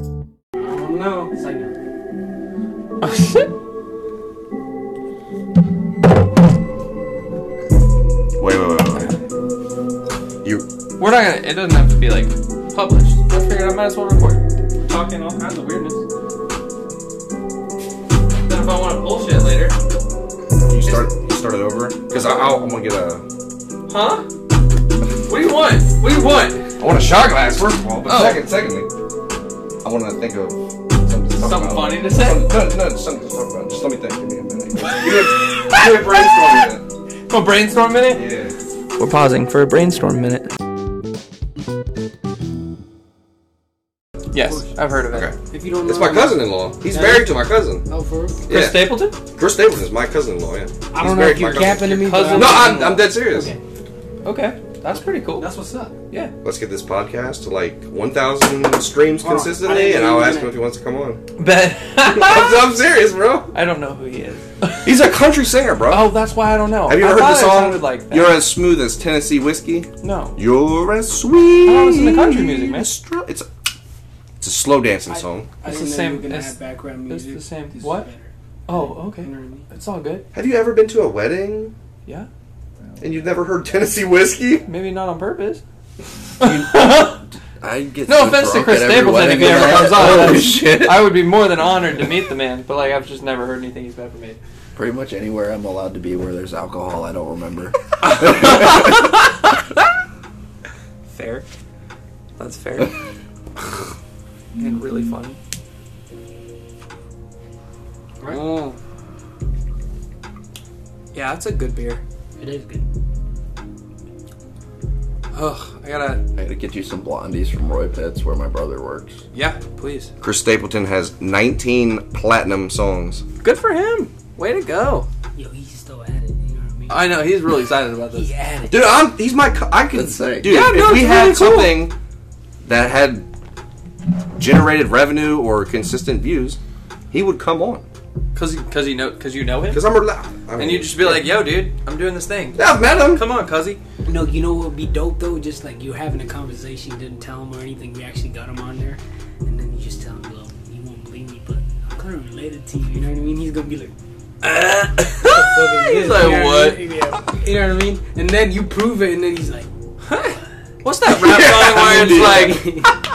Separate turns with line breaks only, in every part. No, it's like no.
Wait, wait, wait, wait. You.
We're not gonna. It doesn't have to be like published. I figured I might as well record.
Talking all kinds of weirdness.
Then if I want to bullshit later,
You start. You start it over. Cause I, I'll, I'm gonna get a.
huh? What do you want? What do you want?
I want a shot glass first of all, but
Oh.
second, secondly, I want to think of something. To talk
Something
about.
funny to say?
Something- No, no, just something to talk about. Just let me think. Give me a minute. Give me a- give me a brainstorm
For brainstorm minute.
minute. Yeah.
We're pausing for a brainstorm minute.
Yes, I've heard of it.
Okay.
If you don't know,
It's my cousin-in-law. He's married to my cousin.
Oh, for real?
Chris
yeah.
Stapleton.
Chris Stapleton is my cousin-in-law. Yeah.
I don't know if you're gapping to me. but
cousin-
No, I'm, I'm dead serious.
Okay.
Okay, that's pretty cool.
That's what's up.
yeah.
Let's get this podcast to like 1,000 streams
Hold on. I
consistently,
didn't
and
know you
I'll
were
ask
gonna-
him if he wants to come on.
Bet.
I'm, I'm serious, bro.
I don't know who he is.
He's a country singer, bro.
Oh, that's why I don't know.
Have you
I
ever
thought
heard the
it
song?
sounded Like that.
You're as smooth as Tennessee whiskey.
no.
You're as sweet.
I listen to country music, man.
as str- It's a, it's a slow dancing
I-
song.
I didn't
It's the
know you
same-
were gonna
it's-
have background
it's
music.
the same-
This is
what?
better.
Oh, okay.
You know what I mean?
It's all good.
Have you ever been to a wedding
Yeah.
and you've never heard Tennessee whiskey?
Maybe not on purpose.
I get
No offense to Chris Stapleton if he ever comes on.
Oh shit!
I would be more than honored to meet the man, but like I've just never heard anything he's ever made.
Pretty much anywhere I'm allowed to be where there's alcohol, I don't remember.
Fair. That's fair. and really funny.
Oh,
Mm. Yeah, that's a good beer.
it is good.
Ugh, I gotta.
I gotta get you some blondies from Roy Pitts, where my brother works.
Yeah, please.
Chris Stapleton has 19 platinum songs.
Good for him. Way to go.
Yo, he's still at it. You know what I mean?
I know he's really excited about this.
He at it.
Dude, I'm he's my co- I could
That's sick.
dude.
Yeah,
if
no,
we
it's
had
really cool.
something that had generated revenue or consistent views, he would come on
Cause, cause you know, cause you know him,
because I'm rel- I mean,
and you just be like, "Yo, dude, I'm doing this thing.
yeah, I've met him.
Come on, cuzzy."
No, you know what would be dope though? Just like you having a conversation, didn't tell him or anything. We actually got him on there, and then you just tell him, "Yo, you won't believe me, but I'm kind of related to you." You know what I mean? He's gonna be like, "Fuck is
he's
this?"
like,
You know
"What?"
I mean? Yeah. You know what I mean? And then you prove it, and then he's like,
What's that rap song where it's like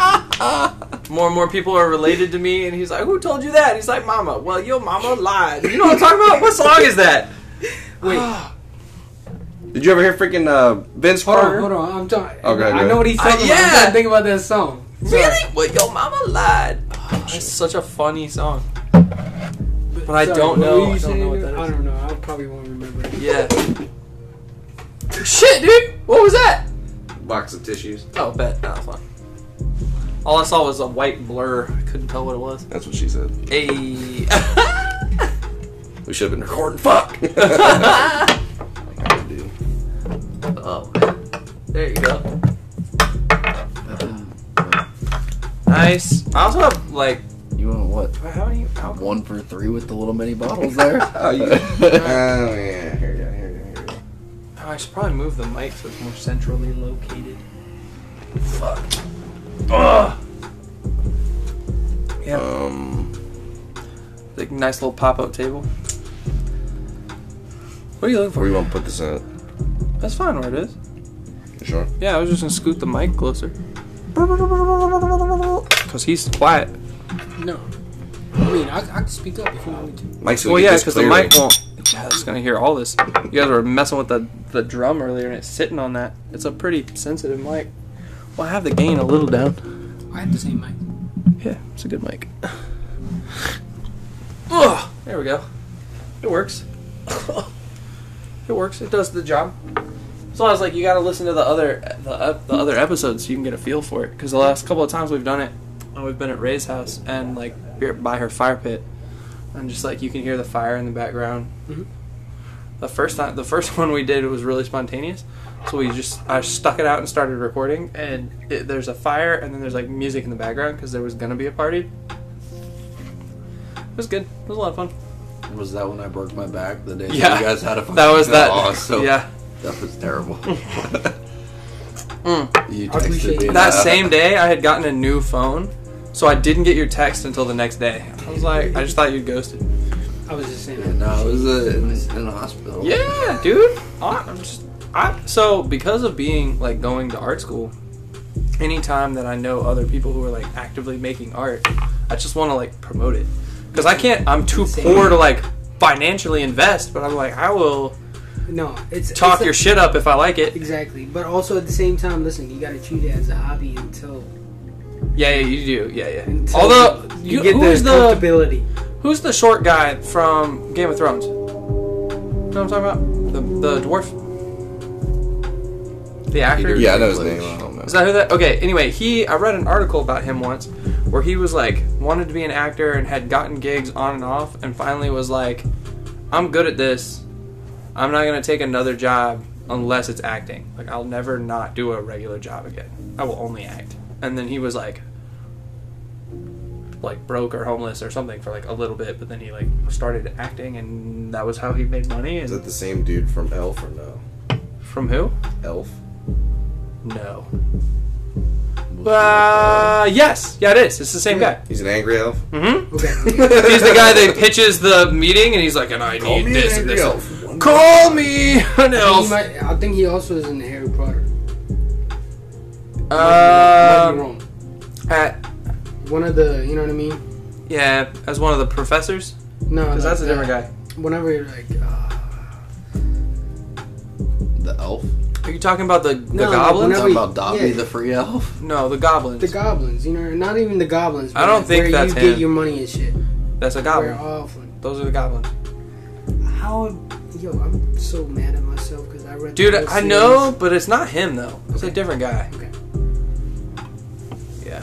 more and more people are related to me, and he's like, "Who told you that?" He's like, "Mama." Well, your mama lied. You know what I'm talking about? What song is that?
"Wait."
Did you ever hear freaking uh, Vince
Hold on,
Carter?
hold on. I'm talking.
Okay,
I
good.
know what he's
Uh,
talking about. I'm
yeah.
trying to think about that song.
Really? Well, your mama lied. Oh, it's such a funny song.
But,
I don't
what
know.
were you
I don't know
saying?
what that
I
is.
don't know. I probably won't remember. it.
Yeah. Shit, dude. What was that?
Box of tissues.
Oh, bet. That was fun. All I saw was a white blur. I couldn't tell what it was.
That's what she said.
Hey.
We should have been recording. Fuck.
oh. There you go. Uh-huh. Nice. I also have like
You want what?
how many alcohol?
One for three with the little mini bottles there.
oh, you- oh yeah. Here we go. Here we go. Here we go.
Oh, I should probably move the mic so it's more centrally located. Fuck. Ugh. Yeah.
Um,
like nice little pop-up table. What are you looking
where
for?
you want to put this at?
That's fine where it is.
You Sure.
Yeah, I was just gonna scoot the mic closer. Cause he's quiet.
No. I mean, I, I can speak up if you want me to.
Mike's gonna
well,
get
yeah,
this
because the
clearly.
mic won't. Yeah, it's gonna hear all this. You guys were messing with the the drum earlier, and it's sitting on that. It's a pretty sensitive mic. Well, I have the gain a little down.
I have the same mic.
Yeah, it's a good mic. Ugh, there we go. It works. it works. It does the job. So I was like, you gotta listen to the other the, ep- the other episodes so you can get a feel for it. Because the last couple of times we've done it, and we've been at Ray's house and like here by her fire pit, and just like you can hear the fire in the background.
Mhm.
The first time, the first one we did, it was really spontaneous. So we just I stuck it out and started recording, and it, there's a fire, and then there's like music in the background because there was gonna be a party. It was good. It was a lot of fun.
Was that when I broke my back the day
Yeah.
you guys had a
That was that.
Awesome.
Yeah.
That was terrible. You
I appreciate
texted me
it.
Mm. That
that.
same day, I had gotten a new phone, so I didn't get your text until the next day. I was like, I just thought you'd ghosted.
I was just saying. I
No, it
appreciate
was uh, in, in the hospital.
Yeah, dude. I- I'm just. I, so because of being like going to art school, anytime that I know other people who are like actively making art, I just want to like promote it because I can't. I'm too
Same.
poor to like financially invest, but I'm like I will
No, it's
talk
it's a-
your shit up if I like it.
Exactly, but also at the same time, listen, you gotta treat it as a hobby until,
Yeah, yeah, you do. Yeah, yeah.
until
Although, you,
get
who's
the
the
comfortability.
Who's the short guy from Game of Thrones? You know what I'm talking about? The, the dwarf? The actor?
Yeah, I know his name. I don't know.
Is that who that? Okay, anyway, he, I read an article about him once where he was like, wanted to be an actor and had gotten gigs on and off and finally was like, I'm good at this. I'm not going to take another job unless it's acting. Like, I'll never not do a regular job again. I will only act. And then he was like, like broke or homeless or something for like a little bit, but then he like started acting, and that was how he made money.
Is that
And
the same dude from Elf or no?
from who?
Elf.
No. Uh, yes, yeah, it is. It's the same guy. Mm-hmm.
He's an angry elf.
Okay,
He's the guy that pitches the meeting, and he's like, "And I need this and this." Call me an
He
elf.
might, I think he also is in Harry Potter. Might be
Um,
wrong.
at-
One of the, you know what I mean?
yeah, as one of the professors,
No,
because
like
that's a different
that.
guy.
Whenever like uh,
The elf.
Are you talking about the the
No,
goblins?
no.
Talking about Dobby,
Yeah.
the free elf.
No, the goblins.
the goblins, you know, not even the goblins.
I
but,
don't
like,
think
where
that's
you
him.
get your money and shit.
That's a
Where
goblin.
all from-
Those are the goblins.
How? Yo, I'm so mad at myself because I read. the
Dude,
whole
I
series.
know, but it's not him though. It's a different guy.
Okay.
Yeah.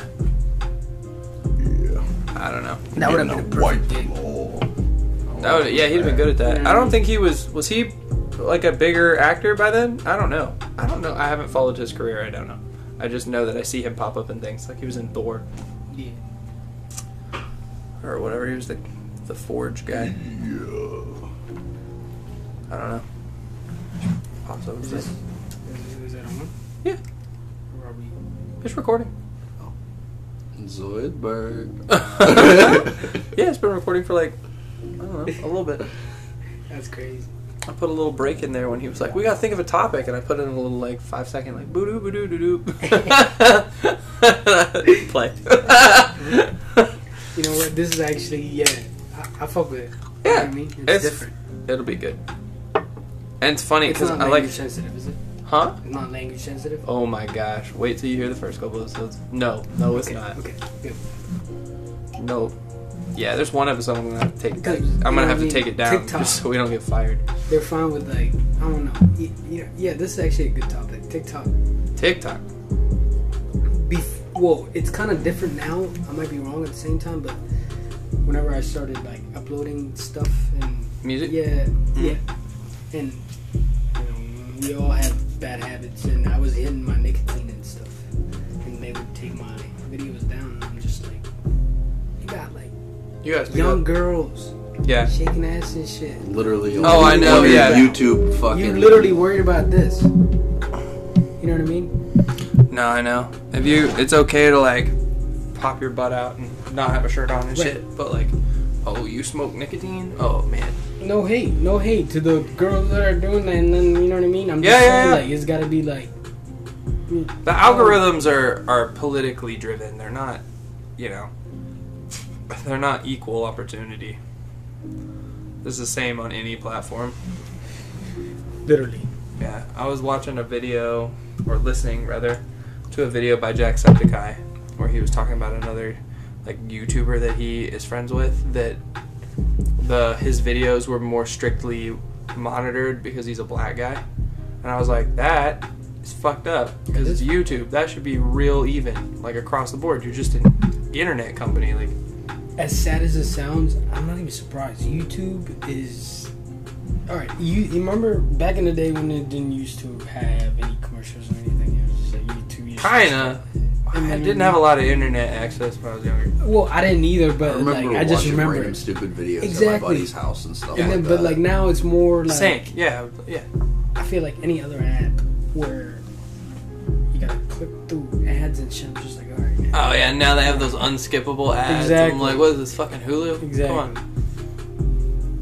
I don't know.
That would have been a perfect game.
That would, yeah, he'd have been good at that. I don't think he was. Was he like a bigger actor by then? I don't know. I don't know. I haven't followed his career. I don't know. I just know that I see him pop up in things like he was in Thor
Yeah.
or whatever. He was the the Forge guy. I don't know. Pops up.
Is this? Is, is that on?
Yeah.
Or are we?
It's recording.
Zoidberg.
yeah, it's been recording for like I don't know a little bit.
That's crazy.
I put a little break in there when he was like, "We gotta think of a topic," and I put in a little like five second like boo doo boo doo doo doo play.
You know what? This is actually yeah. I, I fuck with it. You know what
yeah,
I mean, it's,
it's-
different.
it'll be good. And it's funny
It's
because
not
I
language
like,
sensitive, is it?
huh?
It's not language sensitive.
Oh my gosh! Wait till you hear the first couple episodes. No, no, it's
okay.
not.
Okay. Good.
No. Yeah, there's one episode I'm gonna have to take.
Because,
Like,
you
I'm
know
gonna have
what I
to take
mean,
it down
TikTok.
just so we don't get fired.
They're fine with like I don't know. Y- Yeah, yeah. This is actually a good topic. TikTok.
TikTok.
Bef- well, it's kind of different now. I might be wrong at the same time, but whenever I started like uploading stuff and
Music? Mm-hmm.
yeah, yeah, and you know, we all have bad habits, and I was hitting my nicotine and stuff, and they would take my videos down, and I'm just like, you got like
You guys. pick
young
up.
girls
Yeah.
shaking ass and shit.
Literally.
Oh, I know,
only
yeah.
YouTube fucking.
You literally worried about this. You know what I mean?
No, I know. If you, it's okay to like pop your butt out and not have a shirt on and
Right.
shit. But like, oh, you smoke nicotine? Oh man.
No hate, no hate to the girls that are doing that, and then you know what I mean. I'm
Yeah,
just
yeah,
saying,
yeah.
like, it's got to be like.
The algorithms are are politically driven. They're not, you know, they're not equal opportunity. This is the same on any platform.
Literally.
Yeah, I was watching a video, or listening rather, to a video by Jacksepticeye, where he was talking about another like YouTuber that he is friends with that the his videos were more strictly monitored because he's a black guy, and I was like, that is fucked up because it's YouTube. That should be real even, like across the board. You're just an internet company, like
As sad as it sounds, I'm not even surprised. YouTube is. Alright, you, you remember back in the day when it didn't used to have any commercials or anything? It was just like YouTube. used to-
kinda. I didn't have a lot of internet access when I was younger.
Well, I didn't either, but
I remember
like, I just
watching
remember.
random
it.
stupid videos at my
Exactly.
buddy's house and stuff.
And
like
then, but
that.
like now it's more like.
Sync, yeah, yeah.
I feel like any other app where you gotta clip through ads and shit. I'm just like, all right. man.
Oh yeah, now they have those unskippable ads.
Exactly.
I'm like, what is this fucking Hulu?
Exactly.
Come on.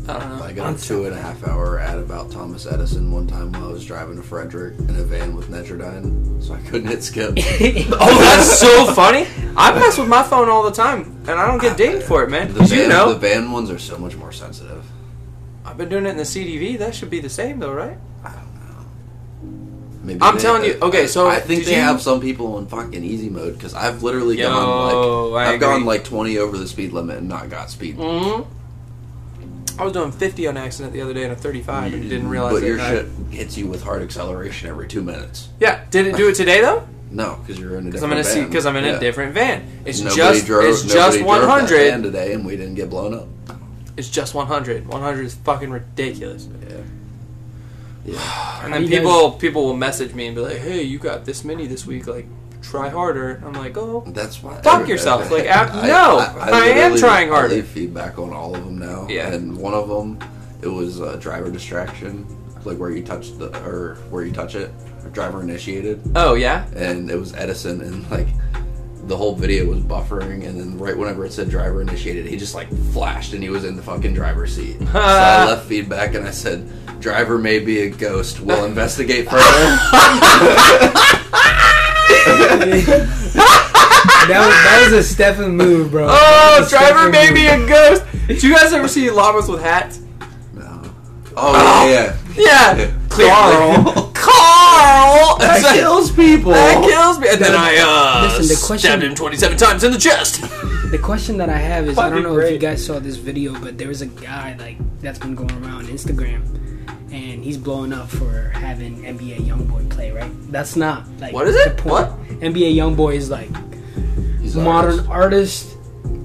I don't know.
I got a two and a half hour ad about Thomas Edison one time while I was driving to Frederick in a van with Netrodyne, so I couldn't hit skip.
oh, that's so funny. I mess with my phone all the time, and I don't get dinged for it, man.
The
Did
van,
you know?
the van ones are so much more sensitive.
I've been doing it in the CDV. That should be the same though, right?
Maybe
I'm telling you- okay, so
I think
did
they
you-
have some people on fucking easy mode because I've literally
Yo,
gone like
I
I've gone
agree.
like 20 over the speed limit and not got speed.
Mm-hmm. I was doing 50 on accident the other day in a 35 and didn't realize
Mm, But
it.
your
and I-
shit hits you with hard acceleration every two minutes.
Yeah, did it do it today though?
No, because you're in a
Because
different.
I'm in a
van.
because I'm in
Yeah.
a different van. It's
Nobody
just
drove.
it's
nobody
just
drove that
100.
van today, and we didn't get blown up.
It's just 100. 100 is fucking ridiculous.
Yeah. Yeah.
And
How
then
do you
people people will message me and be like, "Hey, you got this many this week. Like, try harder." I'm like, "Oh,
That's why.
Fuck yourself, like, ab- no, I am
literally-
trying
I
harder.
leave feedback on all of them now.
Yeah.
And one of them, it was uh, driver distraction, like where you touch the or where you touch it, or driver initiated,
oh yeah."
and it was Edison, and like the whole video was buffering, and then right whenever it said driver initiated, he just like flashed, and he was in the fucking driver's seat. so I left feedback, and I said. Driver may be a ghost. We'll investigate further.
that, was, that was a Stefan move, bro. That
Oh,
was a Stefan
driver may be
move.
a ghost. Do you guys ever see llamas with hats?
no. Oh yeah, yeah.
Yeah, Carl. Carl. It's like,
people.
That kills me. And then I uh,
Listen, the question-
stabbed him 27 times in the chest.
The question that I have is I don't
Fucking
know if you
great.
guys saw this video, but there was a guy like that's been going around Instagram, and he's blowing up for having NBA YoungBoy play. Right? That's not like
What is it?
the
What?
NBA YoungBoy is like
He's an
modern
artist.
artist,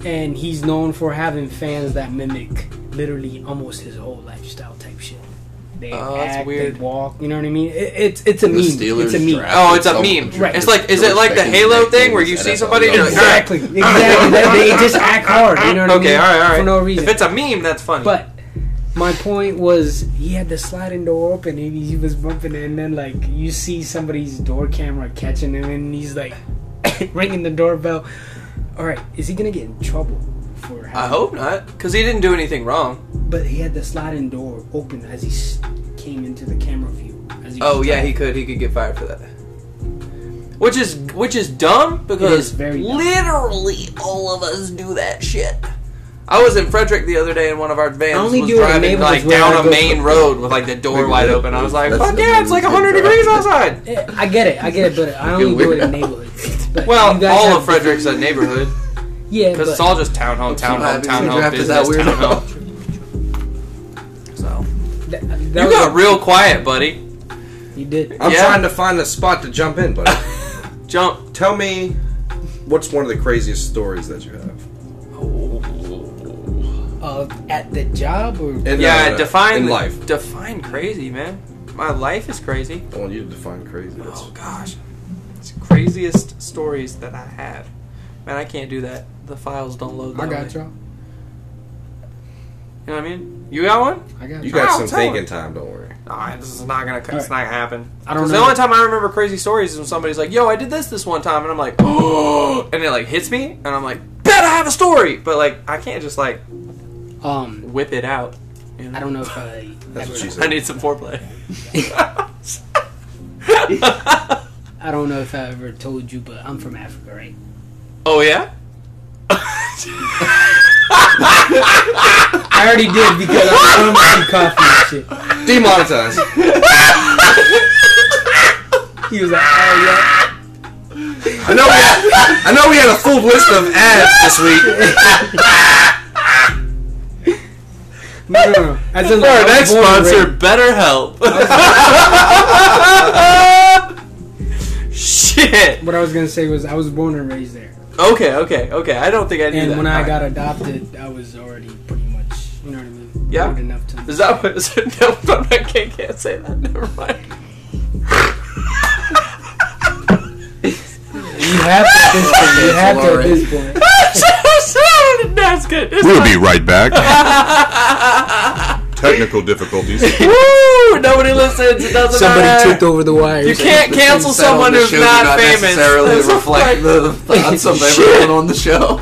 and he's known for having fans that mimic literally almost his whole lifestyle type shit. They
Oh, that's
act,
weird.
they walk. You know what I mean? It, it's it's a
The
meme.
Steelers
it's a meme.
draft.
Oh, it's a
Some-
meme.
Right.
It's like, is
George
it like the
Pickens
Halo
nicknamed
thing where
his
you see
NFL
somebody and you're like,
young
all right.
Exactly. Exactly. That- they just act hard. You know what I mean?
Okay, all right, all right.
For no reason.
If it's a meme, that's funny.
But my point was, he had the sliding door open, and he was bumping, it, and then like you see somebody's door camera catching him, and he's like ringing the doorbell. All right, is he gonna get in trouble for?
I
having-
hope not, because he didn't do anything wrong.
But he had the sliding door open as he s- came into the camera view. As he
Oh
was
yeah,
driving.
he could. He could get fired for that. Which is which is dumb
It
because
is very dumb.
literally all of us do that shit. I was in Frederick the other day, and one of our vans
I only
was
do it in
driving
neighborhoods
like
where I
down a
go
main
for-
road with like the door
Maybe
wide
that-
open. I was like,
that's
"Fuck
the
yeah, it's like
reason
hundred
they drive.
degrees outside."
Eh, I get it, I get it, but I only do it in neighborhoods. But you
Well,
guys
all
have
of Frederick's a neighborhood
different- Yeah,
because it's
but-
all just townhome, townhome,
happy you
townhome,
drafted
business,
that weirdo.
townhome. So
that- that was
you got
a-
real quiet, buddy.
You did.
I'm
Yeah.
trying to find a spot to jump in, but
Jump.
tell me what's one of the craziest stories that you have?
Uh, at the job or
And,
yeah,
uh,
define
in life.
Define crazy, man. My life is crazy.
I want you to define crazy.
Oh gosh, it's the craziest stories that I have. Man, I can't do that. The files don't load.
I got
that way.
y'all.
You know what I mean? You got one?
I got
you
you.
got
I'll
some
tell
thinking
him.
time. Don't worry.
Nah, this is not gonna. It's
Alright.
not gonna happen.
I don't
'Cause
know.
The only time I remember crazy stories is when somebody's like, "Yo, I did this this one time," and I'm like, "Oh," and it like hits me, and I'm like, "Bet I have a story," but like I can't just like
Um,
whip it out. You know?
I don't know if I.
That's what she
I
said.
need some foreplay.
I don't know if I ever told you, but I'm from Africa, right?
Oh yeah.
I already did because I was drunk and coffee
Demonetized.
and shit. He was like, "Oh
I know. We had, I know we had a full list of ads this week.
yeah." No, no, no. As in, like,
Our
I was
next
born and
sponsor,
raised-
BetterHelp. Shit.
What I was gonna say was I was born and raised there,
Okay, okay, okay. I don't think I knew
and
that.
when I
Alright.
got adopted, I was already pretty much, you know what I mean?
Yeah.
Old enough to.
is that what? Is it, no, I can't, can't say that. Never mind.
You have to at this point. You have to at
alright.
this point.
That's good. It's
We'll
fine.
be right back.
technical difficulties.
Woo! Nobody listens. It doesn't
Somebody
matter.
tipped over the wires.
You can't
The things
cancel
said on
someone
the
who's
show do
not famous.
necessarily
That's
reflect
right.
the thoughts of everyone on the show.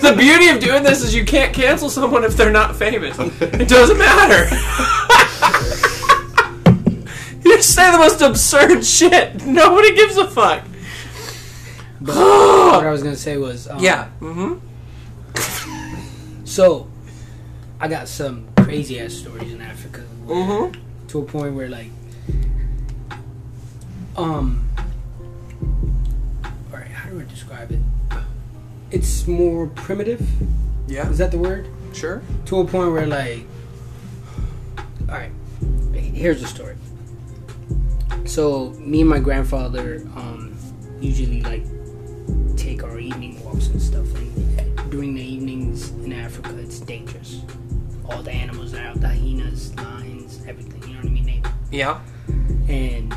The beauty of doing this is you can't cancel someone if they're not famous. It doesn't matter. you just say the most absurd shit. Nobody gives a fuck.
What I was gonna say was um,
Yeah. Mm-hmm.
So, I got some crazy ass stories in Africa
Mm-hmm.
to a point where like, um, all right, how do I describe it? It's more primitive.
Yeah.
Is that the word?
Sure.
to a point where like all right here's the story so me and my grandfather um usually like take our evening walks and stuff and during the evenings in africa it's dangerous all the animals are out the hyenas lions everything you know what i mean
Yeah.
They- and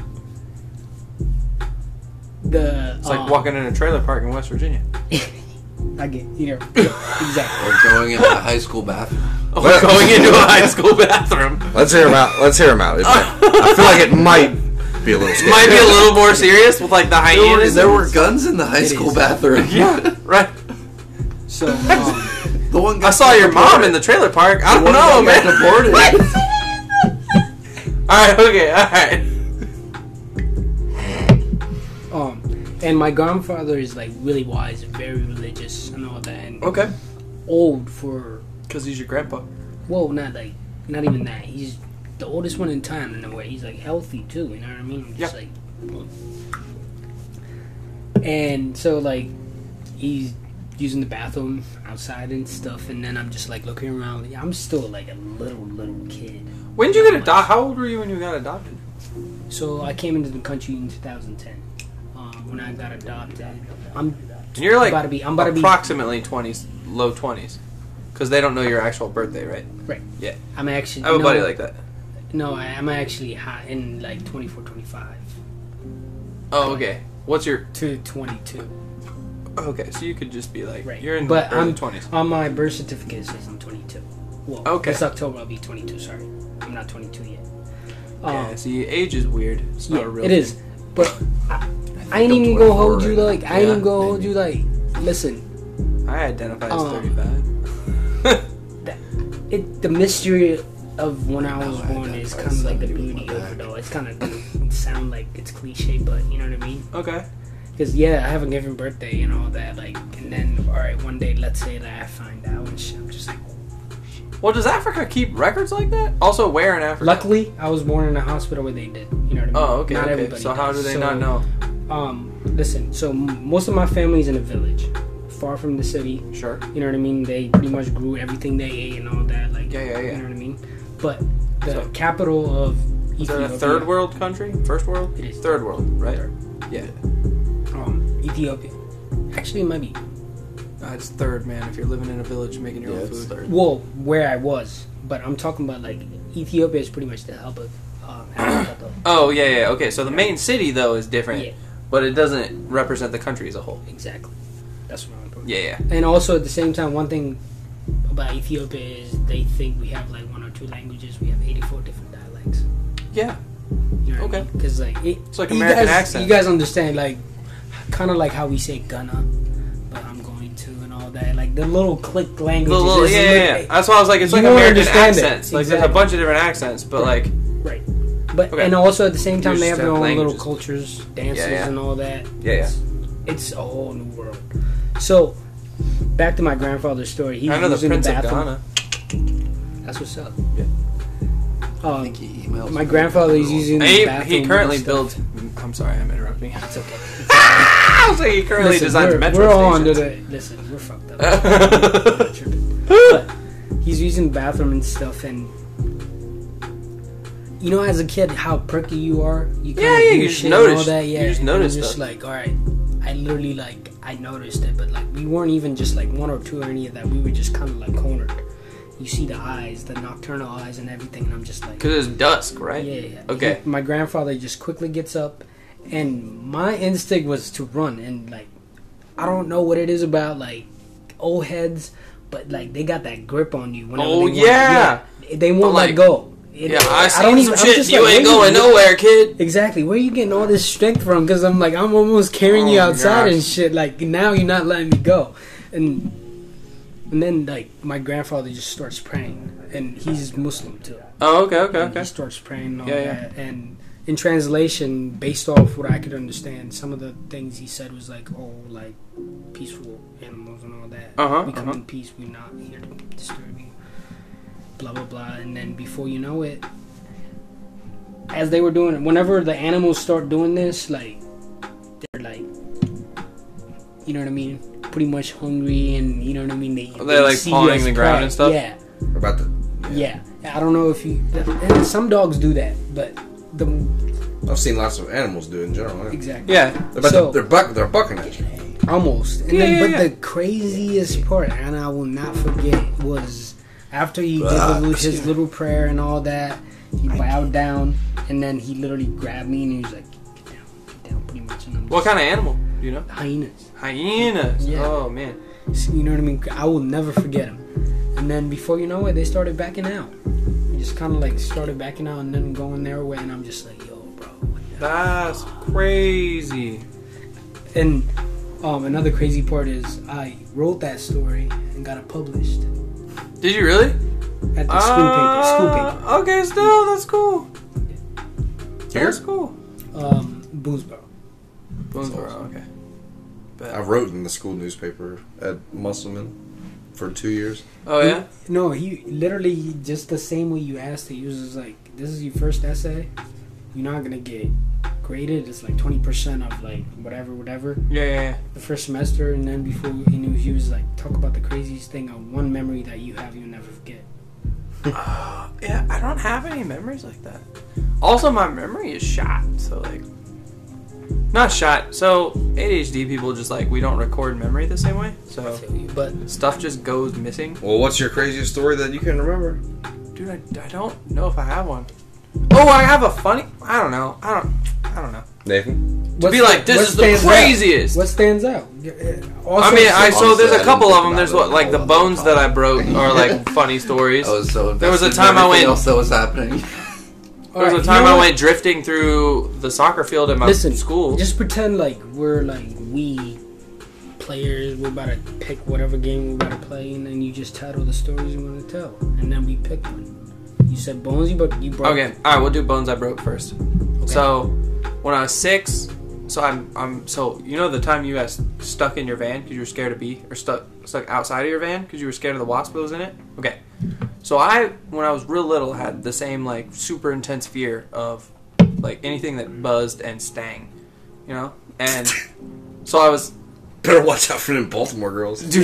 the
It's like
um,
walking in a trailer park in West Virginia.
i get you know exactly
Or going into the high school bathroom.
Oh, going into a high school bathroom
Let's hear him out. Let's hear him out. It- I feel like it might be a little scary.
might be a little more serious with like the hyenas.
There were guns in the high
It
school
is.
bathroom.
yeah. Right.
so um,
The one
I saw your mom in the trailer park. I don't know, man.
Deported.
All right. Okay. All right.
Um, and my grandfather is like really wise and very religious and all that, and
Okay.
old for
Because he's your grandpa.
well, not like not even that. He's the oldest one in town in a way. He's like healthy too. You know what I mean? I'm Just
Yeah.
like. And so like, he's using the bathroom outside and stuff, and then I'm just like looking around. I'm still like a little little kid.
When did you get adopted? How old were you when you got adopted?
So I came into the country in 2010. Um, when I got adopted, I'm
And you're like
about to be. I'm about to be.
approximately 20s, low 20s. Because they don't know your actual birthday, right?
I'm actually.
I have a
no,
buddy like that.
No, I, I'm actually hot in like 24, 25
Oh, okay. What's your.
to 22.
Okay, so you could just be like.
Right.
You're in
But
the early
I'm-
20s.
On my birth certificate, it says I'm 22. Well,
Okay.
This October I'll be 22. Sorry, I'm not 22 yet. Um,
yeah, see, age is weird. It's not
yeah,
a real.
it is. But I, I ain't
I'm
even gonna
24
hold you
right
like. I ain't
Yeah,
even gonna hold you like. Listen,
I identify as
Um,
35.
it the mystery of when I was
I
born is
identify
kind of like the
somebody with my
beauty
back.
of it all. It's kind of gonna sound like it's cliche, but you know what I mean.
Okay.
Because, yeah, I have a given birthday and all that. Like, and then, all right, one day, let's say that I find out and shit. I'm just like,
Well, does Africa keep records like that? Also, where in Africa?
luckily, I was born in a hospital where they did. You know what I mean?
Oh, okay.
Not
okay.
everybody
So, how do
does.
they
So,
not know?
Um, listen, so m- most of my family's in a village, far from the city.
Sure.
You know what I mean? They pretty much grew everything they ate and all that. Like,
Yeah, yeah,
You
yeah.
know what I mean? But the
So-
capital of
Is there
Ethiopia,
a third world country? First world?
It is.
Third world, right? Yeah.
um, Ethiopia. Actually, it might be.
Uh, it's third, man. If you're living in a village making your own food.
Well, where I was, but I'm talking about like Ethiopia is pretty much the hub of um, Africa, though.
Oh yeah, yeah. Okay, so the main city though is different,
Yeah.
but it doesn't represent the country as a whole.
Exactly. That's what I'm talking
Yeah, yeah.
And also at the same time, one thing about Ethiopia is they think we have like one or two languages. We have 84 different dialects.
Yeah.
You know
Okay.
Because like it,
It's like
you
American
guys,
accent.
You guys understand like kind of like how we say Ghana, but I'm going to and all that. Like the little click
The
languages.
little-
is
yeah,
like-
yeah, yeah. That's why I was like, it's
You
like
won't
American
understand it.
accents. Like there's a
Exactly.
bunch of different accents, but like
Right. But
Okay.
and also at the same time
You
they
just
have their
have
own
languages.
little cultures, dances
Yeah, yeah.
and all that.
Yeah, yeah.
It's, it's a whole new world. So back to my grandfather's story. He
I know
was
the
in
Prince
the
of
bathroom.
Ghana.
That's what's up.
Yeah.
I
Um,
think he emails
my grandfather is
using.
using the
And
bathroom.
He, he currently
and stuff.
builds. I'm sorry, I'm interrupting.
It's okay.
I was like, he currently
Listen,
designs
we're,
metro
we're all under
stations.
the. Listen, we're fucked up. Tripping. But he's using the bathroom and stuff, and you know, as a kid, how perky you are. You kinda
Yeah, yeah,
hear
you just
shit and
notice.
all that.
You
Yeah,
just
and you're
notice
Just
stuff.
like, all right, I literally like I noticed it, but like we weren't even just like one or two or any of that. We were just kind of like cornered. You see the eyes, the nocturnal eyes, and everything, and I'm just like,
Because it's dusk, right?
yeah, yeah.
Okay.
He- my grandfather just quickly gets up, and my instinct was to run. And like, I don't know what it is about like old heads, but like they got that grip on you. Whenever
Oh,
they want,
yeah.
they won't
But,
let
like,
go. It-
Yeah, I seen some
I'm
shit.
just
You
like,
ain't
where
going
you-
nowhere, kid.
Exactly. Where you getting all this strength from? Because I'm like, I'm almost carrying you
Oh,
outside
gosh.
and shit. Like now you're not letting me go, and and then like my grandfather just starts praying, and he's Muslim too.
Oh, okay, okay,
And
okay.
He starts praying and all
Yeah, yeah.
that. And in translation, based off what I could understand, some of the things he said was like, oh, like peaceful animals and all that.
Uh-huh,
we come
uh-huh.
in peace, we're not here to disturb you. Blah, blah, blah. And then before you know it, as they were doing it, whenever the animals start doing this, like, they're like, you know what I mean? Pretty much hungry, and you know what I mean. They
Are they,
they
like,
see
pawing
us
the ground and stuff?
Yeah,
About the
yeah, I don't know if you. and some dogs do that, but the
I've seen lots of animals do it in general. yeah.
exactly
Yeah.
They're, about
So-
to, they're, buck, they're bucking at you.
almost. And
Yeah,
then,
yeah,
but
yeah.
the craziest part, and I will not forget, was after he did the, little- his little prayer and all that. He bowed down, and then he literally grabbed me, and he was like, "Get down, get down," pretty much. And I'm
What kind of animal? Do you know?
of hyenas?
Hyenas.
Yeah.
Oh man.
You know what I mean? I will never forget him. And then before you know it, they started backing out. They just kind of like started backing out, and then going their way, and I'm just like, "Yo, bro, what the
That's crazy.
And um, another crazy part is I wrote that story and got it published
Did you really?
at the school
Uh,
paper. School paper.
Okay, still that's cool.
Here?
That's cool.
Um, Boonesboro.
Boonesboro. Okay.
I wrote in the school newspaper at Musselman for two years.
Oh yeah.
No, he literally he- just the same way you asked it. He was just like, "This is your first essay. You're not gonna get graded. It's like twenty percent of like whatever, whatever."
Yeah, yeah, yeah.
the first semester, and then before he knew, he was like, "Talk about the craziest thing on one memory that you have you'll never forget."
Yeah, I don't have any memories like that. Also, my memory is shot. So, like, not shot. So, ADHD people just like, we don't record memory the same way. So,
But
stuff just goes missing.
Well, what's your craziest story that you can remember?
Dude, I, I don't know if I have one. Oh, I have a funny. I don't know. I don't. I don't know.
Nathan?
what
be like, this
what
is the
stands out?
craziest.
What stands out? Also,
I mean, I so
so
there's
honestly,
a
I
couple
didn't
of
think
them. There's
about it
what like
at
the
all at the
bones that I broke are like funny stories.
I was so invested
There was a
in
time I
everything
went-
Else that was happening.
There was a
Alright, you
time
know
I
what?
went drifting through the soccer field at my
Listen,
school.
Just pretend like we're like we players. We're about to pick whatever game we're about to play, and then you just title the stories you want to tell, and then we pick one. You said bones, you but you broke.
Okay, all right, we'll do bones I broke first. So, when I was six, so I'm I'm so you know the time you got st- stuck in your van because you were scared to be or stuck stuck outside of your van because you were scared of the wasp that was in it. Okay, so I when I was real little had the same like super intense fear of like anything that buzzed and stang, you know, and so I was
Better watch out for them Baltimore girls.
dude.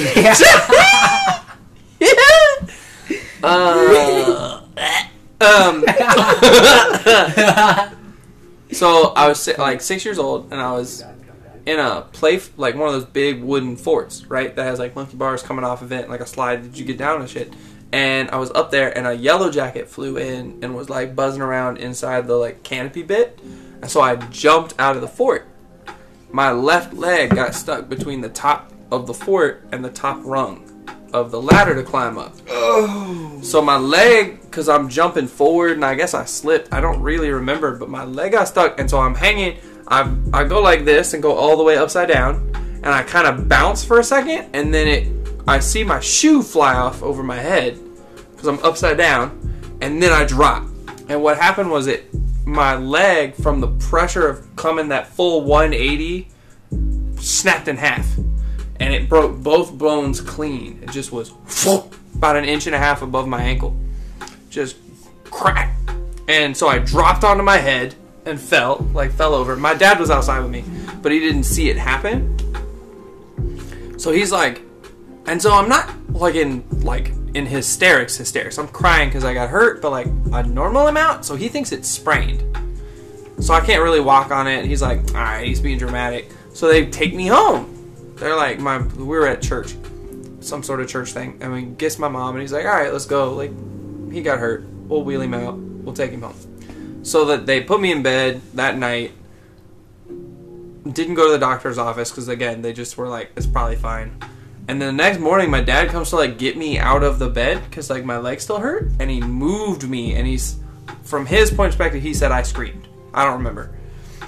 Uh, um, so I was si- like six years old, and I was in a play like one of those big wooden forts, right? That has like monkey bars coming off of it, and, like a slide that you get down and shit. And I was up there, and a yellow jacket flew in and was like buzzing around inside the like canopy bit, and so I jumped out of the fort. My left leg got stuck between the top of the fort and the top rung of the ladder to climb up. So my leg, because I'm jumping forward and I guess I slipped. I don't really remember, but my leg got stuck, and so I'm hanging. I I go like this and go all the way upside down, and I kind of bounce for a second, and then it I see my shoe fly off over my head because I'm upside down, and then I drop. And what happened was it my leg from the pressure of coming that full 180 snapped in half and it broke both bones clean. It just was about an inch and a half above my ankle. Just crack. And so I dropped onto my head and fell, like fell over. My dad was outside with me, but he didn't see it happen. So he's like, and so I'm not like in like in hysterics, hysterics. I'm crying because I got hurt, but like a normal amount. So he thinks it's sprained. So I can't really walk on it. He's like, all right, he's being dramatic. So they take me home. They're like, my we were at church, some sort of church thing, and we gets my mom, and he's like, all right, let's go. Like, he got hurt. We'll wheel him out. We'll take him home. So that they put me in bed that night. Didn't go to the doctor's office because again, they just were like, it's probably fine. And then the next morning, my dad comes to like get me out of the bed because like my leg still hurt, and he moved me. And he's from his point of perspective, he said I screamed. I don't remember.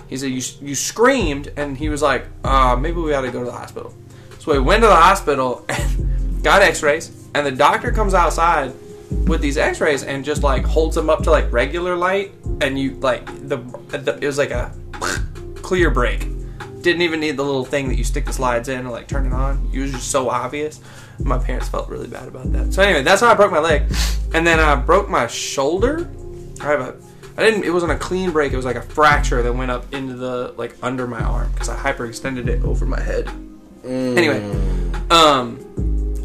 He said you you screamed, and he was like, uh, maybe we ought to go to the hospital. So we went to the hospital and got X-rays, and the doctor comes outside with these X-rays and just like holds them up to like regular light, and you like the, the it was like a clear break didn't even need the little thing that you stick the slides in or like turn it on. It was just so obvious. My parents felt really bad about that. So anyway, that's how I broke my leg, and then I broke my shoulder. I have a, I didn't. It wasn't a clean break. It was like a fracture that went up into the like under my arm because I hyperextended it over my head.
Mm.
Anyway, um,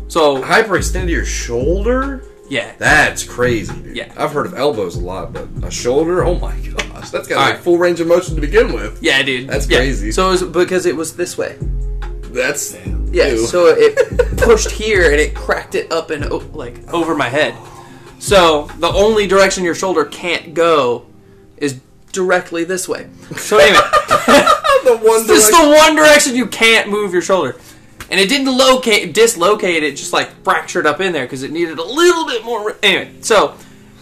so
Hyperextend your shoulder?
yeah,
That's crazy, dude.
Yeah.
I've heard of elbows a lot, but a shoulder? Oh my gosh. That's got like
Alright.
full range of motion to begin with.
yeah, dude,
That's
Yeah.
crazy.
So it was because it was this way.
That's
Yeah,
ew.
so it pushed here and it cracked it up and o- like over my head. So the only direction your shoulder can't go is directly this way. So anyway,
the one
this is
direction-
the one direction you can't move your shoulder. And it didn't locate, dislocate it, just like fractured up in there because it needed a little bit more. Anyway, so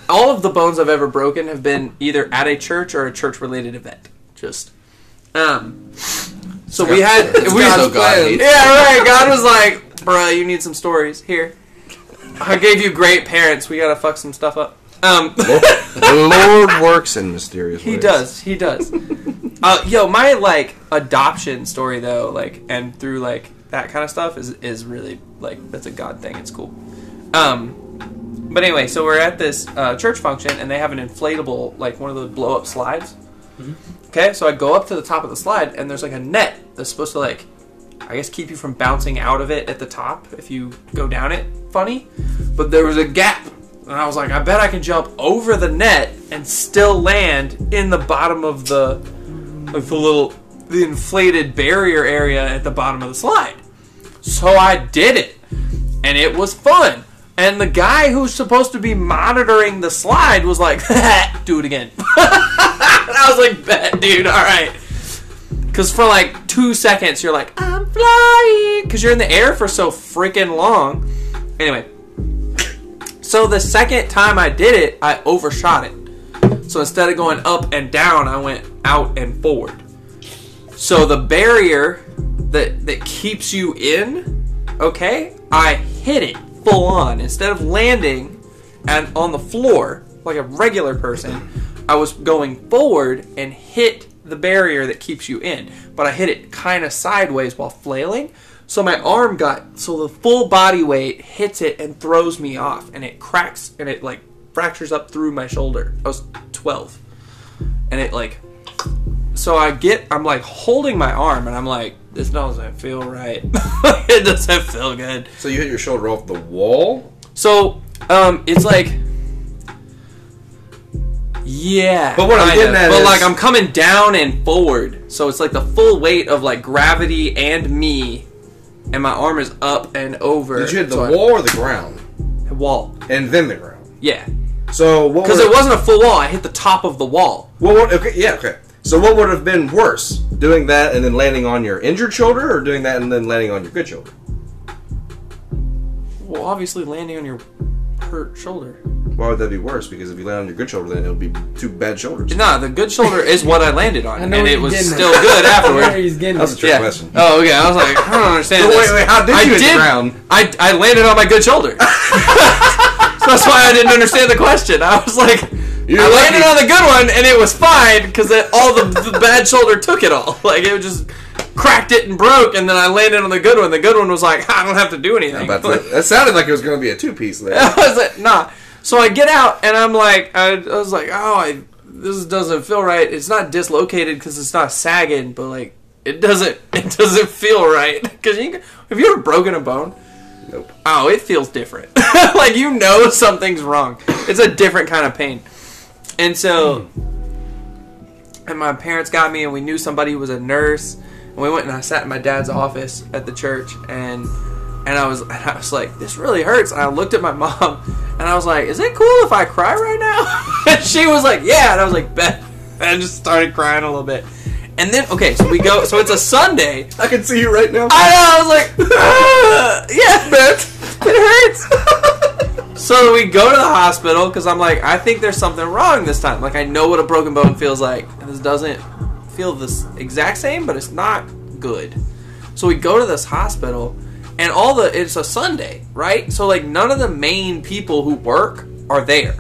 all of the bones I've ever broken have been either at a church or a church-related event. Just, um, so we had we
God's
had
so God
plans.
hates.
yeah, right. God was like, bruh, you need some stories. Here. I gave you great parents. We gotta fuck some stuff up. Um,
the Lord works in mysterious ways.
he does. He does. Uh, yo, my like adoption story though, like, and through like that kind of stuff is is really like that's a God thing. It's cool. Um, but anyway, so we're at this uh, church function, and they have an inflatable, like one of the blow up slides. Mm-hmm. Okay, so I go up to the top of the slide, and there's like a net that's supposed to like, I guess, keep you from bouncing out of it at the top if you go down it. Funny, but there was a gap, and I was like, I bet I can jump over the net and still land in the bottom of the, of the little, the inflated barrier area at the bottom of the slide. So I did it, and it was fun. And the guy who's supposed to be monitoring the slide was like, "Do it again." And I was like, bet, dude, alright. Because for like two seconds, you're like, I'm flying. Because you're in the air for so freaking long. Anyway. So the second time I did it, I overshot it. So instead of going up and down, I went out and forward. So the barrier that that keeps you in, okay, I hit it full on. Instead of landing and on the floor like a regular person, I was going forward and hit the barrier that keeps you in. But I hit it kind of sideways while flailing. So my arm got so the full body weight hits it and throws me off and it cracks and it like fractures up through my shoulder. I was 12. And it like so I get, I'm like holding my arm, and I'm like, this doesn't feel right. it doesn't feel good.
So you hit your shoulder off the wall?
So, um, it's like, yeah.
But what I'm
kind
getting
of.
at
but
is-
like I'm coming down and forward, so it's like the full weight of like gravity and me, and my arm is up and over.
Did you hit the
so I-
wall or the ground?
Wall.
And then the ground.
Yeah.
So what
Because
were-
it wasn't a full wall. I hit the top of the wall.
Well, what, okay, yeah, okay. So what would have been worse, doing that and then landing on your injured shoulder, or doing that and then landing on your good shoulder?
Well, obviously landing on your hurt shoulder.
Why would that be worse? Because if you land on your good shoulder, then it'll be two bad shoulders.
No, the good shoulder is what I landed on, and
know what
it
you're
was
getting at.
still good
Where
afterward.
he's getting
That's a
it.
trick question.
Oh, okay. I was like, I don't understand.
So
this.
wait, wait, how did
I
you hit the ground?
I, I landed on my good shoulder. so that's why I didn't understand the question. I was like,
You're
I landed
lucky.
on the good one, and it was fine because all the, the bad shoulder took it all. Like it just cracked it and broke, and then I landed on the good one. The good one was like, I don't have to do anything.
About that. that sounded like it was going to be a two-piece there.
I was like, nah. So I get out and I'm like, I, I was like, oh, I, this doesn't feel right. It's not dislocated because it's not sagging, but like, it doesn't, it doesn't feel right. Because you, can- have you ever broken a bone?
nope.
Oh, it feels different. like you know something's wrong. It's a different kind of pain. And so, and my parents got me, and we knew somebody who was a nurse, and we went and I sat in my dad's office at the church, and and I was and I was like, this really hurts. And I looked at my mom, and I was like, is it cool if I cry right now? and she was like, yeah. And I was like, bet. And I just started crying a little bit, And then okay, so we go. So it's a Sunday.
I can see you right now.
I know. I was like, "Ah, yeah, it hurts. so we go to the hospital because I'm like, I think there's something wrong this time. Like I know what a broken bone feels like, and this doesn't feel this exact same, but it's not good. So we go to this hospital, and all the it's a Sunday, right? So like none of the main people who work are there.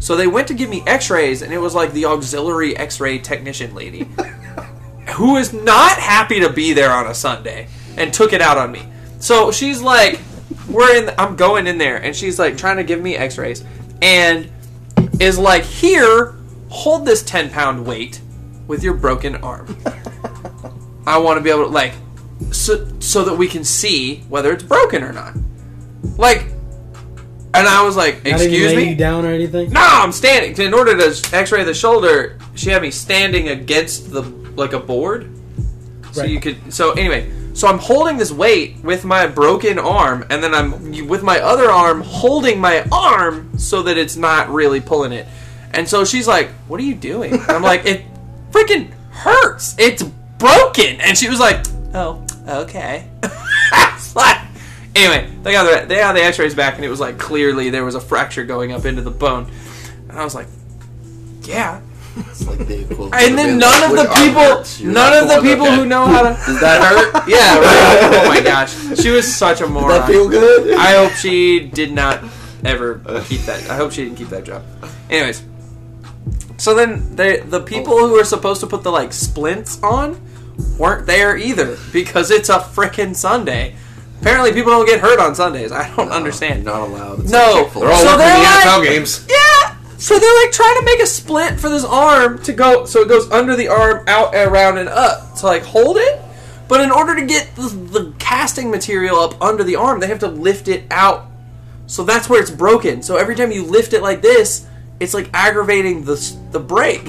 So they went to give me X-rays, and it was like the auxiliary X-ray technician lady who is not happy to be there on a Sunday and took it out on me. So she's like, we're in, I'm going in there, and she's like trying to give me x rays and is like, here, hold this 10 pound weight with your broken arm. I want to be able to, like, so, so that we can see whether it's broken or not. Like, and I was like,
Not even
excuse
lay
me?
you down or anything.
No, I'm standing. In order to X-ray the shoulder, she had me standing against the like a board, so
Right.
you could. So anyway, so I'm holding this weight with my broken arm, and then I'm with my other arm holding my arm so that it's not really pulling it. And so she's like, "What are you doing?" And I'm like, "It freaking hurts. It's broken." And she was like, "Oh, okay." I was like- anyway, they got the they got the X-rays back, and it was like clearly there was a fracture going up into the bone. And I was like, "Yeah."
It's like the equivalent
And then
being
none
like,
of the
"Which arm hurts?"
people,
You're
none
not
of
the
the
one
people
okay.
who know how to.
Does that hurt?
Yeah, right. Oh my gosh, she was such a
Does that
moron.
feel good?
I hope she did not ever keep that. I hope she didn't keep that job. Anyways, so then they, the people who were supposed to put the like splints on weren't there either because it's a frickin' Sunday. Apparently, people don't get hurt on Sundays. I don't understand.
You're not allowed. It's
No.
like Chick-fil-A.
They're all So
working
they're like-
games.
Yeah. So they're like trying to make a splint for this arm to go, so it goes under the arm, out, and around, and up to like hold it. But in order to get the, the casting material up under the arm, they have to lift it out. So that's where it's broken. So every time you lift it like this, it's like aggravating the s- the break.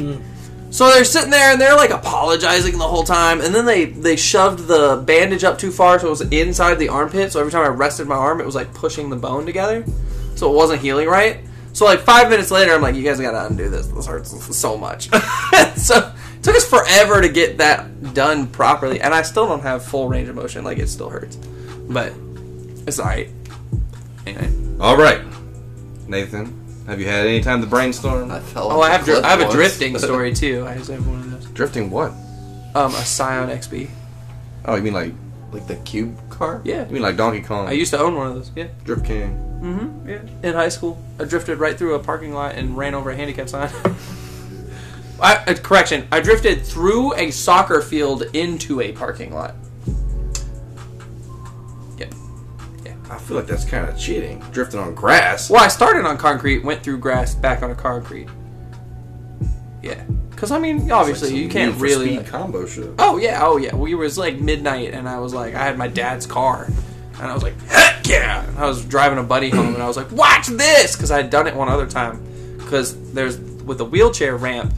So they're sitting there and they're like apologizing the whole time, and then they they shoved the bandage up too far, so it was inside the armpit. So every time I rested my arm, it was like pushing the bone together, so it wasn't healing right. So like five minutes later, I'm like, you guys gotta undo this. This hurts so much. so it took us forever to get that done properly, and I still don't have full range of motion. Like it still hurts, but it's alright. Anyway.
All right, Nathan, have you had any time to brainstorm?
I fell
Oh,
off
I have
the
dri-
cliff
I have a
once.
drifting story too. I just have one of those.
Drifting what?
Um, a Scion XB.
Oh, you mean like
like the cube car.
Yeah.
you mean like Donkey Kong?
I used to own one of those. Yeah.
Drift King.
Mm-hmm. Yeah. In high school, I drifted right through a parking lot and ran over a handicap sign. I, uh, correction. I drifted through a soccer field into a parking lot. Yeah.
I feel like that's kind of cheating. Drifting on grass.
Well, I started on concrete, went through grass, back on a concrete. Yeah. Because I mean,
It's like
obviously,
some
you can't
Need for
really.
speed combo shit.
Oh yeah, oh yeah. We was like midnight, and I was like, I had my dad's car, and I was like, heck yeah! And I was driving a buddy home, and I was like, watch this, because I had done it one other time, because there's with the wheelchair ramp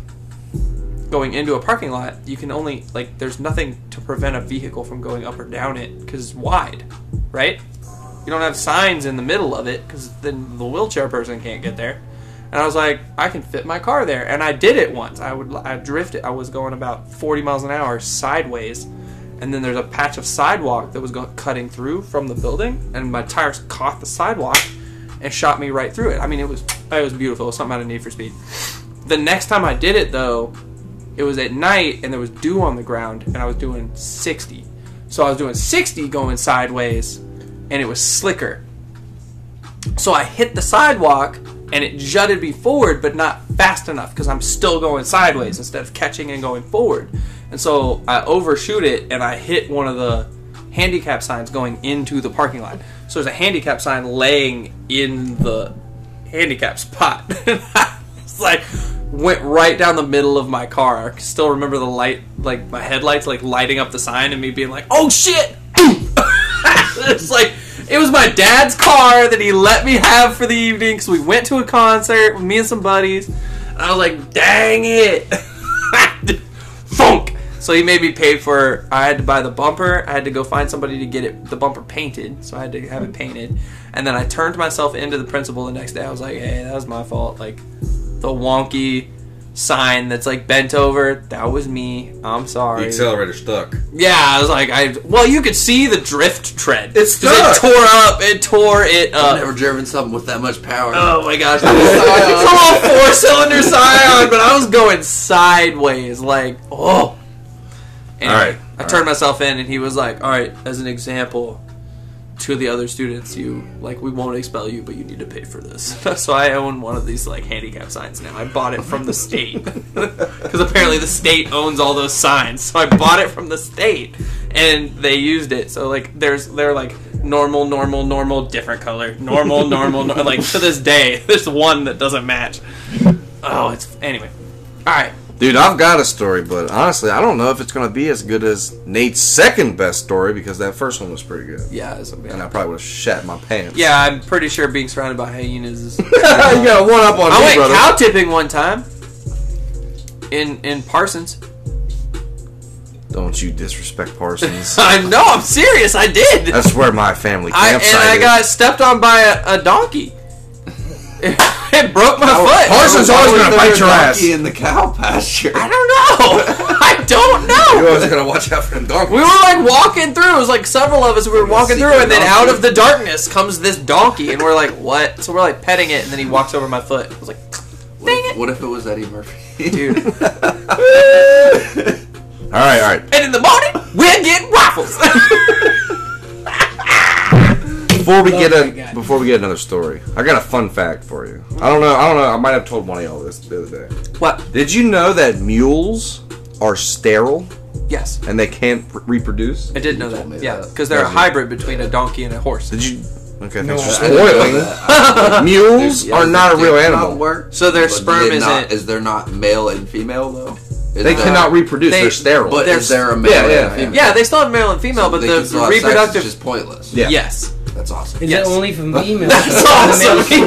going into a parking lot, you can only like there's nothing to prevent a vehicle from going up or down it because it's wide, right? You don't have signs in the middle of it because then the wheelchair person can't get there. And I was like, I can fit my car there, and I did it once. I would I drifted. I was going about 40 miles an hour sideways, and then there's a patch of sidewalk that was go- cutting through from the building, and my tires caught the sidewalk and shot me right through it. I mean, it was it was beautiful. It was something out of Need for Speed. The next time I did it though, it was at night and there was dew on the ground and I was doing 60. So I was doing 60 going sideways and it was slicker. So I hit the sidewalk and it jutted me forward but not fast enough because I'm still going sideways instead of catching and going forward. And so I overshoot it and I hit one of the handicap signs going into the parking lot. So there's a handicap sign laying in the handicap spot. it's like went right down the middle of my car. I can still remember the light, like my headlights, like lighting up the sign, and me being like, "Oh shit!" it's like it was my dad's car that he let me have for the evening. So we went to a concert with me and some buddies. And I was like, "Dang it!" Funk. So he made me pay for. I had to buy the bumper. I had to go find somebody to get it the bumper painted. So I had to have it painted. And then I turned myself into the principal the next day. I was like, "Hey, that was my fault. Like, the wonky sign that's like bent over. That was me. I'm
The
sorry.
uh,
accelerator stuck.
Yeah, I was like, I well, you could see the drift tread.
It's
'Cause
stuck.
It tore up. It tore it
I've
up.
never driven something with that much power.
Oh my gosh! It's all four cylinder scion, but I was going sideways, like oh. Anyway,
All right,
I
all
turned myself in, and he was like, "All right, as an example to the other students, you like we won't expel you, but you need to pay for this." so I own one of these like handicap signs now. I bought it from the state because apparently the state owns all those signs. So I bought it from the state, and they used it. So like, there's they're like normal, normal, normal, different color, normal, normal, nor- like to this day, there's one that doesn't match. Oh, it's anyway. All right.
Dude, I've got a story, but honestly, I don't know if it's going to be as good as Nate's second best story because that first one was pretty good.
Yeah, it's okay.
And I probably would have shat my pants.
Yeah, I'm pretty sure being surrounded by hyenas is.
you got one up on
I
me,
went
brother.
cow tipping one time. In in Parsons.
don't you disrespect Parsons.
I know. I'm serious. I did.
That's where my family
I, and
campsite
I
is.
got stepped on by a, a donkey. It, broke my foot.
Parsons always going to bite your ass.
Donkey in the cow pasture.
I don't know. I don't
You
know.
always gotta watch out for them donkeys.
We were like walking through. It was like several of us. We were walking through, and then
donkey.
out of the darkness comes this donkey, and we're like, "What?" So we're like petting it, and then he walks over my foot. I was like,
What
Dang
if,
it.
what if it was Eddie Murphy?
"Dude."
All right, all right.
And in the morning, we're getting waffles.
Before
Oh
we get
my
a,
God.
before we get another story, I got a fun fact for you. I don't know. I don't know. I might have told one of y'all this the other day.
what?
Did you know that mules are sterile
Yes,
and they can't re- reproduce?
I did know
told me
that. Yeah,
that.
because they're a
Yeah.
hybrid between a donkey and a horse.
Did you? Okay, thanks for
I didn't know
spoiling.
that.
Mules
Yeah,
are
they
not a
do
real
not
animal.
work,
So their
but
sperm
they not-
isn't-
Is there not male and female though? Is
They
there-
cannot reproduce.
They-
They, are sterile.
But
they're-
is there a male
Yeah,
and
yeah,
a female?
Yeah, they still have male and female,
So
but
they
the,
can still
the
have sex, it's
reproductive.
just pointless.
Yeah.
Yes.
that's awesome.
Is
Yes.
it only from females?
That's awesome.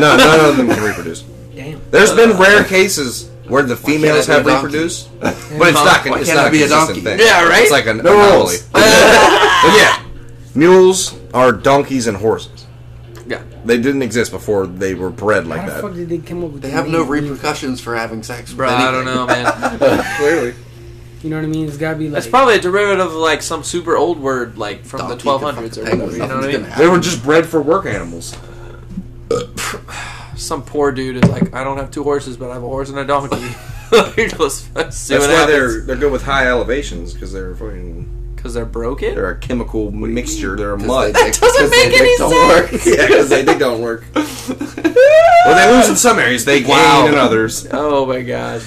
no, none of them can reproduce.
Damn.
There's been rare cases where the females
Uh, can't I
have
be a donkey?
reproduced, but it's not.
Why
It's
can't
not
I
a
be a
consistent
donkey?
thing.
Yeah, right?
It's like an
No
anomaly.
rules.
But yeah, mules are donkeys and horses.
Yeah.
They didn't exist before they were bred like
How the fuck
that.
did they come up with
They
the
have
name
no
Mules?
repercussions for having sex. with
Bro, I don't
anything.
know, man.
Clearly,
You know what I mean? It's gotta be like.
That's probably a derivative of like some super old word, like from
Donkey
the
could
1200s or
fuck a
whatever.
penguin,
You know what I
nothing's
mean?
gonna
they
happen.
were just bred for work animals.
Some poor dude is like, I don't have two horses, but I have a horse and a donkey. Let's see
That's
what
why
happens.
they're they're good with high elevations because they're fucking
Because they're broken.
they're a chemical mixture. They're a
'Cause
mud.
they dick- 'cause they
make any
dick don't work.
yeah, because they, they don't work. well, they lose in some areas. They gain
Wow.
in others.
Oh my god.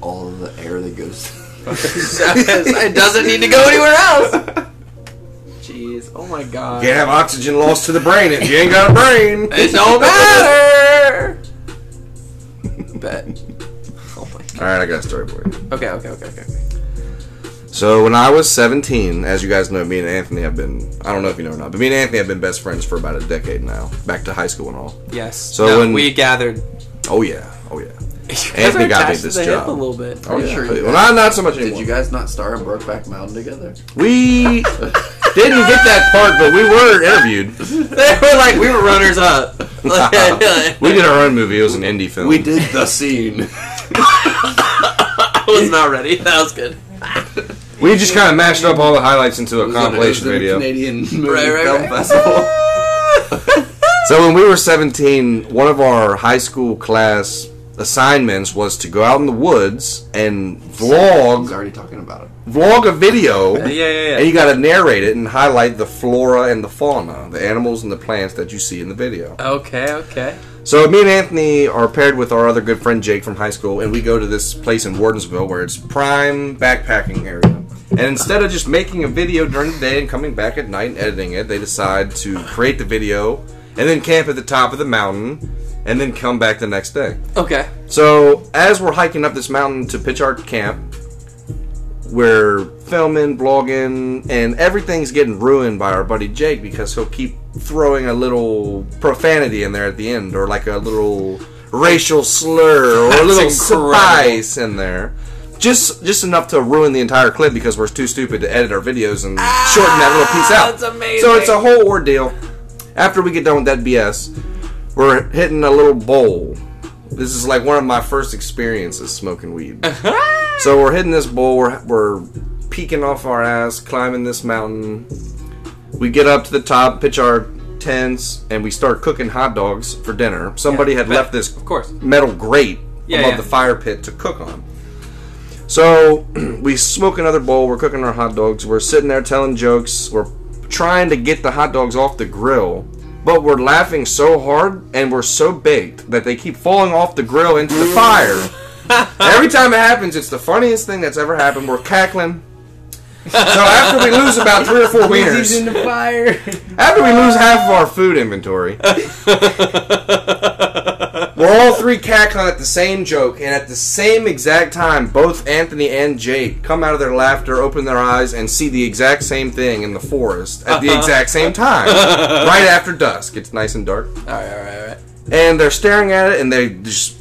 All of the air that goes.
it doesn't need to go anywhere else. Jeez. Oh my god.
Can't have oxygen loss to the brain if you ain't got a brain.
It don't matter. Bet. Oh my god.
All right, I got a story for you.
Okay, okay, okay, okay.
So when I was 17, as you guys know, me and Anthony have been—I don't know if you know or not—but me and Anthony have been best friends for about a decade now, back to high school and all.
Yes.
So
So
when-
we gathered.
Oh yeah, oh yeah.
Anthony
got me this
a
job.
little bit.
Oh,
Are you
yeah.
sure you
Well, not, not so much
Did
anymore.
you guys not star in Brokeback Mountain together?
we didn't get that part, but we were interviewed.
They were like we were runners up. that
We did our own movie. It was an indie film.
We did the scene.
was not ready. That was good.
We just kind of mashed up all the highlights into a
It was in- it was
compilation
in a
video.
Canadian movie
Right, right,
film
right.
festival.
So when we were 17, one of our high school class assignments was to go out in the woods and
I was
vlog
already talking about it.
vlog a video.
yeah,
And you got to narrate it and highlight the flora and the fauna, the animals and the plants that you see in the video.
Okay, okay.
So me and Anthony are paired with our other good friend Jake from high school, and we go to this place in Wardensville where it's prime backpacking area. And instead of just making a video during the day and coming back at night and editing it, they decide to create the video and then camp at the top of the mountain and then come back the next day.
Okay.
So as we're hiking up this mountain to pitch our camp, we're filming, blogging, and everything's getting ruined by our buddy Jake because he'll keep throwing a little profanity in there at the end, or like a little racial slur, or a little
incredible.
surprise in there. Just just enough to ruin the entire clip because we're too stupid to edit our videos and shorten that little piece out.
Ah, that's amazing.
So it's a whole ordeal. After we get done with that BS, we're hitting a little bowl This is like one of my first experiences smoking weed. so we're hitting this bowl. We're we're peeking off our ass, climbing this mountain. We get up to the top, pitch our tents, and we start cooking hot dogs for dinner. Somebody had
bet.
left this
Of course.
metal grate
Yeah,
above
yeah.
the fire pit to cook on. So we smoke another bowl. We're cooking our hot dogs. We're sitting there telling jokes. We're trying to get the hot dogs off the grill, but we're laughing so hard and we're so baked that they keep falling off the grill into the fire. Every time it happens, it's the funniest thing that's ever happened. We're cackling. So after we lose about three or four
He's
wieners,
in the fire.
after we lose half of our food inventory, we're all three cackling at the same joke, and at the same exact time, both Anthony and Jake come out of their laughter, open their eyes, and see the exact same thing in the forest at the exact same time, right after dusk. It's nice and dark,
All right, all right, all right.
and they're staring at it, and they just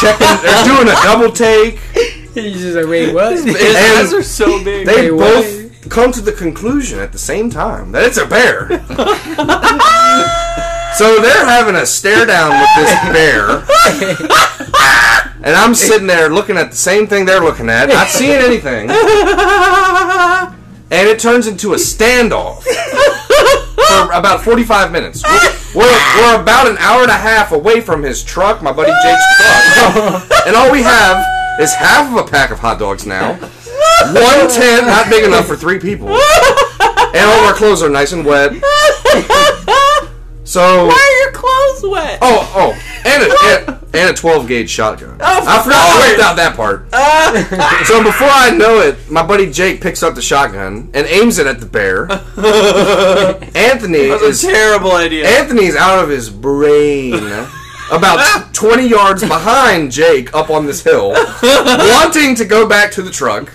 checking. They're doing a double take.
He's just like, wait, what?
His
And
eyes are so big.
They
Hey, what?
both come to the conclusion at the same time that it's a bear. so they're having a stare down with this bear. And I'm sitting there looking at the same thing they're looking at, not seeing anything. And it turns into a standoff for about 45 minutes. We're, we're, we're about an hour and a half away from his truck, my buddy Jake's truck. And all we have is half of a pack of hot dogs now one tent, not big enough for three people. And all of our clothes are nice and wet. So,
Why are your clothes wet?
oh, oh, and a, and, and a 12 gauge shotgun. I forgot to out that part. so before I know it, my buddy Jake picks up the shotgun and aims it at the bear. Anthony
That's
is
a terrible idea.
Anthony's out of his brain. About 20 yards behind Jake up on this hill, wanting to go back to the truck.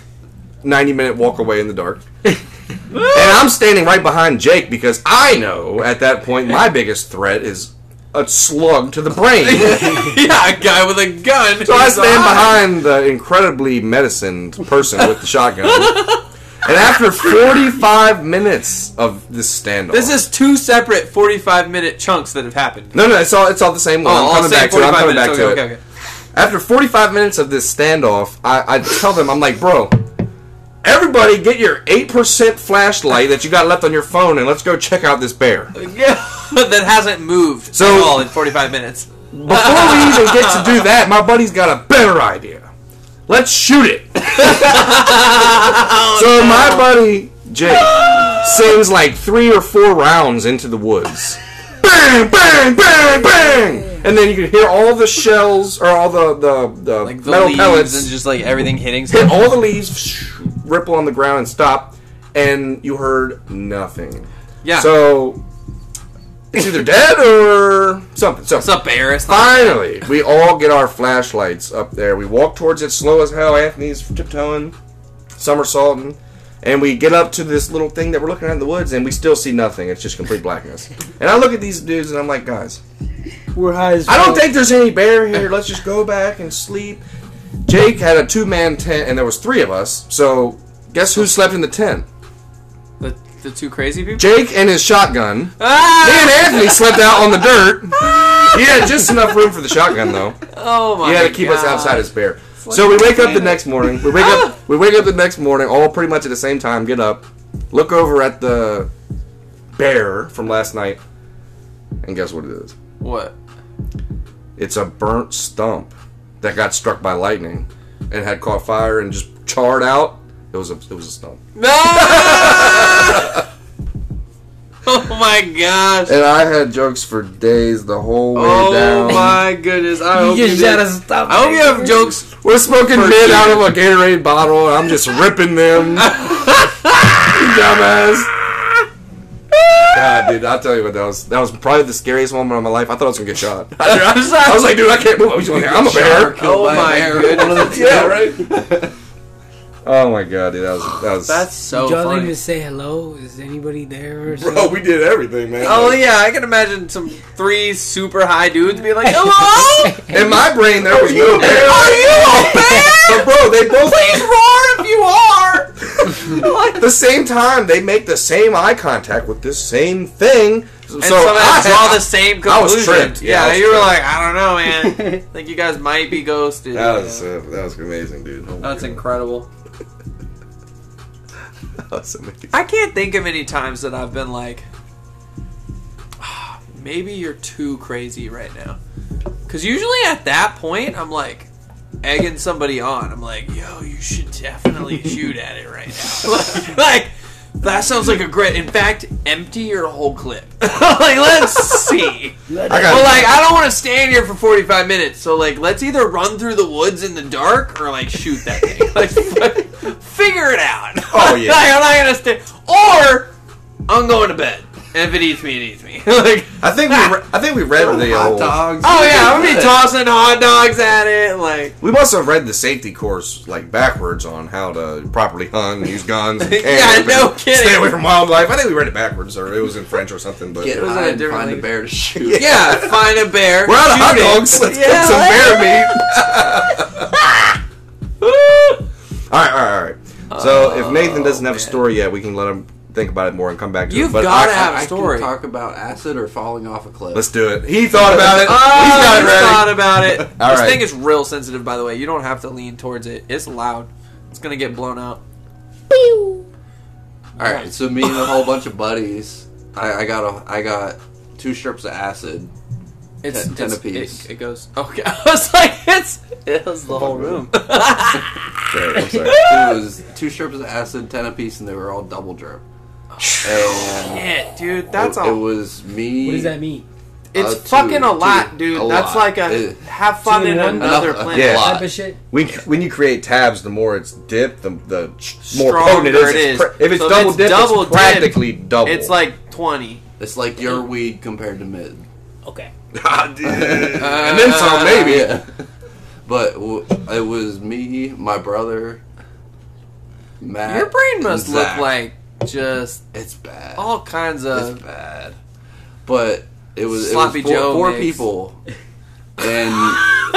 90 minute walk away in the dark. And I'm standing right behind Jake because I know at that point my biggest threat is a slug to the brain.
yeah, a guy with a gun.
So I stand behind the incredibly medicined person with the shotgun. And after 45 minutes of this standoff.
This is two separate 45 minute chunks that have happened.
No, no, it's all it's all the same one. Oh, I'm
I'll
coming
say
back to it. I'm
45
coming
minutes.
back
okay,
to
okay,
it.
okay.
After 45 minutes of this standoff, I, I tell them, I'm like, bro, everybody get your 8% flashlight that you got left on your phone and let's go check out this bear.
Yeah, that hasn't moved
So-
at all in 45 minutes.
Before we even get to do that, my buddy's got a better idea. Let's shoot it. so my buddy Jake sings like three or four rounds into the woods. Bang, bang, bang, bang, and then you can hear all the shells or all the the, the
Like the
metal
leaves
pellets
and just like everything hitting.
hit
stuff.
all the leaves, ripple on the ground and stop, and you heard nothing.
Yeah.
So it's either dead or something. So
What's up, Bear? It's not-
finally, we all get our flashlights up there. We walk towards it slow as hell. Anthony's tiptoeing, somersaulting, and we get up to this little thing that we're looking at in the woods, and we still see nothing. It's just complete blackness. And I look at these dudes, and I'm like, guys,
We're high as
I don't
fuck.
think there's any bear here. Let's just go back and sleep. Jake had a two man tent, and there was three of us. So guess who slept in the tent?
The, the two crazy people?
Jake and his shotgun. Me
Ah!
and Anthony slept out on the dirt. He had just enough room for the shotgun, though.
Oh my
He had to keep us
God.
outside his bear. So we wake up the next morning. We wake up. We wake up the next morning, all pretty much at the same time. Get up, look over at the bear from last night, and guess what it is?
What?
It's a burnt stump that got struck by lightning and had caught fire and just charred out. It was a it was a stump.
No! oh my gosh.
And I had jokes for days the whole way
Oh
down.
my goodness. I hope
You
you,
just
did.
gotta stop.
I hope you have jokes.
We're smoking mid out of a Gatorade bottle and I'm just ripping them. You dumbass. God, dude, I'll tell you what that was. That was probably the scariest moment of my life. I thought I was gonna get shot. I was like, dude, I can't move. I was like, I'm a bear.
Killed
Oh
by a
my
bear.
goodness.
One of the two,
Yeah,
right?
Oh my god, dude, that was that was.
That's so
Did y'all
funny.
even say hello? Is anybody there or
bro,
something?
we did everything, man.
Oh yeah, I can imagine some three super high dudes being like, "Hello,
In my brain, there was no bear.
are you a bear?
But bro, they both
Please roar if you are."
the same time, they make the same eye contact with this same thing. So
And some of
I-
us draw
I-
the same
I was
conclusion.
tripped. Yeah,
Yeah,
I was
you were
tripped.
like, I don't know, man. I think you guys might be ghosted.
That was uh, that was amazing, dude. Oh my
That's
God.
incredible.
That was amazing.
I can't think of any times that I've been like, "Ah, maybe you're too crazy right now. Because usually at that point, I'm like egging somebody on. I'm like, yo, you should definitely shoot at it right now. like, that sounds like a great. In fact, empty your whole clip. like, let's see.
I
Well,
got
like I don't want to stand here for 45 minutes, so like let's either run through the woods in the dark or like shoot that thing. Like fi- figure it out.
Oh, yeah.
like, I'm not gonna stay. Or I'm going to bed. And if it eats me, it eats me. like
I think we re- I think we read the
Hot
old.
dogs.
oh yeah, I'm gonna be
Good.
tossing hot dogs at it. Like
We must have read the safety course like backwards on how to properly hunt, use guns, and
Yeah, no kidding.
Stay away from wildlife. I think we read it backwards, or it was in French or something. But
Get
was
high
a
and
different
find a
league.
bear to shoot.
yeah, find a bear.
we're out of hot
shoot it.
dogs. Let's
Yeah.
get some bear meat. all right, all right, all right. So
Oh,
if Nathan doesn't have a story yet, we can let him think about it more and come back to
You've
it. But
gotta
I-
have-
I-
I
Story.
can talk about acid or falling off a cliff.
Let's do it. He thought about it.
Oh,
He's got it
he's
ready.
thought about it.
All
this
right.
thing is real sensitive, by the way. You don't have to lean towards it. It's loud. It's gonna get blown out.
All right, so me and a whole bunch of buddies, I, I got a, I got two strips of acid.
It's
Ten- ten
it's-
apiece.
It, it goes. Okay, I was like, it's it was the whole room.
Sorry, I'm sorry.
It was two strips of acid, ten apiece, and they were all double drip. And
Shit, dude, that's
it,
a.
it was me.
What does that mean?
it's
uh, two-
fucking a lot,
two-
dude.
a
that's
lot.
like a
It-
have fun
Two
in
in one.
another
Another-
planet.
yeah.
Lot.
Type of shit.
When, when you create tabs, the more it's dipped, the the more
Stronger
potent it is.
it
It's
is.
pra- if it's
So if
double
it's
dipped,
double
it's
dipped,
practically double.
It's like twenty.
It's like your weed compared to mid.
Okay.
and then some, maybe.
Yeah. But w- it was me, my brother, Matt.
Your brain
and
must look
Zach.
like just
it's bad.
Oh,
all kinds
It's
of.
bad. But it was, it was
Uh, Sloppy
four,
Joe
four
mix.
people and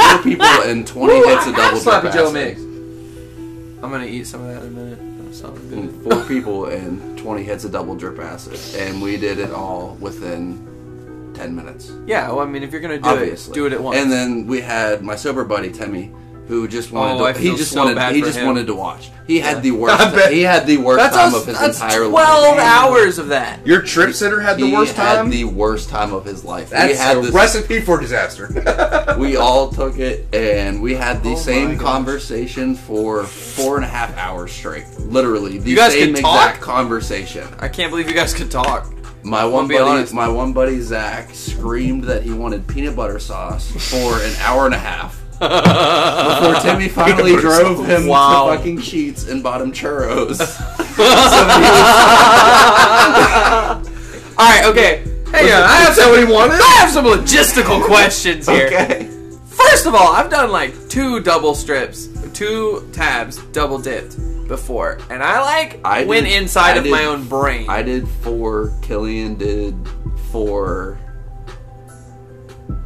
four people and twenty hits of double
Sloppy
drip
Joe
acid.
mix. I'm gonna eat some of that in a minute. That sounds good.
And Four people and twenty hits of double drip acid, and we did it all within ten minutes.
Yeah, well, I mean, if you're gonna do
Mm. obviously,
it, do it at once.
And then we had my sober buddy Timmy, who just wanted
Oh, I
to. He
feel
just
so bad
wanted. He
for
just
him.
wanted to watch. He had the worst.
I bet-
He had the worst
that's
time
a-
of his
that's
entire
twelve
life.
hours of that.
Your trip sitter had the
He
worst
had
time.
the worst time of his life.
That's
we had
a
this
recipe for disaster.
we all took it and we had the
Oh my
same
gosh.
conversation for four and a half hours straight. Literally, the
You guys
same
could
exact
talk?
conversation.
I can't believe you guys could talk.
My one
be
buddy,
honest.
my one buddy Zach, screamed that he wanted peanut butter sauce for an hour and a half. Before Timmy finally
Peanut butter
drove
sauce.
him
Wow.
to fucking sheets and bought him churros.
All right, okay. Hey, uh, I have some.
what he wanted.
I have some logistical questions here.
Okay.
First of all, I've done like two double strips, two tabs, double dipped before, and I like
I
went
did-
inside
I
of
did-
my own brain.
I did four. Killian did four.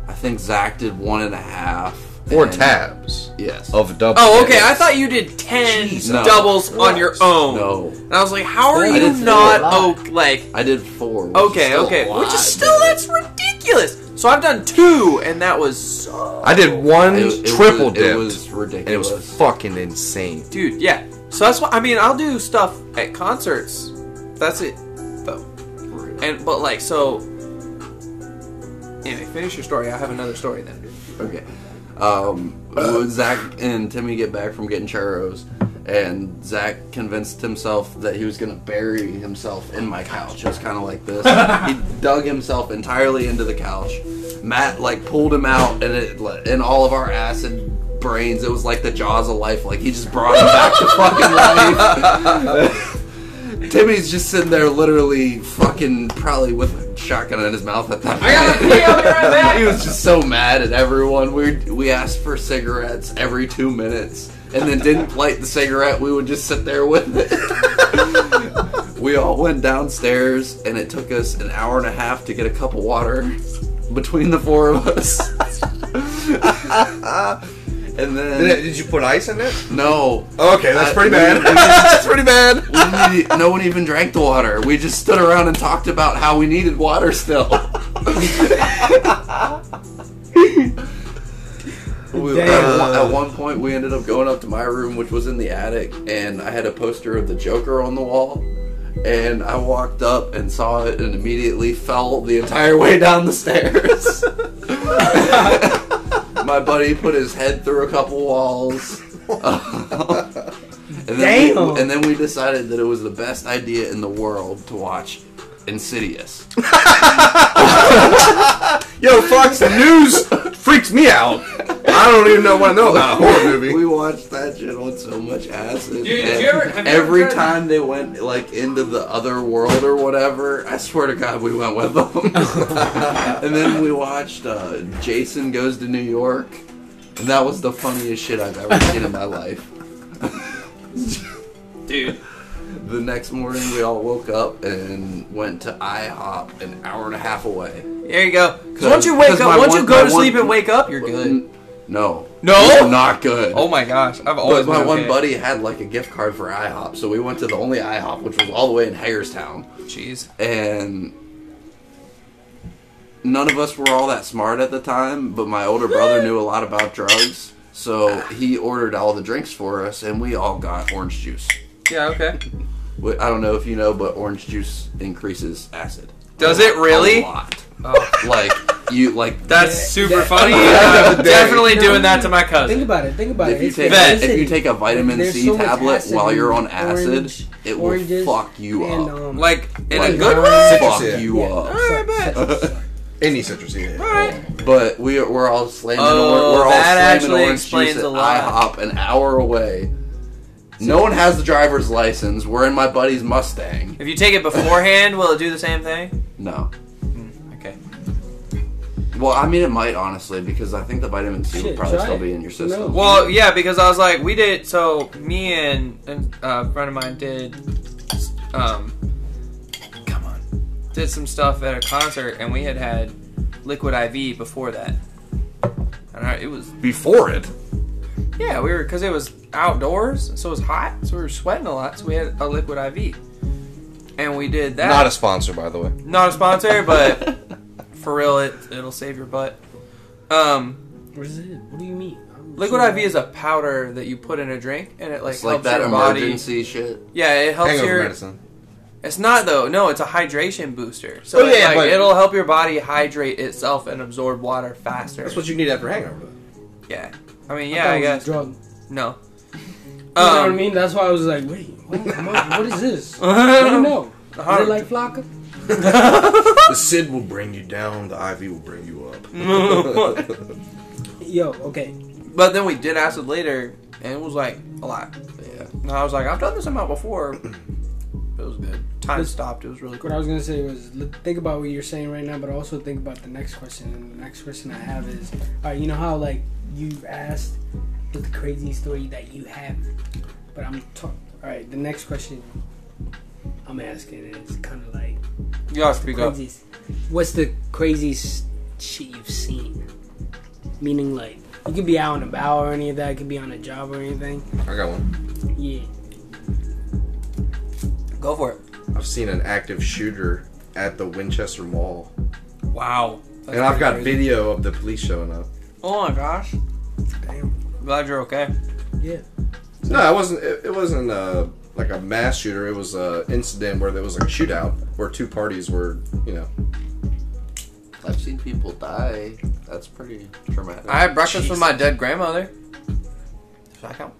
I think Zach did one and a half.
Four
and-
tabs
Yes.
of double.
oh, okay. I thought you did ten
No.
doubles on your own.
No.
And I was like, how are
I
you
did four.
not
Wow.
oh, like
I did four. which is
okay,
still a
okay,
lot,
which is still
dude.
that's ridiculous. So I've done two, and that was so
I did one
It- it
triple
was-
dip.
It was ridiculous.
and it was fucking insane.
dude yeah so that's why i mean i'll do stuff at concerts that's it though and but like so anyway finish your story i have another story then
okay. Um, when Zach and Timmy get back from getting churros, and Zach convinced himself that he was gonna bury himself in my couch. It was kind of like this. he dug himself entirely into the couch. Matt like pulled him out, and it like, in all of our acid brains, it was like the jaws of life. Like he just brought him back to fucking life. Timmy's just sitting there, literally fucking, probably with a shotgun in his mouth at that point. he was just so mad at everyone. We we asked for cigarettes every two minutes, and then didn't light the cigarette. We would just sit there with it. we all went downstairs, and it took us an hour and a half to get a cup of water between the four of us. And
Did,
then
did you put ice in it? Oh,
no,
Okay, that's
Uh,
pretty
we-
bad.
we-
that's pretty bad.
we didn't e- no one even drank the water. We just stood around and talked about how we needed water still. We- at,
Damn.
one, at one point, we ended up going up to my room, which was in the attic, and I had a poster of the Joker on the wall. And I walked up and saw it, and immediately fell the entire way down the stairs. my buddy put his head through a couple walls. And then,
Damn.
We, and then we decided that it was the best idea in the world to watch Insidious.
Yo, Fox News freaks me out. I don't even know what I know about a horror movie.
we watched that shit on so much acid.
Dude,
and
did you ever- have you ever
every
tried-
time they went like into the other world or whatever, I swear to God, we went with them. and then we watched uh, Jason Goes to New York, and that was the funniest shit I've ever seen in my life.
dude.
The next morning, we all woke up and went to IHOP, an hour and a half away.
There you go. 'Cause
'Cause-
once you wake
'cause
up,
my
once
one-
you go to
my one-
sleep and wake up, you're good.
N- No.
No?
It's not good.
Oh my gosh, I've
But
always
my
been
one
okay.
buddy had like a gift card for IHOP, so we went to the only IHOP, which was all the way in Hagerstown,
Jeez.
and none of us were all that smart at the time. But my older brother knew a lot about drugs, so he ordered all the drinks for us, and we all got orange juice.
Yeah. Okay.
Wh- I don't know if you know, but orange juice increases acid.
Does it really?
A lot.
Oh.
Like you like
That's super funny.
Yeah.
I'm definitely doing that to my cousin.
Think about it. Think about
If
it.
you,
It's
take,
Vet.
if you take a vitamin
There's
C
so much
tablet
acid
while
in
you're on acid,
orange-
it
oranges
will fuck you
and,
up.
um,
Like uh, in
Like,
a good way.
fuck
Citrus,
you up.
All right, bet. All
Any citrus, yeah.
right.
But we are, we're all slamming,
Oh,
or, we're all
that
slamming
actually
orange
explains
juice at
a lot.
IHOP an hour away. No one has the driver's license. We're in my buddy's Mustang.
If you take it beforehand, will it do the same thing?
No.
Okay.
Well, I mean, it might honestly because I think the vitamin C would
Shit,
probably
try
still
it.
be in your system.
No.
Well, yeah, because I was like, we did. So me and and, uh, a friend of mine did. Um, come on, did some stuff at a concert, and we had had Liquid IV before that. And I, it was
Before it.
yeah, we were because it was outdoors, so it was hot, so we were sweating a lot, so we had a Liquid IV, and we did that.
Not a sponsor, by the way.
not a sponsor, but for real, it it'll save your butt. Um,
What is it? What do you mean? I'm
Liquid
sure.
IV is a powder that you put in a drink, and it like
it's like
helps
that
your body.
emergency shit.
Yeah, it helps
Hangover
your.
medicine.
It's not though. No, it's a hydration booster. So
Oh,
it's,
yeah,
like,
but-
it'll help your body hydrate itself and absorb water faster.
That's what you need after hangover.
yeah, I mean, yeah, I,
I
guess
was drunk.
no. Um,
You know
Um,
what I mean? That's why I was like, wait, what, what- what is this? I don't know. Is it like Flocka?
The Sid will bring you down. The IV will bring you up.
Yo, okay.
But then we did acid later, and it was like a lot.
Yeah.
And I was like, I've done this amount before. It was good. Time stopped. It was really
What I
cool.
was gonna say was l- think about what you're saying right now, but also think about the next question. And the next question I have is, all right, you know how like you've asked what the crazy story that you have, but I'm talking. All right, the next question I'm asking is kind of like
You gotta speak up.
Craziest- What's the craziest shit you've seen? Meaning, like, you could be out and about or any of that. It could be on a job or anything.
I got one.
Yeah.
Go for it.
I've seen an active shooter at the Winchester Mall,
Wow.
and I've got
video.
video of the police showing up.
Oh my gosh.
Damn.
Glad you're okay.
No, it wasn't. It, it wasn't uh, like a mass shooter. It was an incident where there was like a shootout where two parties were, you know.
I've seen people die. That's pretty traumatic.
I had breakfast with my dead grandmother. Does that count?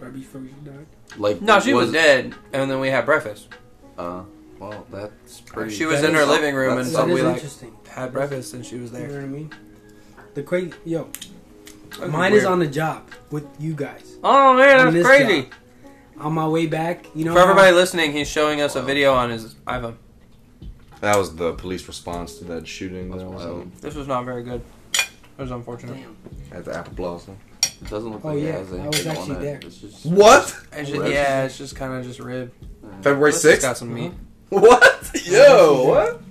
right before you died.
like
No, she was, dead, and then we had breakfast.
Uh, well, that's pretty.
She was
That
in her
is-
living room, and
that's-
so
That
we
is
like
interesting.
had breakfast, and she was
You know
there.
what I mean? The crazy yo,
That was
mine is
weird.
on the job with you guys.
Oh man,
on
that's
this
crazy.
job. On my way back, you know.
For
how-
everybody listening, he's showing us a video on his iPhone.
That was the police response to that shooting that was
wild.
um,
This was not very good. It was unfortunate.
Damn.
at the Apple Blossom.
It doesn't look
Oh,
like it
yeah,
has
I
anything
was actually
on
there.
it. It's just
What?
It's
Rib.
just, yeah, it's just kind of just rib.
February
Let's just Got
sixth.
some meat.
What? Yo, what?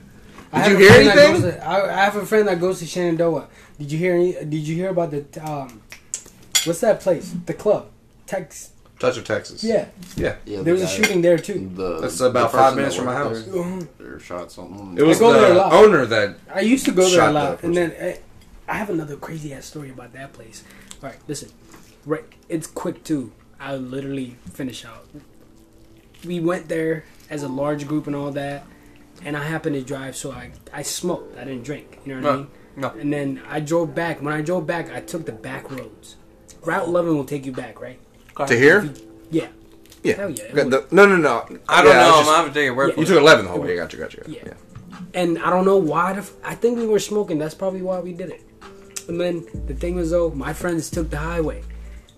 I have
Did you
a
hear
friend that
anything?
goes to- I, I have a friend that goes to Shenandoah. Did you hear? Any, did you hear about the um, What's that place? The club. Texas.
Touch of Texas.
Yeah.
Yeah.
Yeah, the
There was a
guy-
shooting there too.
The,
That's
the
about
person
five
that
minutes from my
worked
house.
Mhm.
there, or shot someone.
It was
go there a
the
lot.
owner that
I used to go there
Shot
a lot,
the
and then I, I have another crazy ass story about that place. All right, listen, right, it's quick too. I'll literally finish out. We went there as a large group and all that, and I happened to drive, so I I smoked. I didn't drink. You know what I
No,
mean?
no.
And then I drove back. When I drove back, I took the back roads. Route 11 will take you back, right?
to here.
Yeah.
Yeah.
Hell yeah, it
Got
would.
the- no, no, no.
I don't
Yeah,
know.
was
I'm
just-
having to take your word for
you
it.
took eleven the whole way. Gotcha, gotcha. gotcha.
Yeah. and I don't know why. The f- I think we were smoking. That's probably why we did it. And then the thing was though, my friends took the highway.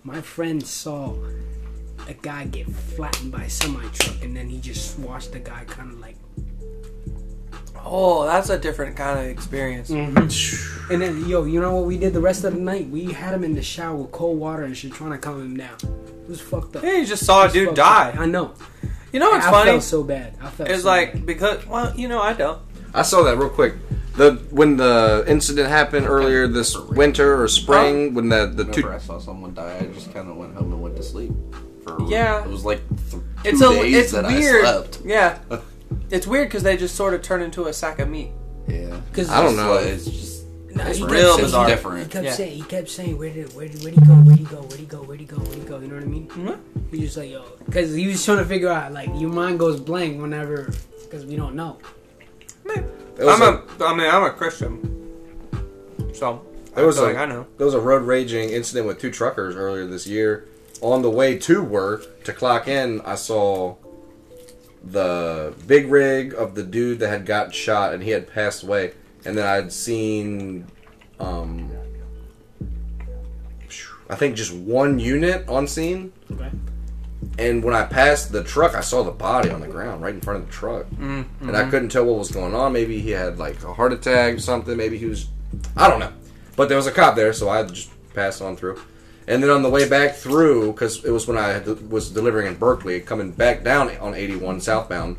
My friend saw a guy get flattened by a semi truck, and then he just watched the guy kind of like.
Oh, that's a different kind of experience.
And then yo, you know what we did the rest of the night? We had him in the shower with cold water and shit, trying to calm him down. It was fucked up.
Yeah, you just saw a
It was
dude
fucked up.
die.
I know.
You know what's
I
funny?
felt so bad. I felt.
It's
so
like
bad.
because well, you know I don't.
I saw that real quick. The when the incident happened earlier this winter or spring, when the the
Whenever
two
I saw someone die, I just kind of went home and went to sleep. For
Yeah.
it was like th- two
It's a
days
it's
that
weird.
I slept.
Yeah, it's weird because they just sort of turn into a sack of meat.
Yeah,
'Cause
I don't
It's
know.
like- it's just
Nah,
it's
he
real
it's
bizarre.
He
different.
kept
Yeah.
saying, he kept saying, where did, where did, where did he go, where did he go, where did he go, where did he go, where did he go? You know what I mean?
Mhm.
We just like yo, because he was trying to figure out like your mind goes blank whenever because we don't know.
It was
I'm a, I mean I'm a Christian, so I
It was
feel like
like-
I know.
There was a road raging incident with two truckers earlier this year. On the way to work to clock in, I saw the big rig of the dude that had got shot and he had passed away. And then I'd seen, um, I think just one unit on scene.
Okay.
And when I passed the truck, I saw the body on the ground right in front of the truck. And I couldn't tell what was going on. Maybe he had like a heart attack or something. Maybe he was, I don't know. But there was a cop there, so I just passed on through. And then on the way back through, because it was when I had- was delivering in Berkeley, coming back down on 81 southbound,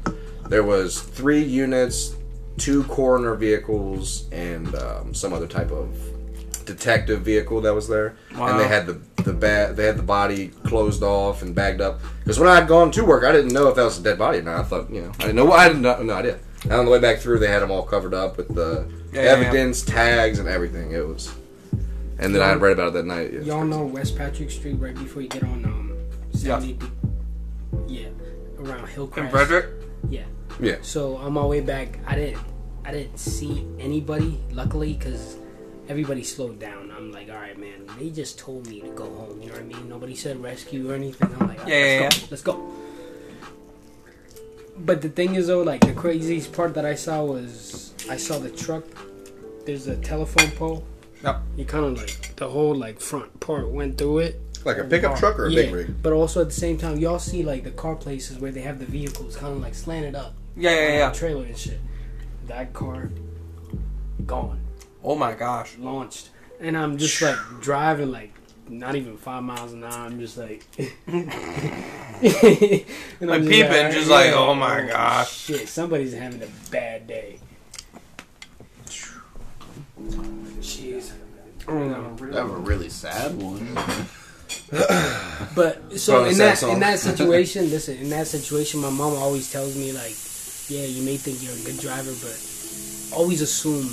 there was three units, two coroner vehicles, and um, some other type of detective vehicle that was there. And they
Wow.
had the the ba- they had the body closed off and bagged up. Because when I had gone to work, I didn't know if that was a dead body or not. I thought, you know, I didn't know. I didn't know. No idea. And on the way back through, they had them all covered up with the
Yeah, yeah, yeah.
evidence, tags, and everything. It was. And then I had read about it that night. It was
Y'all
crazy.
know West Patrick Street right before you get on um seventy. Yeah, around Hillcrest.
And Frederick,
Yeah.
Yeah.
So on my way back, I didn't, I didn't see anybody. Luckily, because everybody slowed down. I'm like, all right, man. They just told me to go home. You know what I mean? Nobody said rescue or anything. I'm like, all right,
Yeah,
let's go. Let's go. But the thing is, though, like the craziest part that I saw was I saw the truck. There's a telephone pole.
Yep.
You kind of like the whole like front part went through it.
Like a pickup truck or a
yeah.
big rig?
But also at the same time, y'all see like the car places where they have the vehicles kind of like slanted up
yeah, yeah, yeah.
trailer and shit. That car gone,
Oh my gosh,
launched, and I'm just like driving like not even five miles an hour. I'm just like, and
Like
just
peeping,
"Alright,
just like, oh my gosh."
shit, somebody's having a bad day. Jeez.
I have a really sad one.
But so
Probably
in
sad
that
song.
in that situation, listen, in that situation, my mom always tells me like, yeah, you may think you're a good driver, but always assume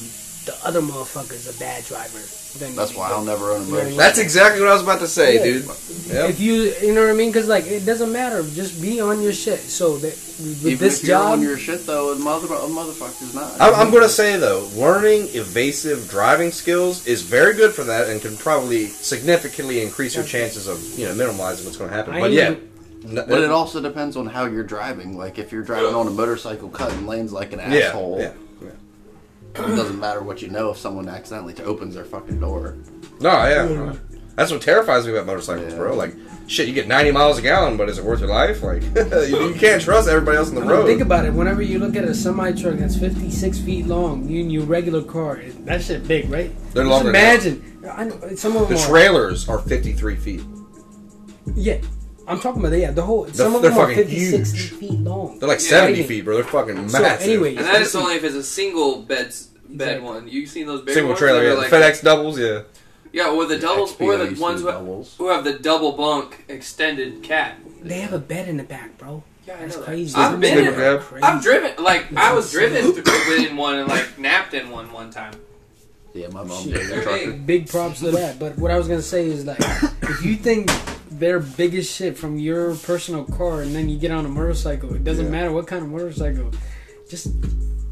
the other motherfucker's a bad driver. Then
That's why I'll never own a motorcycle.
That's exactly what I was about to say,
Yeah.
dude. Yep.
If you you know what I mean, because like it doesn't matter, just be on your shit. So that with
Even
this
if you're
job,
on your shit though, a mother a motherfucker's not.
I'm, I'm going to say though, learning evasive driving skills is very good for that, and can probably significantly increase your chances of you know minimizing what's going to happen.
I
But
ain't
yeah,
But it also depends on how you're driving. Like if you're driving on a motorcycle cutting lanes like an
yeah,
asshole,
yeah, yeah.
it doesn't matter what you know if someone accidentally opens their fucking door.
No, yeah. That's what terrifies me about motorcycles,
Yeah.
bro. Like, shit, you get 90 miles a gallon, but is it worth your life? Like, you, you can't trust everybody else on the
I mean,
road.
think about it. Whenever you look at a semi truck that's 56 feet long, you in your regular car, it- that shit big, right?
They're
Just
longer than
Imagine, I know, some of
the
them are-
trailers are 53 feet.
Yeah, I'm talking about yeah. The whole some of
they're
them are
fucking
50,
huge.
60 feet long.
They're like
Yeah.
70
Right.
feet, bro. They're fucking massive.
So anyway,
and that is only if it's a single bed bed
Exactly.
one. You've seen those big
single
ones
trailer,
that
yeah.
are like
FedEx doubles, yeah.
Yeah, or the doubles,
XP
or
that
the
used
ones
to
who
be
have,
doubles.
who have the double bunk extended cat.
They have a bed in the back, bro.
Yeah, I
That's
know that.
crazy.
I've been
Sleeper
in-
cab.
Crazy.
I've driven like I was driven th- in one and like napped in one one time.
Yeah, my mom did.
They're
Trucker.
big.
Big props to that. But what I was gonna say is like, if you think their biggest shit from your personal car, and then you get on a motorcycle, it doesn't
Yeah.
matter what kind of motorcycle. Just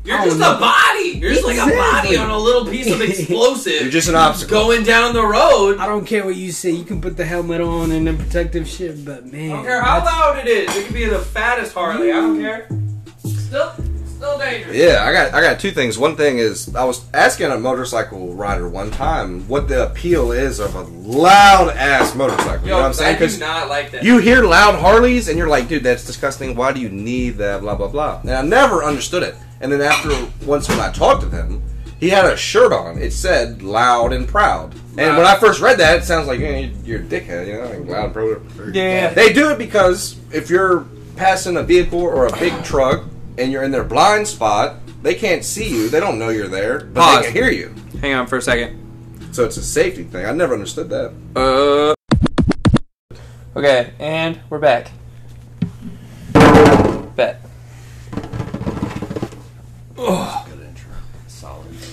You're
I
just
don't
a
know.
body. You're just like a body
Exactly.
on a little piece of explosive.
You're just an obstacle.
going down the road.
I don't care what you say. You can put the helmet on and then protective shit, but man,
I don't care how loud it is. It could be the fattest Harley. I don't care. Still, still dangerous.
Yeah, I got I got two things. One thing is I was asking a motorcycle rider one time what the appeal is of a loud ass motorcycle. You
Yo,
know what I'm saying?
I do
Because
not like that.
you hear loud Harleys and you're like, dude, that's disgusting. Why do you need that? Blah blah blah. And I never understood it. And then after once when I talked to him, he had a shirt on. It said "loud and proud." And when I first read that, it sounds like eh, you're a dickhead. You know, like, loud and proud.
Yeah.
They do it because if you're passing a vehicle or a big truck and you're in their blind spot, they can't see you. They don't know you're there, but
Pause.
they can hear you.
Hang on for a second.
So it's a safety thing. I never understood that.
Uh. Okay, and we're back. Bet.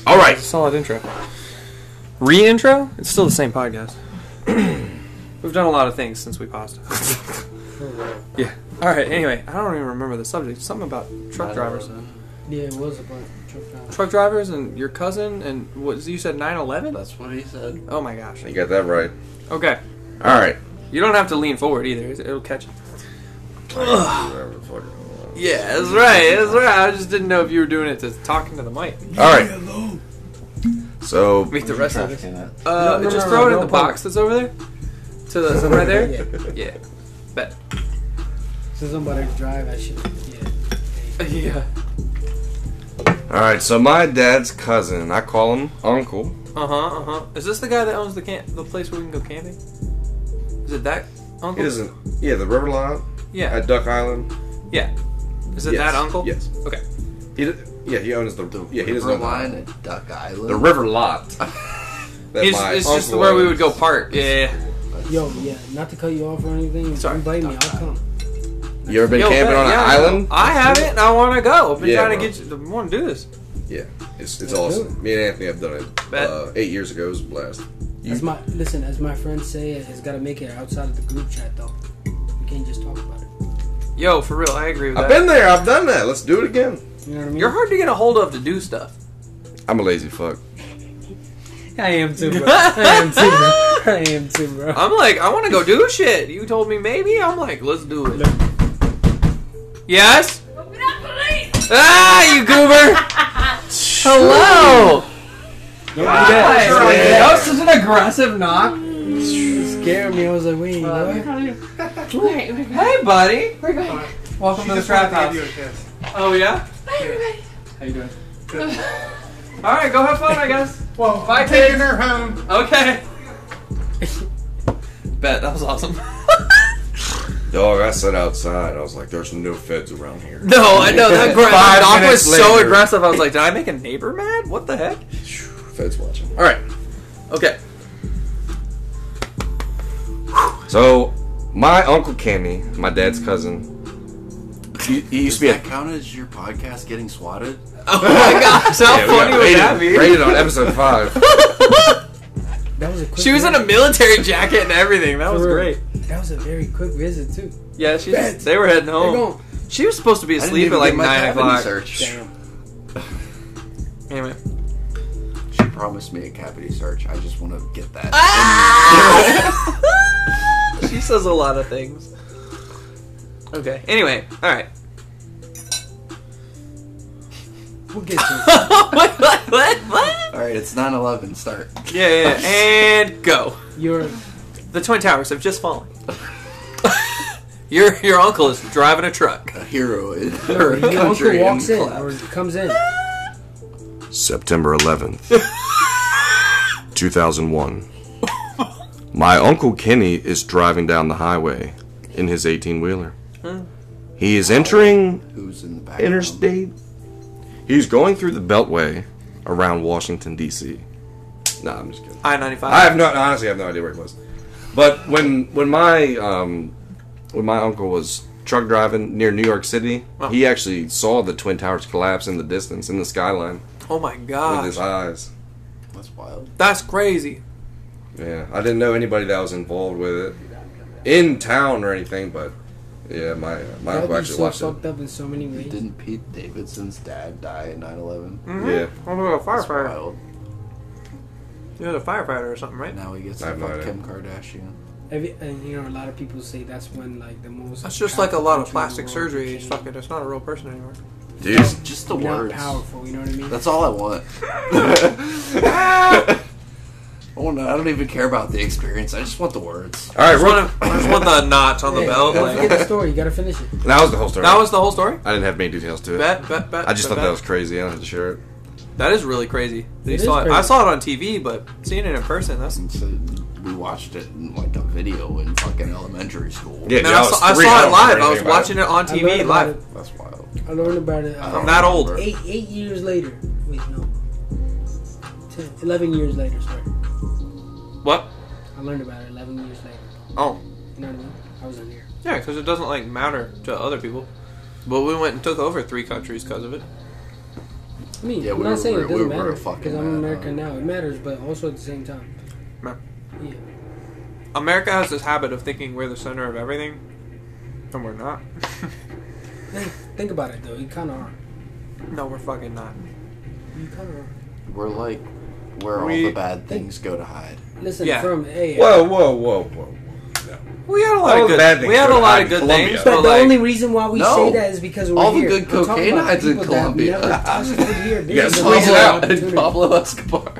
All right.
Solid intro. Re-intro? It's still the same podcast. We've done a lot of things since we paused. yeah. All right. Anyway, I don't even remember the subject. Something about truck drivers.
Yeah, it was a bunch of truck drivers.
Truck drivers and your cousin and what you said 9/11?
That's what he said.
Oh my gosh.
You got that right.
Okay.
All right.
You don't have to lean forward either. It'll catch you.
All
Yeah, that's right. That's right. I just didn't know if you were doing it to talking to the mic.
right. So
Meet the rest of it.
Traffic in it.
Uh,
No, no,
just
no,
throw
no,
it in the
no,
box that's over there. To the right there. yeah. Bet.
So somebody to drive, I should. Yeah.
Yeah.
All right, so my dad's cousin, I call him uncle.
Uh huh. Uh huh. Is this the guy that owns the camp, the place where we can go camping? Is it that uncle?
He doesn't. Yeah, the river line
Yeah.
at Duck Island.
yeah. Is it
Yes,
that uncle?
Yes.
Okay.
He. d- Yeah, he owns the. yeah, he doesn't
river
own the
line
island.
at Duck Island.
The river lot. that
It's,
my
it's just
uncle
where we would
owns.
go park. Yeah.
Yo, yeah, not to cut you off or anything.
Sorry.
Sorry. Invite me, I'll come.
You ever been
Yo,
camping
bet,
on an
yeah,
island?
I haven't. I want to go. I've been
Yeah,
trying
bro.
to get you. I want to do this.
Yeah, it's it's
Yeah,
awesome. Me and Anthony have done it
Bet.
uh, eight years ago. It was a blast. You-
As my listen, as my friends say, it's gotta make it outside of the group chat though. We can't just talk about it.
Yo, for real, I agree with
I've
that.
been there. I've done that. Let's do it again.
You know what I mean?
You're hard to get a hold of to do stuff.
I'm a lazy fuck.
I am too, bro. I am too, bro. I am too, bro.
I'm like, I want to go do shit. You told me maybe. I'm like, let's do it. Yes. Ah, you goober! Hello.
That
was such an aggressive knock.
scared me. I was like, wait, what?
Hey, buddy. Welcome to the trap house. Oh yeah. How you doing? All right, go have fun, I guess. Well, bye, taking her home. Okay. Bet that was awesome.
Dog, I sat outside. I was like, "There's no feds around here."
No, I know that gr-
Five
knock was
minutes
so
later.
aggressive. I was like, did I make a neighbor mad? What the heck?
Feds watching.
All right. Okay.
So, my uncle Kenny, my dad's cousin, he, he used
Does
to be
that
a
count as your podcast getting swatted?
Oh my gosh, how
Yeah, we
funny
got
would
rated,
that be?
rated on episode five.
That was a quick
She was in a
visit.
military jacket and everything. That was
For real.
great.
That was a very quick visit too.
Yeah, she. They were heading
They're
home.
going.
She was supposed to be
I didn't
asleep
even
at like
get my
nine
cabin
o'clock.
Search.
Damn.
Anyway.
She promised me a cavity search. I just want to get that.
Ah!
she says a lot of things. Okay. Anyway. All right.
We'll get you.
what? What? What? What?
All right, it's 9-11. Start.
Yeah, yeah, yeah. And go.
You're
The twin towers have just fallen. your your uncle is driving a truck.
A hero in her
your uncle
country.
walks
and
in
collapse.
or comes in.
September 11th, 2001. My uncle Kenny is driving down the highway in his 18 wheeler. He is entering
Who's in the back?
interstate. He's going through the Beltway around Washington, D.C. No, I'm just kidding.
I ninety five.
I have no honestly I have no idea where it was. But when when my um when my uncle was truck driving near New York City,
Oh.
he actually saw the twin towers collapse in the distance in the skyline
Oh my
with
god,
his eyes.
That's wild.
that's crazy.
Yeah, I didn't know anybody that was involved with it in town or anything, but yeah, my my
That'd
uncle
be
actually
so
watched it.
fucked up in so many ways.
Didn't Pete Davidson's dad die at 9/11?
Yeah,
Oh no, a
That's
firefighter.
wild.
He was a firefighter or something, right?
Now he gets
I
to
have no
fuck
idea.
Kim Kardashian.
Every, and you know, a lot of people say that's when like the most.
That's just like a lot of
powerful
plastic
country in the
surgery.
world
It's
became
fucking. It's not a real person anymore.
dude.
Just the
Not
words.
powerful, you know what I mean?
That's all I want. I want. Oh, I don't even care about the experience. I just want the words.
All right,
I just
run.
want, I just want the knots on the
Yeah,
belt.
Don't forget
Like,
the story. You gotta finish it.
That was the whole story.
that was the whole story.
I didn't have many details to it.
Bet, bet, bet.
I just
bet,
thought
bet.
that was crazy. I don't have to share it.
That is really crazy. That he
It is
saw it. I
crazy.
saw it on TV, but seeing it in person, that's.
And so we watched it in like a video in fucking elementary school.
Yeah,
Man,
I
I,
was
saw, I
three,
saw
I
it
don't
live.
remember
I was
anything about
watching it on
I learned
TV
about
live.
that's wild.
it- I learned about it.
I
uh,
don't
that old.
remember.
eight eight years later. Wait, no. 10, 11 years later, sorry.
What?
I learned about it 11 years later.
Oh,
You know what I mean? I was on here.
yeah, because it doesn't like matter to other people. But we went and took over three countries because of it.
I mean,
Yeah,
I'm
we
not
were-
saying
we
it
were-
doesn't
we were
matter
fucking
because I'm in
mad,
America
huh?
now. It matters, but also at the same time.
Ma-
Yeah.
America has this habit of thinking we're the center of everything, and we're not.
Think, think about it though. You kind of are.
No, we're fucking not.
You kind of are.
We're like where
We-
all the bad things go to hide.
Listen
Yeah.
from hey.
Whoa, whoa, whoa, whoa.
We had a lot
All
of
the
good.
bad things
we had
go
a
to
lot
hide
of good
in Colombia.
things,
But
but
the
like,
only reason why we
No.
say that is because we're
All the
here.
good
We're talking about
cocaine hides in
people that we
Colombia.
never touched over here.
Yeah,
This is
squeeze it
another
out.
opportunity.
Pablo Escobar.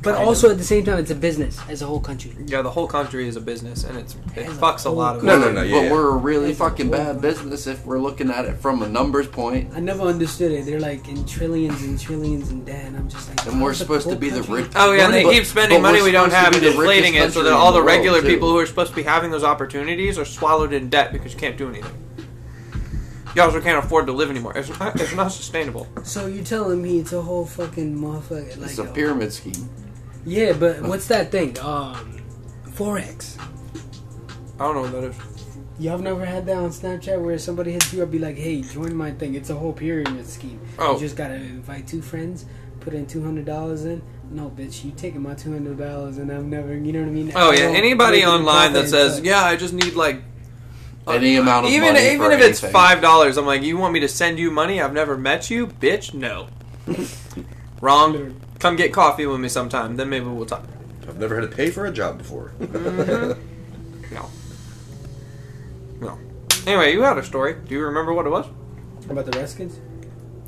But also at the same time, it's a business as a whole country.
yeah, the whole country is a business, and it's it
As a
fucks a
whole
lot of.
No,
us.
no, no. Yeah,
but
yeah.
we're a really
It's
fucking bad
horrible.
business if we're looking at it from a numbers point.
I never understood it. They're like in trillions and trillions and that, and I'm just like.
And we're
how's the
supposed to
whole
be the
country-
rich.
Oh yeah, and they
But-
keep
but
spending
we're
money we don't
supposed to
have
be
and
the richest
inflating it so
country
that
in
all the
world,
regular
too.
people who are supposed to be having those opportunities are swallowed in debt because you can't do anything. You also can't afford to live anymore. It's not, it's not sustainable.
So you're telling me it's a whole fucking motherfucker? Like,
It's a
uh,
pyramid scheme.
Yeah, but what's that thing? Um, forex.
I don't know what that is.
Y'all never had that on Snapchat where somebody hits you up, be like, "Hey, join my thing. It's a whole pyramid scheme.
Oh.
You just gotta invite two friends, put in two hundred dollars in. No, bitch, you taking my two hundred dollars, and I'm never. You know what I mean?
Oh yeah,
I don't
anybody
make any
online
profit
that says,
and
"Yeah, I just need like uh,
Any amount of
even
money
even
for
if it's
anything.
five dollars, I'm like, you want me to send you money? I've never met you, bitch. No, wrong. Come get coffee with me sometime. Then maybe we'll talk.
I've never had to pay for a job before.
No, no. Anyway, you had a story. Do you remember what it was?
stuff." about the Redskins.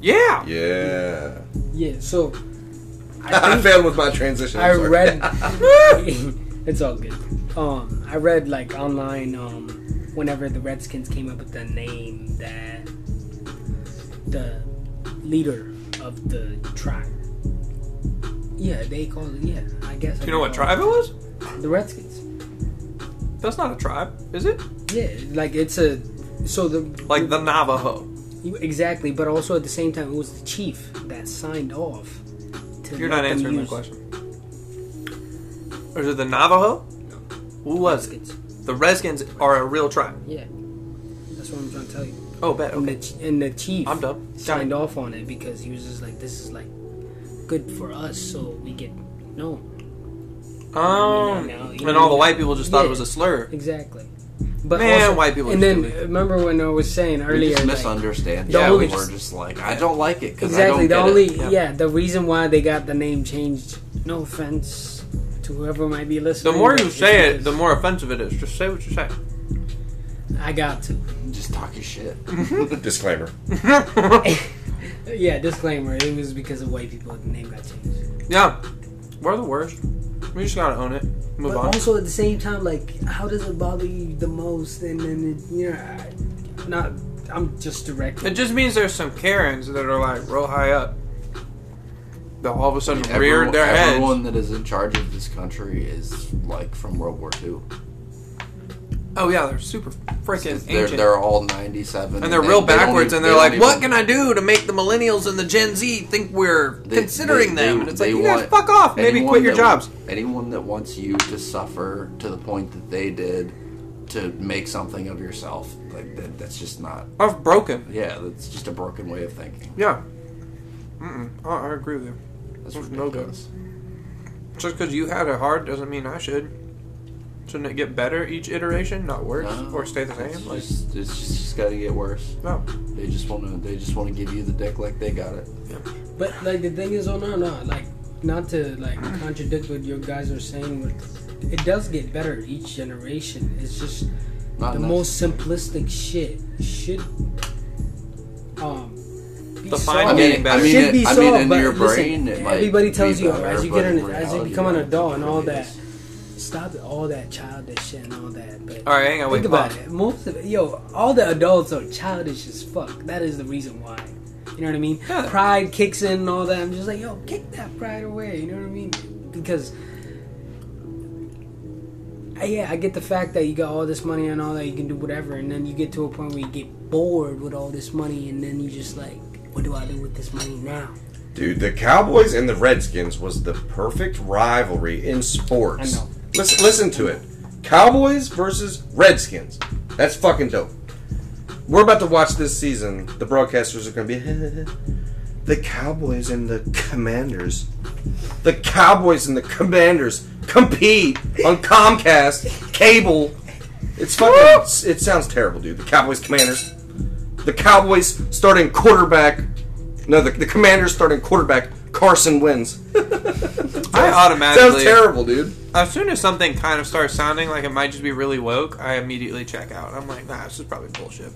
Yeah.
yeah.
Yeah, so
I, failed with my transition.
I
I'm sorry.
read. it's all good. Um, I read like online. Um, whenever the Redskins came up with the name that the leader of the tribe. Yeah, they called it. Yeah, I guess.
Do you know what tribe it was?
The Redskins.
That's not a tribe, is it?
Yeah, like it's a. So the
Like the Navajo.
You- exactly, but also at the same time, it was the chief that signed off. To
You're
let
not
them
answering my
use
question. Or is it the Navajo? Who was it?
Redskins.
The Redskins are a real tribe.
Yeah, that's what I'm trying to tell you.
Oh, bet.
And, the,
Okay.
ch- and the chief
I'm dumb.
signed off on it because he was just like, this is like good for us, so we get known.
Um, and all the white people just thought it was a slur.
Exactly. But
Man,
also-
white people
And
are
then
stupid.
remember when I was saying
We
earlier,
just
like,
misunderstand.
the
Yeah,
only-
we were just like, I don't like it because
exactly
I
the
don't
only
get it.
yeah. the reason why they got the name changed. No offense to whoever might be
The
listening.
more
but
you
it's
say it,
because
the more offensive it is. Just say what you say.
I got to.
Just talk your shit.
Disclaimer.
Yeah, disclaimer. It was because of white people. The name got changed.
Yeah, we're the worst. We just gotta own it. Move
But
on.
also at the same time, like, how does it bother you the most? And then, it, you know, I, not. I'm just direct.
it just means there's some Karens that are like real high up. That all of a sudden reared
Everyone,
their heads.
everyone that is in charge of this country is like from World War II.
Oh yeah, they're super freaking
They're,
ancient.
they're all 97.
and they're
they-
real
they don't
backwards,
even-
and they're
they
like,
don't
"What
even-
can I do to make the millennials and the Gen Z think we're
they-
considering
they-
them?"
they-
and it's
they
like, "You guys
want
fuck off. Maybe
anyone
quit your
that-
jobs."
Anyone that wants you to suffer to the point that they did to make something of yourself, like that, that's just not.
I've broken.
Yeah, that's just a broken way of thinking.
Yeah. Mm-mm. I, I agree with you.
That's
There's no good.
ridiculous.
Just because you had it hard doesn't mean I should. Shouldn't it get better each iteration, not worse,
No,
or stay the
It's
same? Like,
just, it's just, it's gotta get worse.
no.
They just want to. They just want to give you the dick like they got it.
But like the thing is, oh no, no, like not to like contradict what you guys are saying, but it does get better each generation. It's just
Not
the
enough.
most simplistic shit should um be
The fine
I
solved.
mean,
Getting better.
I mean,
should be
it, I
solved,
mean, in
but
your
listen,
brain, it might
everybody tells
be
you
better,
as you
but
get an, as
in
you
reality,
become an
that's
adult and
what
all
it
that.
is.
Stop all that childish shit and all that. But
All right, hang on,
think
wait.
about
pause.
it. Most of yo, all the adults are childish as fuck. That is the reason why. You know what I mean?
Yeah.
Pride kicks in and all that. I'm just like, yo, kick that pride away. You know what I mean? Because uh, yeah, I get the fact that you got all this money and all that, you can do whatever, and then you get to a point where you get bored with all this money, and then you just like, what do I do with this money now?
Dude, the Cowboys and the Redskins was the perfect rivalry in sports.
I know.
Listen, listen to it. Cowboys versus Redskins. That's fucking dope. We're about to watch this season. The broadcasters are going to be the Cowboys and the Commanders. The Cowboys and the Commanders compete on Comcast cable. It's fucking. It sounds terrible, dude. The Cowboys Commanders. The Cowboys starting quarterback no, the, the commander's starting quarterback, Carson wins.
I
Sounds
automatically.
terrible, dude.
As soon as something kind of starts sounding like it might just be really woke, I immediately check out. I'm like, nah, this is probably bullshit.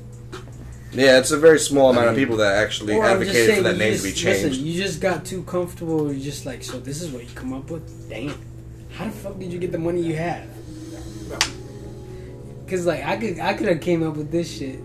Yeah, it's a very small amount of people that actually
Or I'm just
advocated for
saying,
that
you
name
just-
to be changed.
Listen, you just got too comfortable. You're just like, so this is what you come up with. Damn, how the fuck did you get the money you have? Because like I could, I could have came up with this shit.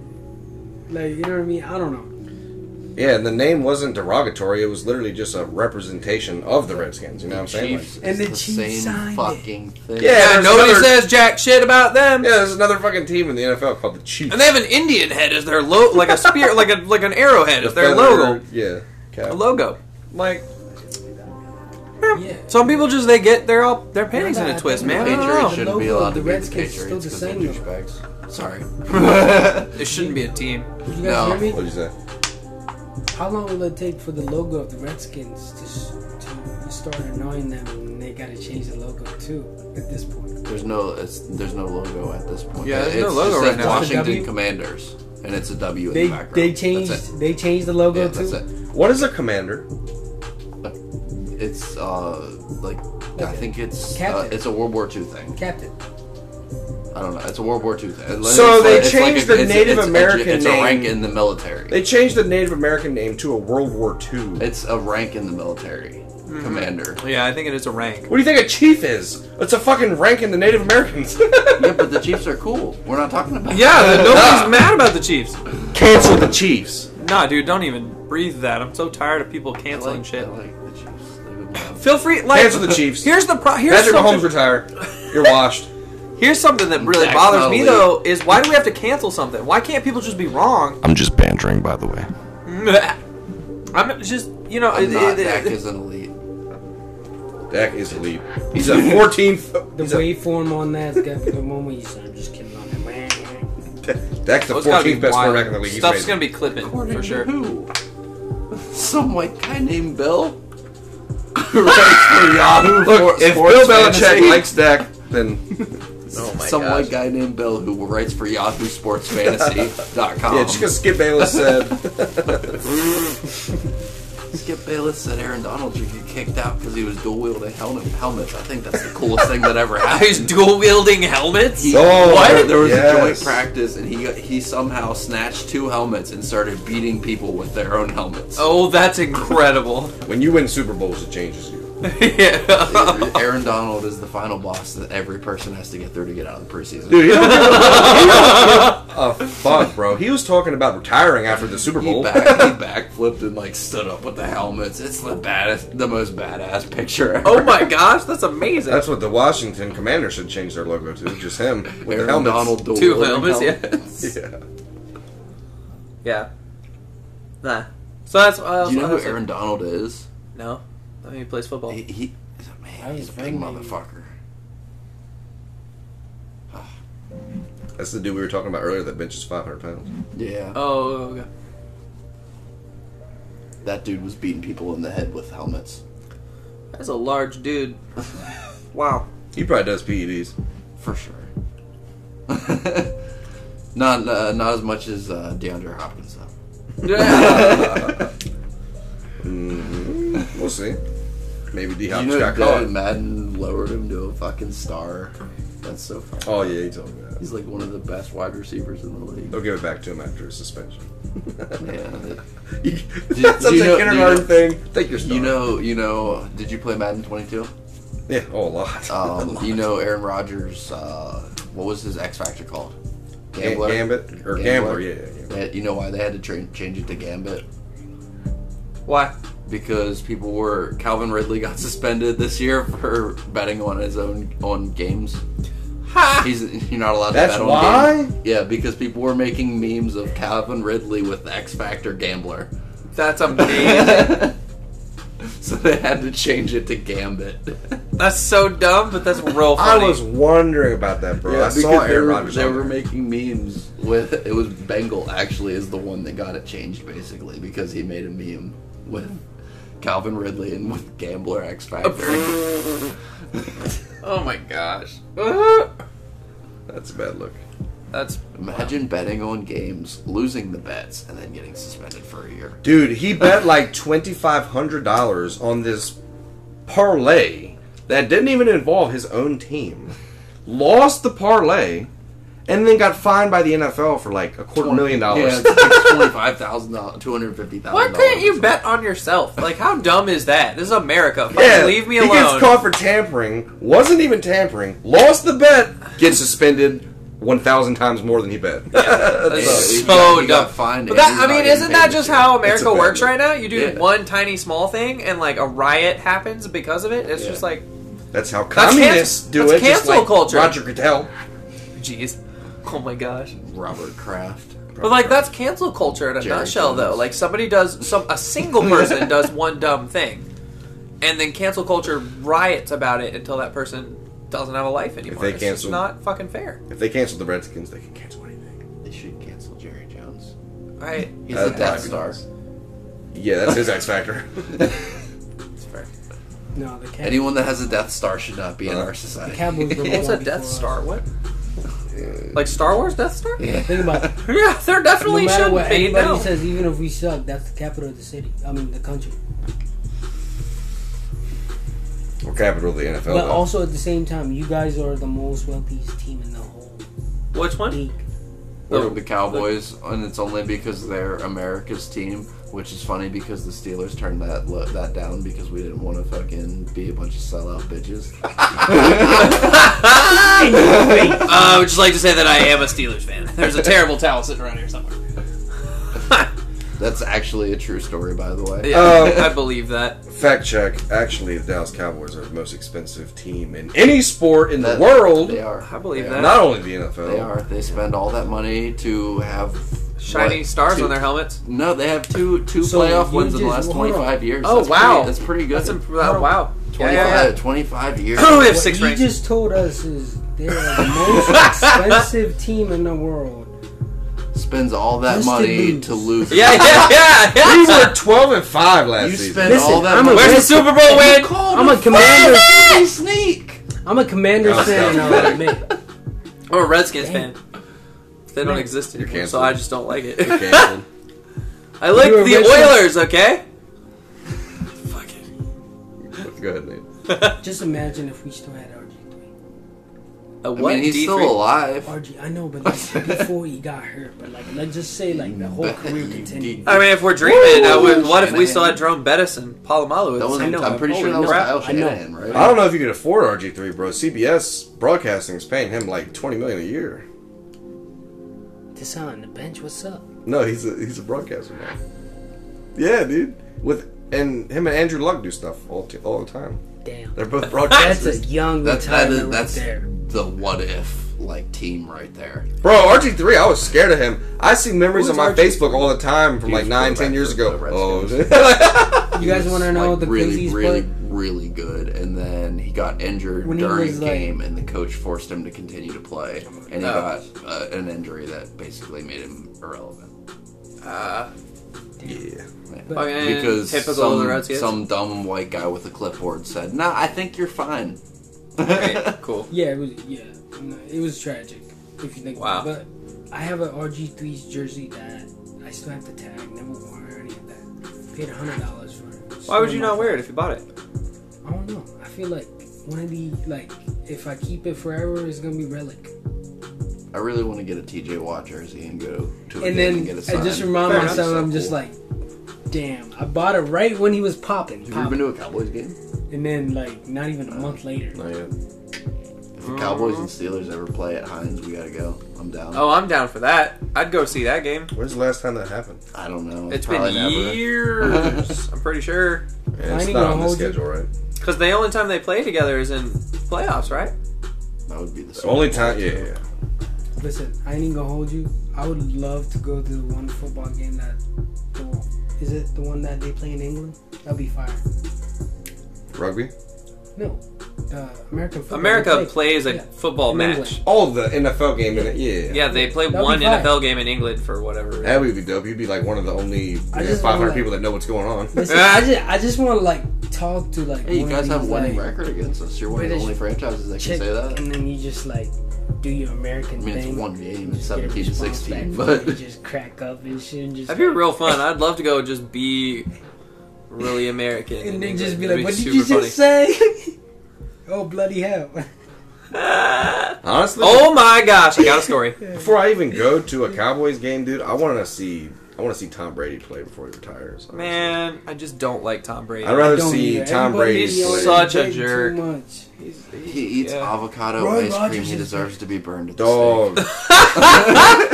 Like you know what I mean? I don't know.
yeah, and the name wasn't derogatory. It was literally just a representation of the Redskins. You know what I'm saying? Like,
Chiefs
And
is
the
the,
Chiefs signed
same
it.
fucking thing.
Yeah,
Yeah,
there's
nobody
another-
says jack shit about them.
yeah, there's another fucking team in the NFL called the Chiefs.
And they have an Indian head as their logo, like a spear, like a like an arrowhead as their
feather-
logo.
Yeah.
A
Cow-
logo, like
Yeah.
some people just they get their all their panties
No,
in
no,
a
I
twist,
think
man. I
Patriots
don't know.
shouldn't be
logo
allowed
of
to
Oh, the
be the
Redskins is still
Patriots because
the
they're
same, though.
douchebags. Sorry.
It shouldn't be a team.
You guys
No.
hear me?
What'd you say?
How long will it take for the logo of the Redskins to, s- to start annoying them and they gotta change the logo too at this point?
There's no it's, there's no logo at this point.
Yeah, there's no
it's,
logo
it says
right now.
Just a W?
Washington Commanders, and it's a W in
They
the background.
they changed
That's it.
they changed the logo
Yeah,
too.
that's it.
What is a commander?
It's uh like I
Okay.
think it's uh,
Captain.
it's a World War II thing.
Captain.
I don't know. It's a World War II thing. It's
So they
it's
changed the Native
a-
American
It's a rank
name.
in the military.
They changed the Native American name to a World War II.
It's a rank in the military.
Mm-hmm.
Commander.
Yeah, I think it is a rank.
What do you think a chief is? It's a fucking rank in the Native Americans.
yeah, but the Chiefs are cool. We're not talking about.
Yeah,
nobody's
nobody's mad about the Chiefs.
Cancel the Chiefs.
Nah, dude, don't even breathe that. I'm so tired of people
I
canceling
like,
shit.
I like the Chiefs. They would love-
Feel free, like
Cancel the Chiefs.
Here's the pro- here's
Patrick
something,
Mahomes retire. You're washed.
here's something that really
That's
bothers
not
me
a
though is why do we have to cancel something? Why can't people just be wrong?
I'm just bantering, by the way.
I'm just you know
I'm
it-
not
it-
Dak
it-
is an elite.
Dak is elite. He's a 14th.
The
He's a,
waveform on that's got the moment you said, I'm just kidding on that.
Dak's the
Oh, it's gotta be
14th best
wild.
quarterback in the league. He's
Stuff's
amazing.
gonna be clipping for sure.
Who? Some white guy named Bill. Writes for Yahoo
Look,
for-
if
Sports
Bill Belichick
Fantasy.
likes Dak, then
Oh
some white guy named Bill who writes for Yahoo Sports Fantasy.com.
yeah, just because Skip Bayless said
Skip Bayless said Aaron Donald should get kicked out because he was dual wielding helmet, helmets. I think that's the coolest thing that ever happened.
He's dual wielding helmets.
He-
Oh,
what? There was
yes.
a joint practice, and he he somehow snatched two helmets and started beating people with their own helmets.
Oh, that's incredible.
when you win Super Bowls, it changes you.
yeah.
Aaron Donald is the final boss that every person has to get through to get out of the preseason.
Dude, he's a, a fuck, bro. He was talking about retiring after the Super
He
Bowl.
back he backflipped and like stood up with the helmets. It's the baddest, the most badass picture ever.
Oh my gosh, that's amazing.
That's what the Washington Commanders should change their logo to. Just him with the
Aaron
helmets.
Donald dual
Two
wearing
helmets,
Yeah.
yeah. Nah. So that's what I
Do you know
also-
who Aaron Donald is?
No. I mean, he plays football.
He, he he's a
I
man.
was
He's a big
wondering.
motherfucker.
That's the dude we were talking about earlier that benches 500 pounds.
Yeah.
Oh, okay.
That dude was beating people in the head with helmets.
That's a large dude. wow.
He probably does E PEDs.
For sure. not uh, not as much as uh, DeAndre Hopkins though.
We'll see. Maybe D
Do
Hop's
you know
got
Dylan
caught.
Madden lowered him to a fucking star. That's so funny.
Oh, yeah, he told me that.
He's like one of the best wide receivers in the league.
They'll give it back to him after his suspension.
Yeah.
That's such
do you
a
know- do you
kindergarten
know-
thing. Take your stuff.
You know, you know. Did you play Madden 22?
yeah, oh, a lot.
Um, you know, Aaron Rodgers. Uh, what was his X Factor called?
Ga- Gambit or Gambler, yeah, yeah, yeah.
Uh, You know why they had to tra- change it to Gambit?
Why?
Because people were Calvin Ridley got suspended this year for betting on his own on games.
Ha!
He's you're not allowed
That's
to bet
why?
on games. Yeah, because people were making memes of Calvin Ridley with the X Factor Gambler.
That's amazing.
So they had to change it to Gambit.
that's so dumb, but that's real
I
funny.
was wondering about that, bro. I
because
saw
they were,
Aaron Rodgers.
They
on
were
there.
making memes with it was Bengal actually is the one that got it changed basically because he made a meme with Calvin Ridley and with Gambler X Factor.
oh my gosh.
That's a bad look.
That's
Imagine betting on games, losing the bets, and then getting suspended for a year.
Dude, he bet like twenty five hundred dollars on this parlay that didn't even involve his own team. Lost the parlay, and then got fined by the NFL for like a quarter million
Yeah,
dollars.
twenty five thousand dollars, two hundred fifty thousand.
why couldn't you bet on yourself? Like, how dumb is that? This is America. Fucking leave me
He gets
alone.
caught for tampering. Wasn't even tampering. Lost the bet. Gets suspended one thousand times more than he bet.
That's
Yeah, you got-
so dumb.
you got fined
But
and
that, I
you're not
mean,
getting
isn't
paid
that
this
just
year.
how
It's a
America
bad
works
look.
right now? You do
Yeah.
one tiny small thing, and like a riot happens because of it. It's
Yeah.
just like,
That's how
That's
communists
can-
do
that's
it. just
cancel
like
culture.
Roger Goodell.
jeez, oh my gosh.
Robert Kraft?
But like that's cancel culture in a
Jerry
nutshell, though.
Jones.
Like somebody does some a single person does one dumb thing, and then cancel culture riots about it until that person doesn't have a life anymore.
they
it's just
cancel-
not fucking fair.
If they cancel the Redskins, they can cancel anything.
They should cancel Jerry Jones.
Right?
He's
That'd
a Death
probably
Star.
be Yeah, that's his X factor.
It's fair.
No, the Cowboys.
Anyone that has a Death Star should not be in
Uh,
our society.
The Cowboys were
What's a
born
Death
before
Star?
us.
What? Like Star Wars Death Star?
Yeah.
Think about it.
Yeah, there
No
definitely
matter
shouldn't
what
be.
anybody
No.
says, even if we suck, that's the capital of the city. I mean, the country.
Or capital of the NFL.
But
though.
also at the same time, you guys are the most wealthiest team in the whole
Which one?
league.
We're the Cowboys, and it's only because they're America's team, which is funny because the Steelers turned that lo- that down because we didn't want to fucking be a bunch of sellout bitches.
Uh, I would just like to say that I am a Steelers fan. There's a terrible towel sitting around here somewhere.
That's actually a true story, by the way.
Yeah,
Um,
I believe that.
Fact check. Actually, the Dallas Cowboys are the most expensive team in any sport in
That-
the world.
they are.
I believe
They
that.
Not only the NFL.
They are. They spend all that money to have
Shiny
what,
stars
two-
on their helmets.
No, they have two two
So
playoff
you
wins in the
just-
last
hold on.
twenty five years.
Oh,
That's
wow.
pretty, that's pretty good.
That's imp- uh, wow. Yeah,
25,
yeah, yeah.
25 years.
we have
What
six
you
rings.
just told us is they're the most expensive team in the world.
spends all that
Just to
money
lose.
to lose.
yeah, yeah, yeah, yeah.
We were twelve and five last
You
season.
spend all that
I'm a-
money.
Where's the Super Bowl win?
I'm a commander.
sneak.
I'm a commander
That was
fan.
dumb.
I'll admit.
I'm a Redskins
Damn.
fan. They don't exist anymore, so
canceled.
I just don't like it.
Canceled.
I like
You're a
the
Redskins-
Oilers, okay? Fuck it.
Go ahead, Nate.
Just imagine if we still had RG3.
A
I
Uh, what?
mean, he's
D3?
still alive.
RG, I know, but like, before he got hurt, but like let's just say like the whole career continued.
I mean, if we're dreaming, I would, what if we
Shanahan.
still had Jerome Bettis and Palomalu? at
That
the
was,
I
same
know,
I'm pretty
I've
sure that
always known. Oh,
was Kyle
I know.
Shanahan, right?
I don't know if you could afford RG three, bro. CBS Broadcasting's paying him like twenty million a year.
this out on the bench. What's up?
No, he's a he's a broadcaster now. Yeah, dude. With and him and Andrew Luck do stuff all t- all the time.
Damn.
They're both
That's a
broadcasters.
young
That, that is,
retirement
that's
right there.
the what if like team right there.
Bro, RG three, I was scared of him. I see memories
Who's
on my
RG3?
Facebook all the time from
He
like
was
nine, ten
quarterback
years
for
ago.
the Redskins.
Oh,
You guys want to know
like,
the
really,
craziest
really,
part?
really good, and then he got injured
When he
during
was,
the
like-
game, and the coach forced him to continue to play, and he
No.
got uh, an injury that basically made him irrelevant
Uh,
yeah.
fucking
because
typical
some,
of the Redskins.
some dumb white guy with a clipboard said, "Nah, I think you're fine."
Uh, Okay, cool.
Yeah, it was. Yeah, no, it was tragic. If you think.
Wow.
About it. But I have an RG3's jersey that I still have to tag. Never wore or any of that. Paid hundred dollars for it.
Why would you not wear it if you bought it?
I don't know. I feel like one of the like if I keep it forever, it's gonna be relic.
I really want to get a TJ Watt jersey and go to a
and
game
then
and get a sign.
I just remind
Fair enough.
myself,
So
I'm just
cool.
like, damn, I bought it right when he was popping.
Have you ever
popping.
been to a Cowboys game?
And then like not even a month later.
Oh, yeah.
If the Cowboys and Steelers ever play at Heinz, we gotta go. I'm down.
Oh, I'm down for that. I'd go see that game.
When's the last time that happened?
I don't know.
It's
Probably
been
never.
years. I'm pretty sure.
Yeah,
I
it's
ain't
not
gonna
on the
hold you.
schedule, right?
Because the only time they play together is in playoffs, right?
That would be the
The only time, yeah, yeah.
Listen, I ain't even gonna hold you. I would love to go to the one football game that the, is it the one that they play in England? That'd be fire.
Rugby.
No, the American football.
America
they play.
plays a
Yeah.
football
In
match.
England.
All the NFL game in it, yeah.
Yeah, they play
That'd be
one
fine.
NFL game in England for whatever. reason.
That would be dope. You'd be like one of the only
I
yeah,
just
500
wanna-
people that know what's going on.
Listen, I just I just want to like talk to like.
Hey, you
one of
guys have
these,
winning
like,
record against us. You're one of the
British
only franchises that can
chick,
say that.
and then you just like do your American
I mean, it's
thing.
one game,
You just
it's
get a
17 to
response
16,
back from
but-
it, you just crack up and shit. And just
That'd be real fun. I'd love to go just be really American. in
And then
England.
just be
That'd
like, "What did
super
you
funny."
just say?" oh bloody hell!
Honestly,
Oh my gosh, I got a story.
before I even go to a Cowboys game, dude, I want to see I want to see Tom Brady play before he retires. honestly.
Man, I just don't like Tom Brady.
I'd rather
Don't
see
either.
Tom
Everybody
Brady
He's
play.
already
such a
did
jerk.
Too much.
He eats
Yeah.
avocado
Roy
ice cream.
Rogers
He
is-
deserves to be burned at the
Dog.
stake.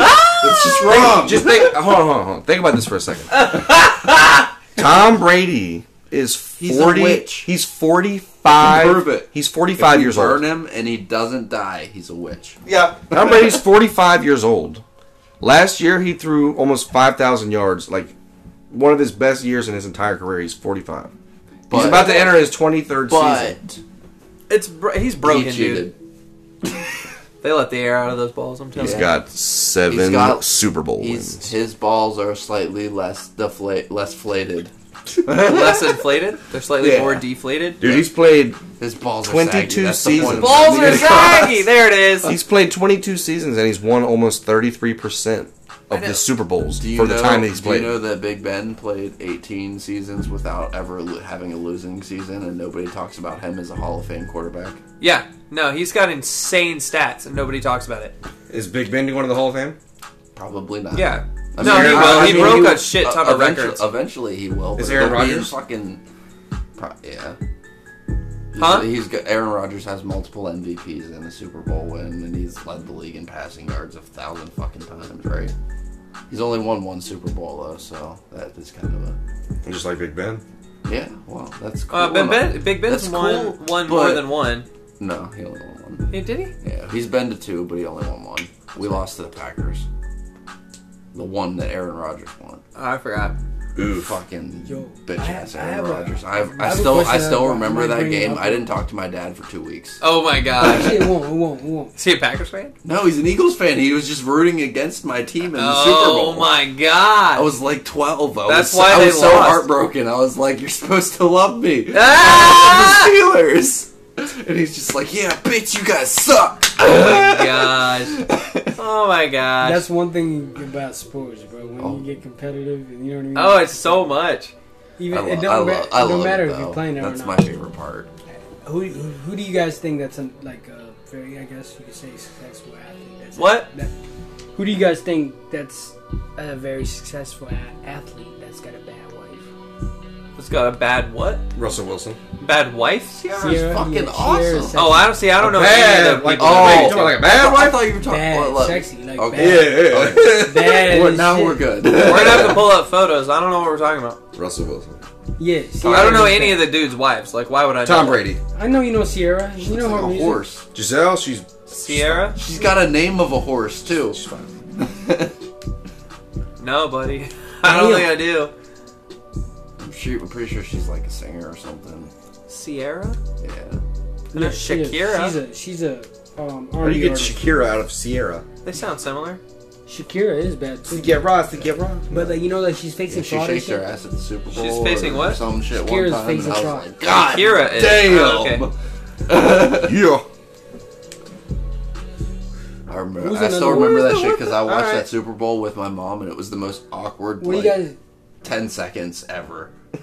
it's just wrong. Just think. Hold on, hold on, hold on. Think about this for a second. Tom Brady is
He's a
forty.
witch.
He's forty-five.
Prove it.
He's
If
forty-five
you
years old.
burn him and he doesn't die, he's a witch.
Yeah. Tom Brady's 45 years old. Last year, he threw almost 5,000 yards. Like, one of his best years in his entire career. He's 45.
But-
he's about to enter his 23rd season.
But
It's bro- he's broken,
he
dude.
cheated.
They let the air out of those balls. I'm telling
He's
you.
got 7
He's got-
Super Bowl
He's,
wins.
his balls are slightly less deflate, less flated.
less inflated. They're slightly
Yeah.
more deflated.
Dude, he's played
His balls are
22
saggy. That's the point
seasons.
of
balls are
it.
saggy. There it is.
he's played 22 seasons and he's won almost 33% of
know.
the Super Bowls
Do you
for
know,
the time that he's played.
Do you know that Big Ben played 18 seasons without ever lo- having a losing season, and nobody talks about him as a Hall of Fame quarterback?
Yeah. No, he's got insane stats, and nobody talks about it.
Is Big Ben going to the Hall of Fame?
Probably not.
Yeah.
I
no,
mean,
he
I-
will.
I
he
mean,
broke
he-
a shit ton of
eventually,
records.
Eventually, he will.
Is
but
Aaron
he'll be in
Rodgers?
Fucking, pro- yeah. He's-
Huh?
He's got Aaron Rodgers has multiple MVPs and a Super Bowl win, and he's led the league in passing yards a thousand fucking times, right? He's only won one Super Bowl though, so that is kind of a
Just like Big Ben.
yeah. Well, that's cool.
Uh, ben,
and all.
ben, Big Ben's
That's
won
cool,
one more
but-
than one.
No, he only won one.
Hey, did he?
Yeah, he's been to two, but he only won one. We lost to the Packers. The one that Aaron Rodgers won.
Oh, I forgot.
Oof.
Fucking
Yo,
bitch
I-
ass
I
Aaron
have a-
Rodgers.
I
I,
have
I
a
still I
question
still
about-
remember
I'm not
that
bringing
game.
up-
I didn't talk to my dad for two weeks.
Oh my gosh.
Actually, it won't. It won't. It won't.
Is he a Packers fan?
No, he's an Eagles fan. He was just rooting against my team in the Super Bowl. Oh
Oh my god.
I was like twelve. I
That's
was,
why
I
they
was so
lost.
heartbroken. I was like, "You're supposed to love me."
Ah!
The Steelers. And he's just like, "Yeah, bitch, you guys suck."
Oh my gosh. Oh my gosh.
That's one thing about sports, bro. When
Oh.
you get competitive, and you know what I mean.
oh, it's so much.
even
I lo-
it
I
don't,
lo-
ma-
I
it
love
don't
it,
matter if
though.
you're playing it
That's
or
my
not.
favorite part.
Who, who who do you guys think that's an, like a very I guess you could say successful athlete? That's
What?
that- who do you guys think that's a very successful a- athlete that's got a bad wife?
Was It's got a bad what?
Russell Wilson.
Bad wife? Sierra?
Sierra,
fucking
yeah,
awesome.
Sierra's
Oh, I don't see. I don't know. any of
Bad,
the
like
people
oh.
oh,
that
you talking like a bad
I
wife.
thought you were talking
Bad,
about like,
sexy, like
okay.
Yeah, yeah.
Bad
Well,
as
now
shit.
we're good.
make- We're gonna have to pull up photos. I don't know what we're talking about.
Russell Wilson.
Yeah,
I don't know any of the dude's wives. Like, why would I?
Tom
know?
Brady.
I know you know Sierra. You know
Like
her
a
music.
horse.
Giselle, she's
Sierra?
She's got a name of a horse too.
she's fine.
No, buddy. I don't
Damn.
think I do.
I'm, sure, I'm pretty sure she's like a singer or something.
Sierra?
Yeah.
No,
Yeah, she is.
Shakira.
She's a she's a um,
How do
R&B
you get
artist.
Shakira out of Sierra?
they sound similar.
Shakira is bad too.
get Ross, to get Ross.
But like you know, like she's facing
Yeah, she
fraud and
shakes her
shit.
ass at the Super Bowl.
She's facing
or
what?
Some shit
Shakira's
one time.
facing
and I was
fraud.
like, God
Shakira is-
damn.
oh,
Yeah.
I, remember,
Who's
I still
another-
remember that shit because I watched
Alright.
that Super Bowl with my mom, and it was the most awkward
What do you
like,
guys?
ten seconds ever.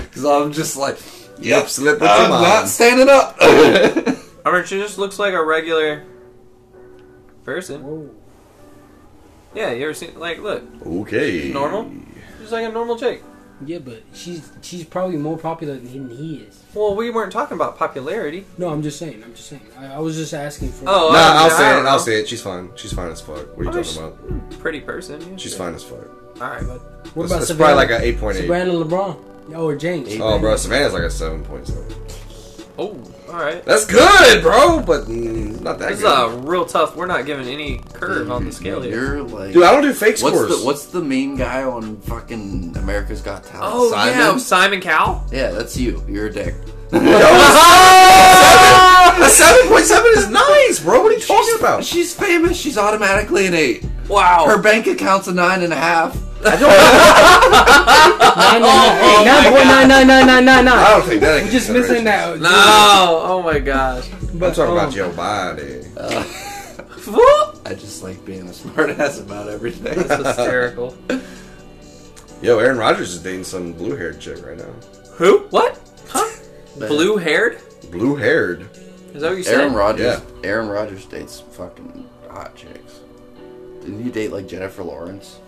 Because I'm just like,
Yep, slip with your
I'm
mind.
not standing up.
I mean, she just looks like a regular person.
Whoa.
Yeah, you ever seen? Like, look,
Okay.
normal. she's like a normal chick.
Yeah, but she's she's probably more popular than he is.
Well, we weren't talking about popularity.
No, I'm just saying. I'm just saying. I, I was just asking for.
Oh,
Nah,
uh,
I'll
I
say
don't
it. I'll
know.
say it. She's fine. She's fine as fuck.
Oh,
What are you
I'm
talking about?
Pretty person. Yeah.
She's fine as fuck.
All right,
what
bud.
That's,
about
that's
Savannah?
probably like an eight point eight.
Savannah LeBron or James?
Oh, bro, Savannah's like a seven point seven.
Oh, all right.
That's good, bro, but mm, not that
This is a
good.
real tough. We're not giving any curve on the scale here.
You're like,
Dude, I don't do fake
what's
scores.
the what's the mean guy on fucking America's Got Talent?
Oh
Simon?
yeah, Simon Cowell.
yeah, that's you. You're a dick.
a seven point seven is nice, bro. What are you talking about? Oh.
She's famous. She's automatically an eight.
Wow.
Her bank account's a nine and a half.
Nine nine nine nine nine nine nine.
I don't think that.
We just missing that.
no. Oh my gosh.
I'm talking
um,
about your body.
I just like being a smartass about everything.
That's hysterical.
Yo, Aaron Rodgers is dating some blue-haired chick right now.
Who? What? Huh? Blue haired?
Blue-haired.
Is that what you said?
Aaron Rodgers.
Yeah.
Aaron Rodgers dates fucking hot chicks. Didn't you date like Jennifer Lawrence?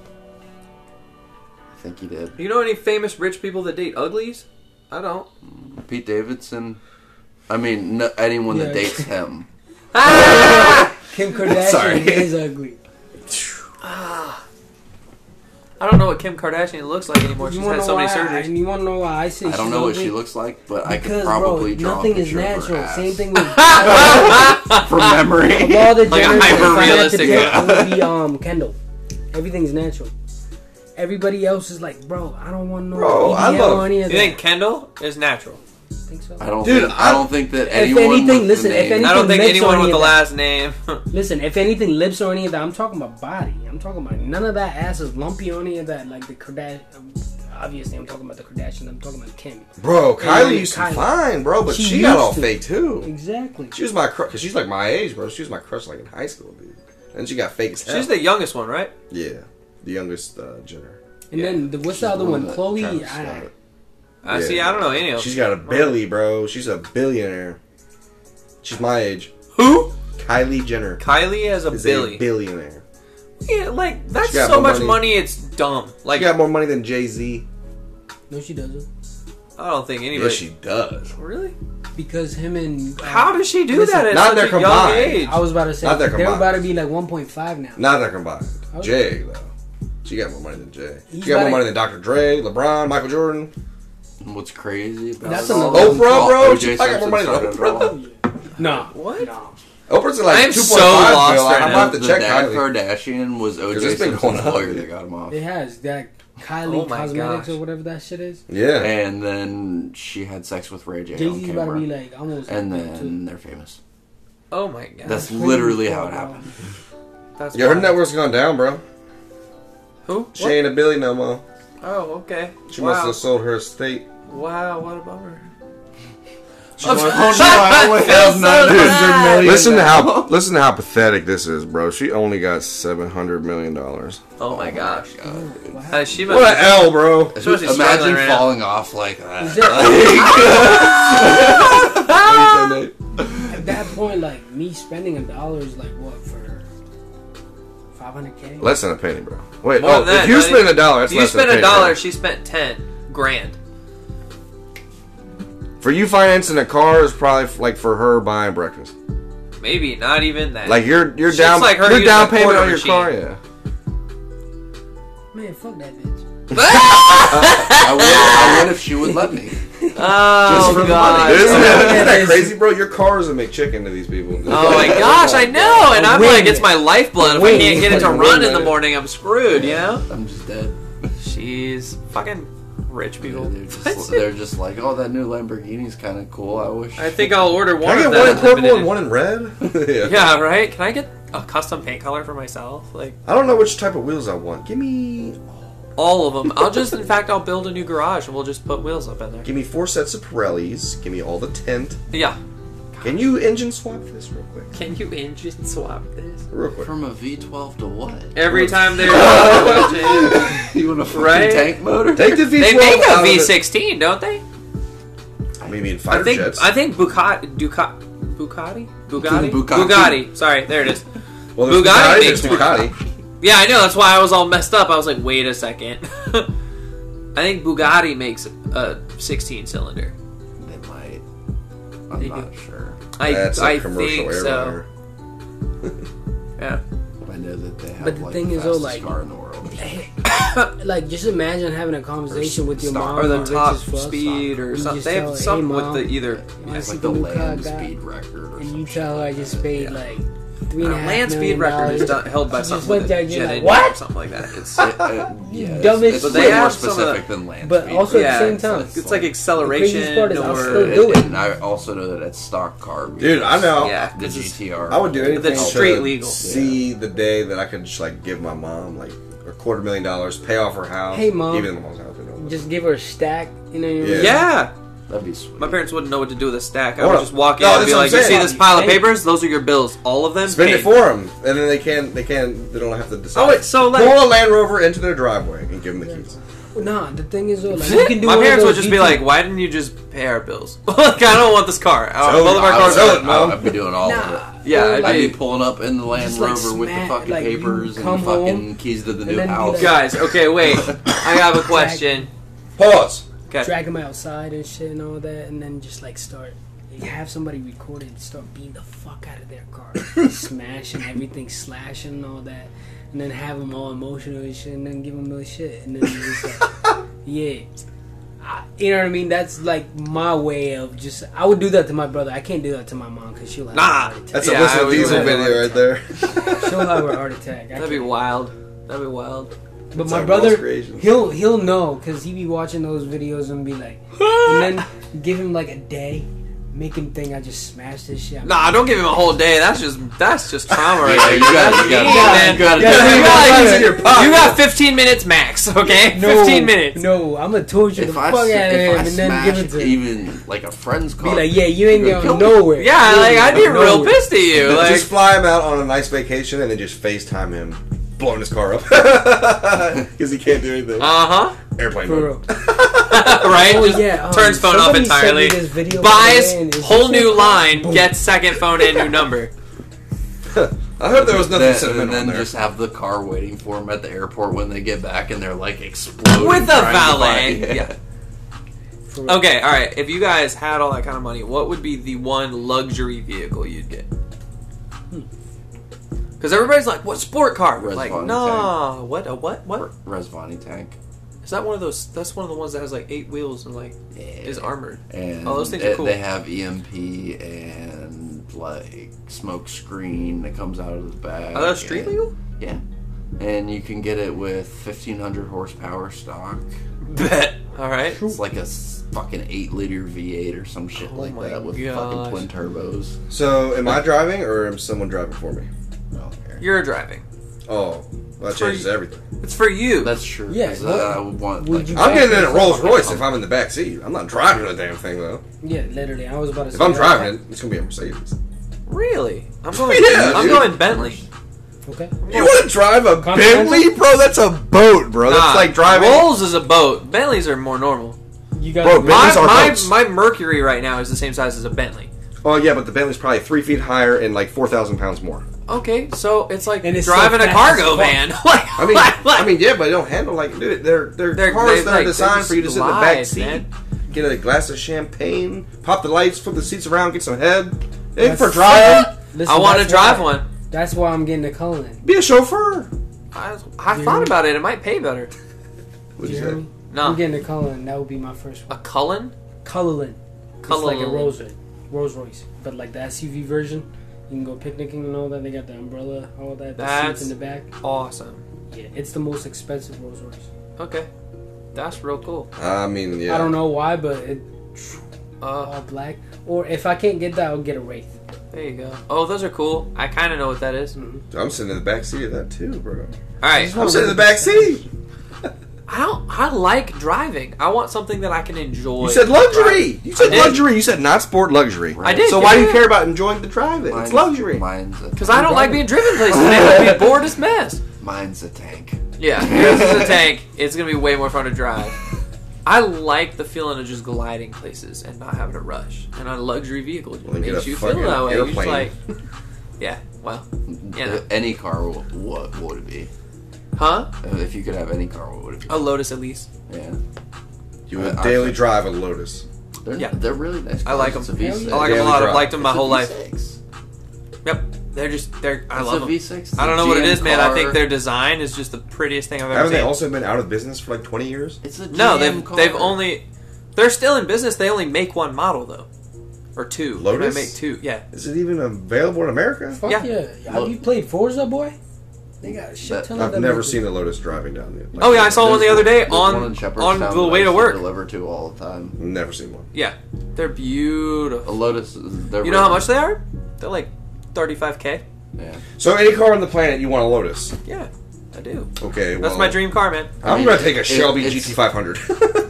I think he did.
you know any famous rich people that date uglies? I don't.
Pete Davidson. I mean, no, anyone
Yeah.
that dates him.
Kim Kardashian
Sorry.
is ugly.
I don't know what Kim Kardashian looks like anymore. She's
you wanna
had so
know
many
why?
surgeries.
And you want to know why I say
I don't
she's
know what
ugly?
she looks like, but I could
Because
probably
bro,
draw
nothing
a
is
picture of
natural.
her ass
Same thing with
from memory.
all the
Like a
Jenners, if I had to
hyper-realistic
pick,
one.
it would be um Kendall. Everything's natural. Everybody else is like, bro, I don't want no
Bro, I
BBL
love-
or any of
You
that.
think Kendall is natural?
Think so?
I don't.
Dude,
think, I,
I-
don't think that
If
anyone.
anything,
with the
listen, if
name-
anything-
I don't think
lips on
anyone with
any
the
of that.
last name.
Listen, if anything, lips or any of that, I'm talking about body. I'm talking about none of that ass is lumpy or any of that. Like the Kardashian. Obviously, I'm talking about the Kardashians. I'm talking about Kim.
Bro, Kylie
Kylie-
used to
Kylie.
be fine, bro, but she,
She
got
used
all
to.
fake too.
Exactly.
She was my crush. Cause she's like my age, bro. She was my crush like in high school, dude. And she got fake as hell.
She's the youngest one, right?
yeah, the youngest uh, Jenner.
And then the, what's the other one? Chloe. I,
I
Yeah.
Uh, see. I don't know any of them.
She's got a belly, bro. She's a billionaire. She's my age.
Who?
Kylie Jenner
Kylie has a
is
Billy.
a billionaire.
yeah, like that's
got
so
more
much
money.
money. It's dumb.
She
Like
got more money than Jay Z.
no, she doesn't.
I don't think anybody.
Yeah, she does.
Really?
Because him and uh,
How does she do
Listen,
that at
not
such
their
a young
combined.
age?
I was about to say
Not that
they're
combined.
about to be like 1.5 now.
Not that combined.
Okay.
Jay though. She got more money than Jay. She
He's
got more
about
money
to-
than Dr. Dre, LeBron, Mical Jordan,
What's crazy about
That's
it all
another-
is-
Oprah, bro,
O.J.
she- I got more
Simpson
money than
started it all.
Oprah.
No.
What?
Oprah's at like
I am
2.5
so
bill.
lost right now.
I'm about to
the
check
Dad
Kylie.
Kardashian was OJ
'Cause it's been going
Simpson's
on,
lawyer
dude.
that got him off.
It has that Kylie
Oh my
Cosmetics
gosh.
or whatever that shit is.
Yeah.
And then she had sex with Ray J
Jay
on
Z's about to be
camera.
like almost.
And
like that, too.
then they're famous.
Oh my god.
That's
Crazy
literally
shit,
how it
bro.
happened.
That's
Yo, her
wild.
network's gone down, bro.
Who?
She ain't a Billy no more.
What? Oh, okay.
She
wow.
must have sold her estate.
wow, what a bummer.
She's like, oh no, I only have $900 million.
Listen to how listen to how pathetic this is, bro. She only got seven hundred million dollars.
Oh my gosh.
What happened?
Uh, she must
What an L, bro.
Suppose he's
Imagine
struggling right now.
falling off like that.
Is there-
That's
at that point, like me spending a dollar is like what for 500k?
less than a penny, bro. Wait,
More
oh,
than that,
if you
buddy.
spend a dollar, that's
If you
less than
spent
a
a
penny,
dollar,
bro.
she spent ten. grand.
For you financing a car is probably f- like for her buying breakfast.
Maybe not even that.
Like you're you're
Shit's
down
like her
your
using
down
a
payment
quarter
on your
machine.
car. Yeah.
Man, fuck that bitch.
I would, I would if she would let me.
oh
for the
god.
money.
Isn't
Yeah.
that crazy, bro? Your car is a McChicken to these people.
Oh my gosh, I know, and I'm
Wing
like, it's
it.
my lifeblood. If I
Wing
can't get it to
it.
run in the
Wing it.
morning, I'm screwed. You know?
I'm just dead.
She's fucking rich people.
They're just, they're just like, oh, that new Lamborghini's kind of cool. I wish.
I think I'll order one
Can
of
I get
them.
one in purple and
limited.
one in red? yeah.
Yeah, right. Can I get a custom paint color for myself? Like
I don't know which type of wheels I want. Give me
all of them. I'll just, in fact, I'll build a new garage and we'll just put wheels up in there.
give me four sets of Pirellis. Give me all the tint.
Yeah.
Can you engine swap this real quick?
Can you engine swap this?
Real quick.
From a V12 to what?
Every time they they
You want a fucking
Right?
tank motor?
Take the V12.
make a
out of it.
V16, don't they?
I mean, I mean,
I
fighter
think
jets.
I think Bucati Ducati Bucati Bugatti
Bucati.
Bugatti. Sorry, there it is.
well, there's
Bugatti
there's
makes
Ducati.
Yeah, I know. That's why I was all messed up. I was like, wait a second. I think Bugatti makes a 16 cylinder.
They might. I'm
They
not sure.
I
That's a
I
commercial
think
air
so.
so.
Yeah.
I know that they have
But the
like
thing
the
is, though, like-
fastest car in the world.
Like, just imagine having a conversation with your mom
Or the
who's rich
top
as fuck,
speed or
You
something.
just
They
tell
have
her,
something
"Hey,
with
Mom,
the either.
you wanna
It's
see
like the
new car I
land
got?"
speed record or
And
something.
you tell her I just paid like three
A
and a half
land Uh, speed
million
record is
dollars.
done, held by
Just
someone
went
with
there,
a
you're
jet
like,
engine
"What?"
or something like that. It's
It- uh, yeah,
dumb
it's,
as shit. But
it's way more
they have some of the-
specific than land
but
speed.
also-
record.
at the same
it's,
time,
like, it's like
craziest
acceleration
part is I'll still
or
do it.
And I also know that a stock car, would be
Dude, I know.
yeah,
the
'cause it's-
GTR.
I would do anything.
That's
to
straight legal.
See the day that I could just like give my mom like a quarter million dollars, pay off her house.
Hey, Mom.
Even the mom's house. you know.
Just give her a stack, you know. What I
Yeah.
mean?
yeah.
That'd be sweet.
My parents wouldn't know what to do with a stack. I
Hold
would
up.
just walk in
No,
and
that's
be
what
like,
I'm
"You see
saying.
this pile of
Hey.
papers? Those are your bills. All of them.
Spend it
paid."
for them, and then they can they can they don't have to decide.
Oh, it's so like-
Pull a Land Rover into their driveway and give them the keys.
Nah, the thing is though, like you can do
My
one of
parents would
those
just be
GT
like, "Why didn't you just pay our bills? like, I don't want this car. I
So-
both of our
I
cars.
would,
Sell
I
it, Mom.
I'd be doing all of it.
Yeah,
Or,
I'd
I'd be
be-
pulling up in the Land
Just, like,
Rover with the
smack-
fucking
like, you
papers and the
come
fucking
home,
keys to the
and
new
then be
house.
like-
guys, okay, wait. I have a question.
Pause.
Okay,
drag him outside and shit and all that, and then just like start have somebody record it, and start beating the fuck out of their car, smashing everything, slashing and all that, and then have them all emotional and shit, and then give them the shit, and then you just like, yeah. I, you know what I mean? That's like my way of just. I would do that to my brother. I can't do that to my mom because she'll have
Nah.
a heart attack.
That's
Yeah,
a
I
Whistle
would
Diesel
do that.
video right there.
She'll have a heart attack. I
that'd be
can't.
wild. That'd be wild.
But
It's
my
our
brother,
world's creation.
he'll he'll know because he be watching those videos and be like, and then give him like a day, make him think I just smashed this shit. I'm
Nah, don't give him a whole day. That's just that's just trauma right
Yeah,
there.
you gotta- you gotta-
man.
you gotta-
You
you gotta
got,
put it in your pocket.
you got 15 minutes max. Okay,
like,
15 minutes.
No, I'm gonna torture
If
the
I,
fuck out of
s- if
him
I
and then give it
smashed
to him.
even like a friend's
Be
car,
like, yeah, you ain't
you're gonna
going
kill me.
nowhere.
Yeah,
You
like
ain't
I'd be
going
real
nowhere.
pissed at you. Like,
just fly him out on a nice vacation and then just FaceTime him, blowing his car up because he can't do anything.
uh huh.
Airplane
For
mode.
real.
right?
Oh
Just
yeah, um,
turns phone off
somebody sent me
entirely.
this video by the way, and
Buys
it's
whole
just
new
like-
line,
Boom.
gets second phone and new number.
I hope there was nothing
then,
sentimental
and then
in there.
just have the car waiting for them at the airport when they get back, and they're like exploding
With a
trying to
valet.
find-
Yeah. Okay, all right. If you guys had all that kind of money, what would be the one luxury vehicle you'd get? Because everybody's like, "What sport car?"
Red
like,
Vaughn
nah. What? A what? What?
Resvani tank.
Is that one of those? That's one of the ones that has like eight wheels and like is armored.
And
Oh, those things are
it-
cool.
They have EMP and like smoke screen that comes out of the back.
Are those Oh, street
and-
legal?
Yeah. And you can get it with 1500 horsepower stock.
Bet. All right.
It's like a s- fucking 8 liter V8 or some shit like
Oh my
that with
gosh.
fucking twin turbos.
so, am I driving or am someone driving for me?
You're driving.
Oh, well, that
For
changes
you.
everything.
It's for you.
That's true.
Yeah,
'cause,
what-
uh, I would want
would
like,
you-
a-
I'm getting in a Rolls Royce if I'm in the back seat. I'm not driving the damn thing though.
Yeah, literally, I was about to.
If
say
I'm
that.
driving, it, it's gonna be a Mercedes.
Really? I'm going.
Yeah,
I'm
dude.
going Bentley.
Okay.
You want to drive a
Continental?
Bentley, bro? That's a boat, bro. That's
Nah,
like driving.
Ah, Rolls is a boat. Bentleys are more normal.
You got
Bro,
My,
Bentleys are
my,
boats.
my Mercury right now is the same size as a Bentley.
Oh yeah, but the Bentley's probably three feet higher and like four thousand pounds more.
okay, so it's like
And it's
driving
so
a
fast as fuck.
cargo van. like,
I mean,
like,
I mean, yeah, but they don't handle like dude. They're they're,
they're-
cars
they-
that
like,
are
they
designed for you to
just
sit in the
lied,
back seat,
man.
get a glass of champagne, pop the lights, flip the seats around, get some head. And for
That's-
driving,
Listen,
I want to
that's
drive
why-
one.
That's why I'm getting a Cullen.
be a chauffeur.
I, I thought about it. It might pay better.
What
You
you
hear
say?
me? I'm
No,
getting a Cullen. That would be my first
a
one.
Cullen.
Cullen. It's like a
Cullen.
Rolls Royce, Rolls Royce, but like the SUV version. You can go picnicking and all that. They got the umbrella, all that. The
That's-
seats in the back.
Awesome.
Yeah, it's the most expensive Rolls Royce.
Okay, that's real cool.
I mean, yeah.
I don't know why, but it,
Uh,
all black. Or if I can't get that, I'll get a Wraith.
there you go. Oh, those are cool. I kind of know what that is. All
Mm-hmm.
I'm sitting in the back seat of that too, bro.
right,
I'm sitting in the back seat.
I don't. I like driving. I want something that I can enjoy.
You said luxury. You
I
said
did.
luxury. You said not sport luxury.
Right. I
did,
So why do you
yeah.
care about enjoying the driving? It's luxury.
Mine's a,
because I don't like being driven places. I'd be bored as mess.
mine's a tank.
Yeah, yours is a tank. It's gonna be way more fun to drive. I like the feeling of just gliding places and not having to rush. And a luxury vehicle
Well, then get
makes
a
you feel
fucking
that way. You're just
airplane.
like, yeah, well, Yeah.
Any car, will, what, what would it be?
huh?
If you could have any car, what would it be?
A Lotus Elise.
Yeah.
You
I-
would
I-
daily drive a Lotus.
They're,
Yeah.
they're really nice.
I like 'em.
It's a V6.
I like them a
Daily
lot. I've
drive.
liked them my
It's a
whole life.
V6.
Yep, they're just they're. I
It's
love
a
them.
V6. It's
I don't
a
know what it
GM
is, man. I
car.
think their design is just the prettiest thing I've ever
Haven't
seen.
they also been out of business for like 20 years?
It's a
no,
GM
they've
car.
they've only they're still in business. They only make one model though, or two. They might
Lotus?
make two. Yeah,
Is it even available in America?
Fuck
Yeah.
yeah.
Look.
Have you played Forza, boy? They got a shit
That-
ton of
I've
them
never
bitches.
seen a Lotus driving down there. Like,
Oh, yeah, I saw one the
There's
other day
there's
on-
one in Shepherdstown
on the
that I
way to
used
work.
Deliver to all the time.
Never seen one.
yeah, they're
A
beautiful.
Lotus. is- They're
You know how
really-
much they are? They're like thirty-five k.
Yeah.
So any car on the planet, you want a Lotus?
Yeah, I do.
Okay,
That's
well,
my dream car, man.
I'm
I mean,
gonna take a
it-
Shelby
it's-
GT500.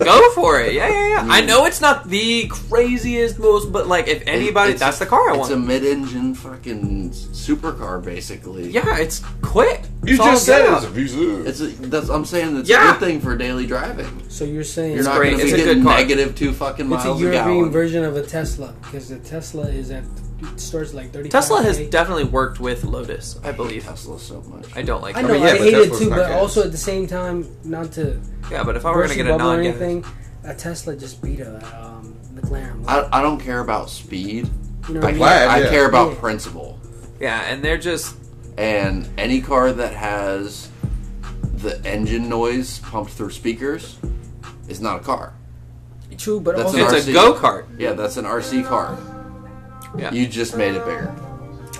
Go for it. Yeah, yeah, yeah. I know it's not the craziest, most, but like if anybody,
It's-
that's the car I
It's a
want.
mid-engine fucking supercar, basically.
yeah, it's quick.
you
It's all
just said
get
it
out.
was a Visu.
It's a, that's I'm saying it's
Yeah.
a good thing for daily driving.
So you're saying
You're
it's,
not
great.
going to
It's
be
a good
getting
car.
negative two fucking
a
miles a,
European
gallon.
version of a Tesla because the Tesla is at it starts like thirty.
Tesla has definitely worked with Lotus, I believe.
Tesla so much.
I don't like.
I
it.
know
mean,
I,
yeah, but
hate it
Tesla's
too,
not
but
gas.
also at the same time, not to
Yeah, but if I were
burst
gonna get
the
a
bubble or
non-gas,
anything, a Tesla just beat a um, McLaren.
I, I don't care about speed.
you know
I,
what I mean?
Glad,
care- I
yeah.
care about
Yeah.
principle.
yeah, and they're just
And any car that has the engine noise pumped through speakers is not a car.
True, but
That's
also
an
it's a
RC.
go kart.
Yeah, that's an RC car.
Yeah.
You just made it bigger.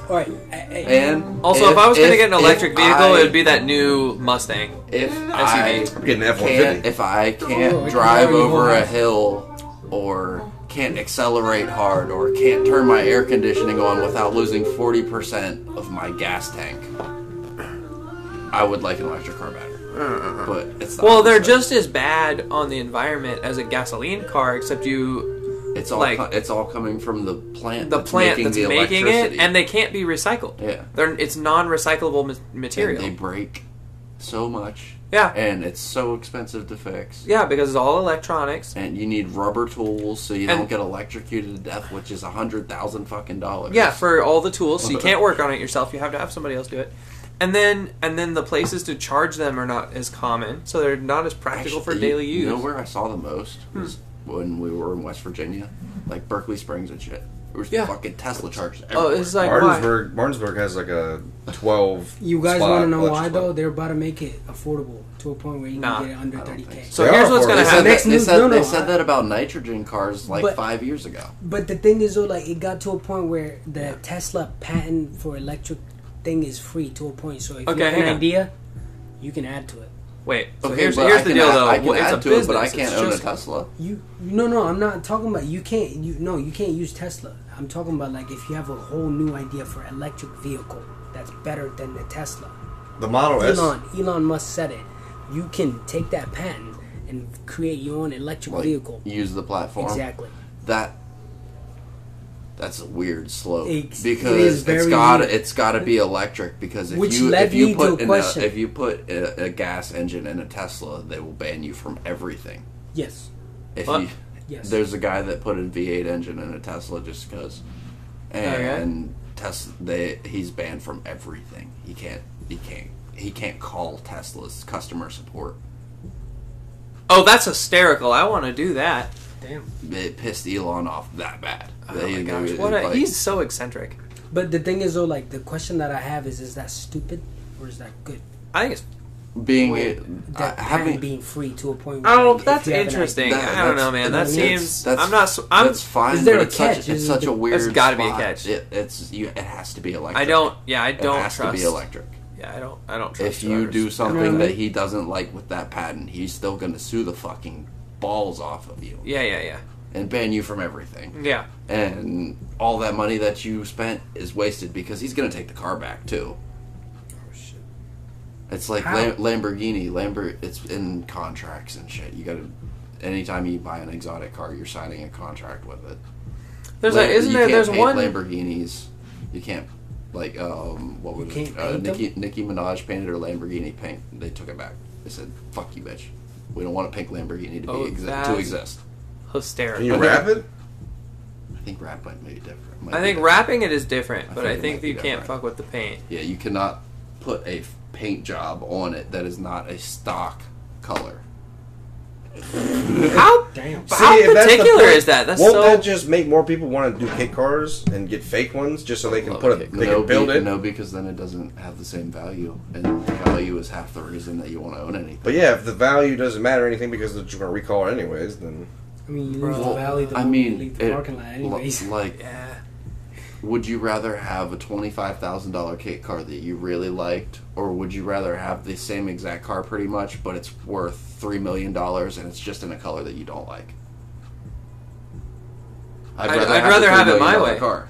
all right. I- I-
And
Also, if, I was gonna get an
if
electric vehicle,
I-
it would be that new Mustang.
if I
I'm getting an
can't
F150.
if I
Oh, it
can't
can
drive
drive you
over
home.
a hill or can't accelerate hard or can't turn my air conditioning on without losing 40% of my gas tank. I would like an electric car better. But it's not
Well, they're
necessary.
just as bad on the environment as a gasoline car, except you
it's all
like-
co- it's all coming from the plant
the
that's
plant
making
that's
the
making it,
electricity.
and they can't be recycled.
Yeah.
They're, it's non-recyclable ma- material.
And they break so much.
Yeah.
And it's so expensive to fix.
yeah, because it's all electronics.
And you need rubber tools so you
And-
don't get electrocuted to death, which is a hundred thousand fucking dollars.
Yeah, for all the tools, so you can't work on it yourself. You have to have somebody else do it. And then, and then the places to charge them are not as common, so they're not as practical for
Actually,
daily
you-
use.
You know where I saw the most was when we were in West Virginia, like Berkeley Springs and shit. There was
Yeah.
fucking Tesla chargers.
oh,
Everywhere.
it's like why?
Martinsburg, Martinsburg has like a 12.
You guys
spot
want to know why
electric
though?
spot.
They're about to make it affordable to a point where you
Nah,
can get it under
I don't think
30k.
so.
So
They
here's
are
what's
affordable.
gonna
they said,
happen.
next
that, they,
news-
said,
no,
they
no,
said
I-
that about nitrogen cars like
But-
five years ago.
But the thing is though, like it got to a point where the Tesla patent for electric thing is free to a point. So if
Okay,
you have
hang
an
on.
idea, you can add to it.
Wait. So
Okay,
here's,
but
here's
I
the
can
deal,
add-
though.
I can
it's
add
a
to
business.
it, but I
It's
can't own a
just-
Tesla.
You no no, I'm not talking about you can't you no you can't use Tesla. I'm talking about like if you have a whole new idea for electric vehicle that's better than the Tesla.
The Model S.
Elon Elon Musk said it. You can take that patent and create your own electric
Like,
vehicle.
use the platform.
Exactly.
That that's a weird slope
It's- it is
because it has
very
got
weird.
it's got to be electric because if
Which
you
led
if you
me to
put
a
in
question.
if you put a, a gas engine in a Tesla, they will ban you from everything.
Yes.
If
What?
you,
Yes.
Oh,
there's a guy that put a V8 engine in a Tesla just because, and Tesla. They, he's banned from everything. He can't. He can't. He can't call Tesla's customer support.
Oh, that's hysterical. I want to do that.
Damn.
It pissed Elon off that bad.
Oh
They-
my
they-
gosh,
it-
what a,
like-
he's so eccentric.
But the thing is, though, like the question that I have is: Is that stupid or is that good?
I think it's.
being
Wait,
it,
That
I-
having
having
being free to a point. Where,
Oh,
like, if
that's
you have an
interesting.
That-
I don't
that's-
know, man. That
that's-
seems.
that's-
I'm not. s- I'm.
that's fine.
Is there
but
a
it's
catch?
Such, it's
Is
such
it-
a weird.
There's gotta be a
spot.
catch.
It, it's you, it has to be electric.
I don't. Yeah, I
It
don't
has
trust.
to be electric.
Yeah, I don't. I don't trust.
If you
drivers.
do
I
something
mean-
that he doesn't like with that patent, he's still going to sue the fucking balls off of you
Yeah, yeah, yeah,
and ban you from everything.
yeah.
And all that money that you spent is wasted because he's going to take the car back too.
Oh,
It's like
How?
Lam- Lamborghini. Lambert. It's in contracts and shit. You got to. Anytime you buy an exotic car, you're signing a contract with it.
There's
Lam-
a, isn't
you
there?
can't
There's
paint
one.
Lamborghinis. You can't like um what was
can't
it? Uh,
paint them?
Nicki, Nicki Minaj painted her Lamborghini pink. They took it back. They said, "Fuck you, bitch. We don't want a pink Lamborghini to
Oh,
be exi-
that-
to exist."
Can
hysterical.
you wrap it?
I think rap might be different. Might
I
be
think
different.
wrapping it is different,
I
but
think
I
it
think
might be
you can't
different.
fuck with the paint.
Yeah, you cannot put a f- paint job on it that is not a stock color.
How
Damn.
But how
if that's the
particular
point,
is that? That's
won't
so-
that just make more people want to do kit cars and get fake ones just so they can
love
put a,
kit
they
no,
can build
be-
it?
No, because then it doesn't have the same value, and value is half the reason that you want to own anything.
But yeah, if the value doesn't matter anything because they're just going to recall it anyways, then
I mean, you leave
Bro.
the valley. The
I
moment you
mean,
leave the
it-
parking lot,
lo-
anyways.
like
yeah,
Would you rather have a twenty-five thousand dollar kit car that you really liked, or would you rather have the same exact car pretty much, but it's worth three million dollars and it's just in a color that you don't like?
I'd- I'd rather
the
have it
$3 million
my way.
Car.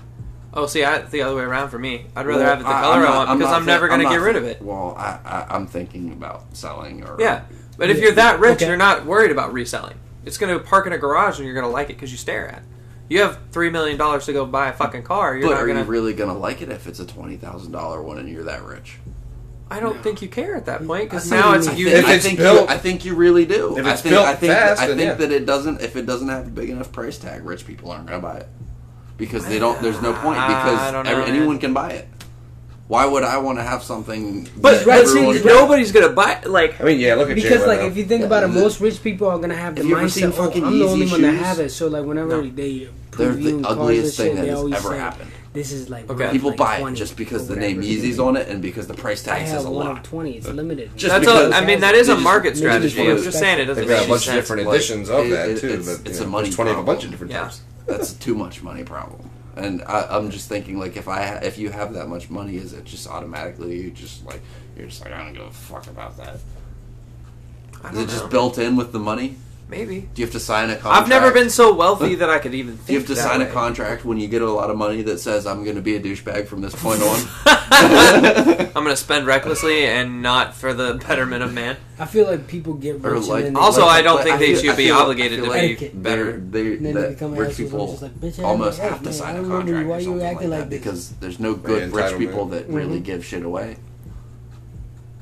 Oh, see, I, the other way around for me. I'd rather
Well,
have it the
I-
color
I'm
I
not-
want because
not
I'm
thi-
never going to
not
get rid
thi-
of it.
Well, I, I, I'm thinking about selling or
Yeah, but if
Yeah.
you're that rich,
Okay.
you're not worried about reselling. It's going to park in a garage and you're going to like it because you stare at. it. You have three million dollars to go buy a fucking car. You're
But
not
are
going to.
you really gonna like it if it's a twenty thousand dollar one and you're that rich?
I don't think you care at that point because
I
now
mean,
it's
I
you.
I think-
If
I
it's
think
built-
you, I think you really do.
If
I
it's
think,
built
I think,
fast,
I
then
think
yeah.
that it doesn't. If it doesn't have a big enough price tag, rich people aren't going to buy it because they don't. There's no point
I
because
don't know,
every-
man.
anyone can buy it. Why would I want to have something?
but
that
but see,
everyone-
nobody's going to buy. Like,
I mean, yeah, look at Jay
Because like
Leno.
if you think
Yeah,
about it,
the-
most rich people are gonna have the
Have you ever seen
mindset. Oh,
fucking
I'm the only
Yeezy
one that
shoes?
have it. So like whenever
No.
they
They're
previewing
the
cars and
ugliest thing
shit,
that
they
has
always
ever
say,
happened.
This is like
Okay.
okay.
People buy it just because the name Yeezy's on it and because the price
I
tag
have
says a
one of
lot.
twenty. It's limited.
Just
that's
because-
a, I mean, that is
they
a
just-
market
they
just
strategy. I'm
wanna-
just saying it doesn't make
They've got a
any
bunch of
sense.
different
Like,
editions of
it-
that
it-
too.
it's-
but, you
it's a
know,
money
there's twenty of a bunch
problem.
of different
Yeah.
types.
That's too much money problem. And I, I'm just thinking, like, if I if you have that much money, is it just automatically you just like you're just like I don't give a fuck about that?
I
Is it
don't
just
know.
built in with the money?
Maybe.
Do you have to sign a contract?
I've never been so wealthy that I could even. Think
Do you have to
that
sign
way.
a contract when you get a lot of money that says I'm going to be a douchebag from this point on?
I'm gonna spend recklessly and not for the betterment of man.
I feel like people get
Or
rich
like,
and then
Also,
they,
I don't
but
think they
feel-
should
I
be
feel- I
obligated
feel
to
like
be-
better. They,
And then they
that
become
rich
assholes. I'm
people
just like, bitch, I don't
almost
like
have to
that. I
sign a
don't remember
contract
why
or
you
something like
acting
that
like this.
because there's no good
Yeah, entitlement.
rich people that really
Mhm.
give shit away.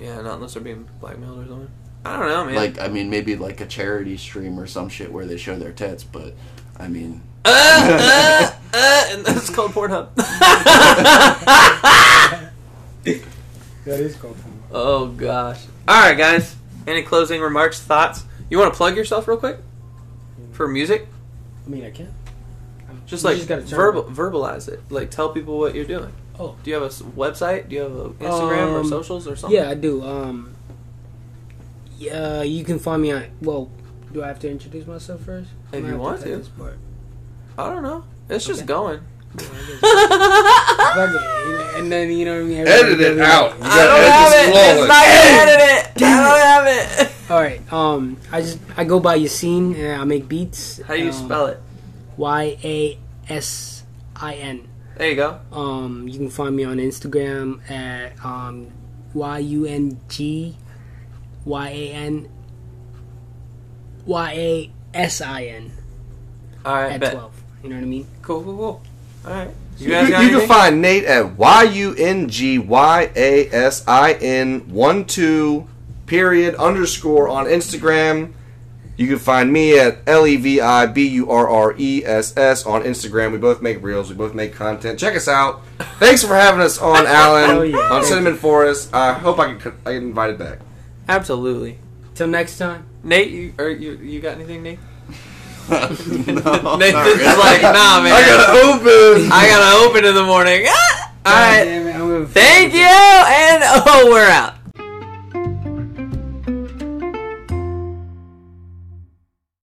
Yeah, not unless they're being blackmailed or something. I don't know, man.
Like, I mean, maybe like a charity stream or some shit where they show their tits, but I mean,
uh, uh, uh, and that's called Pornhub.
that is cool.
oh gosh. All right, guys. Any closing remarks, thoughts? You want to plug yourself real quick for music?
I mean, I can.
Just
You
like
just gotta turn
verbal, verbalize it. Like tell people what you're doing.
Oh.
Do you have a s- website? Do you have a Instagram or
Um,
socials or something?
Yeah, I do. Um, yeah, you can find me on. Well, do I have to introduce myself first? I
If
might
you
have
want
cut
to.
this part.
I don't know. It's just
Okay.
going.
Fuck it. And then you know what I mean.
Edit
Everybody
it
does
out. You
I don't have it. It's not edited. I don't have it.
All right. Um, I just I go by Yasin and I make beats.
How do you
um,
spell it?
Y a s i n.
There you go.
Um, you can find me on Instagram at um, y u n g y a n y a s i n
All right,
at
bet.
twelve. You know what I mean?
Cool, cool, cool. All right. You
You,
guys got
you can
anything?
find Nate at y u n g y a s i n one two period underscore on Instagram. You can find me at L E V I B U R R E S S on Instagram. We both make reels. We both make content. Check us out. Thanks for having us on, Alan,
Oh, yeah.
on Cinnamon Forest. I hope I can I get invited back.
Absolutely.
Till next time.
Nate, you or you you got anything, Nate?
no,
Nathan's
not really.
like, nah, man.
I gotta open.
I gotta open in the morning. Ah! All
God
right.
damn it, I'm gonna
Thank you, and oh, we're out.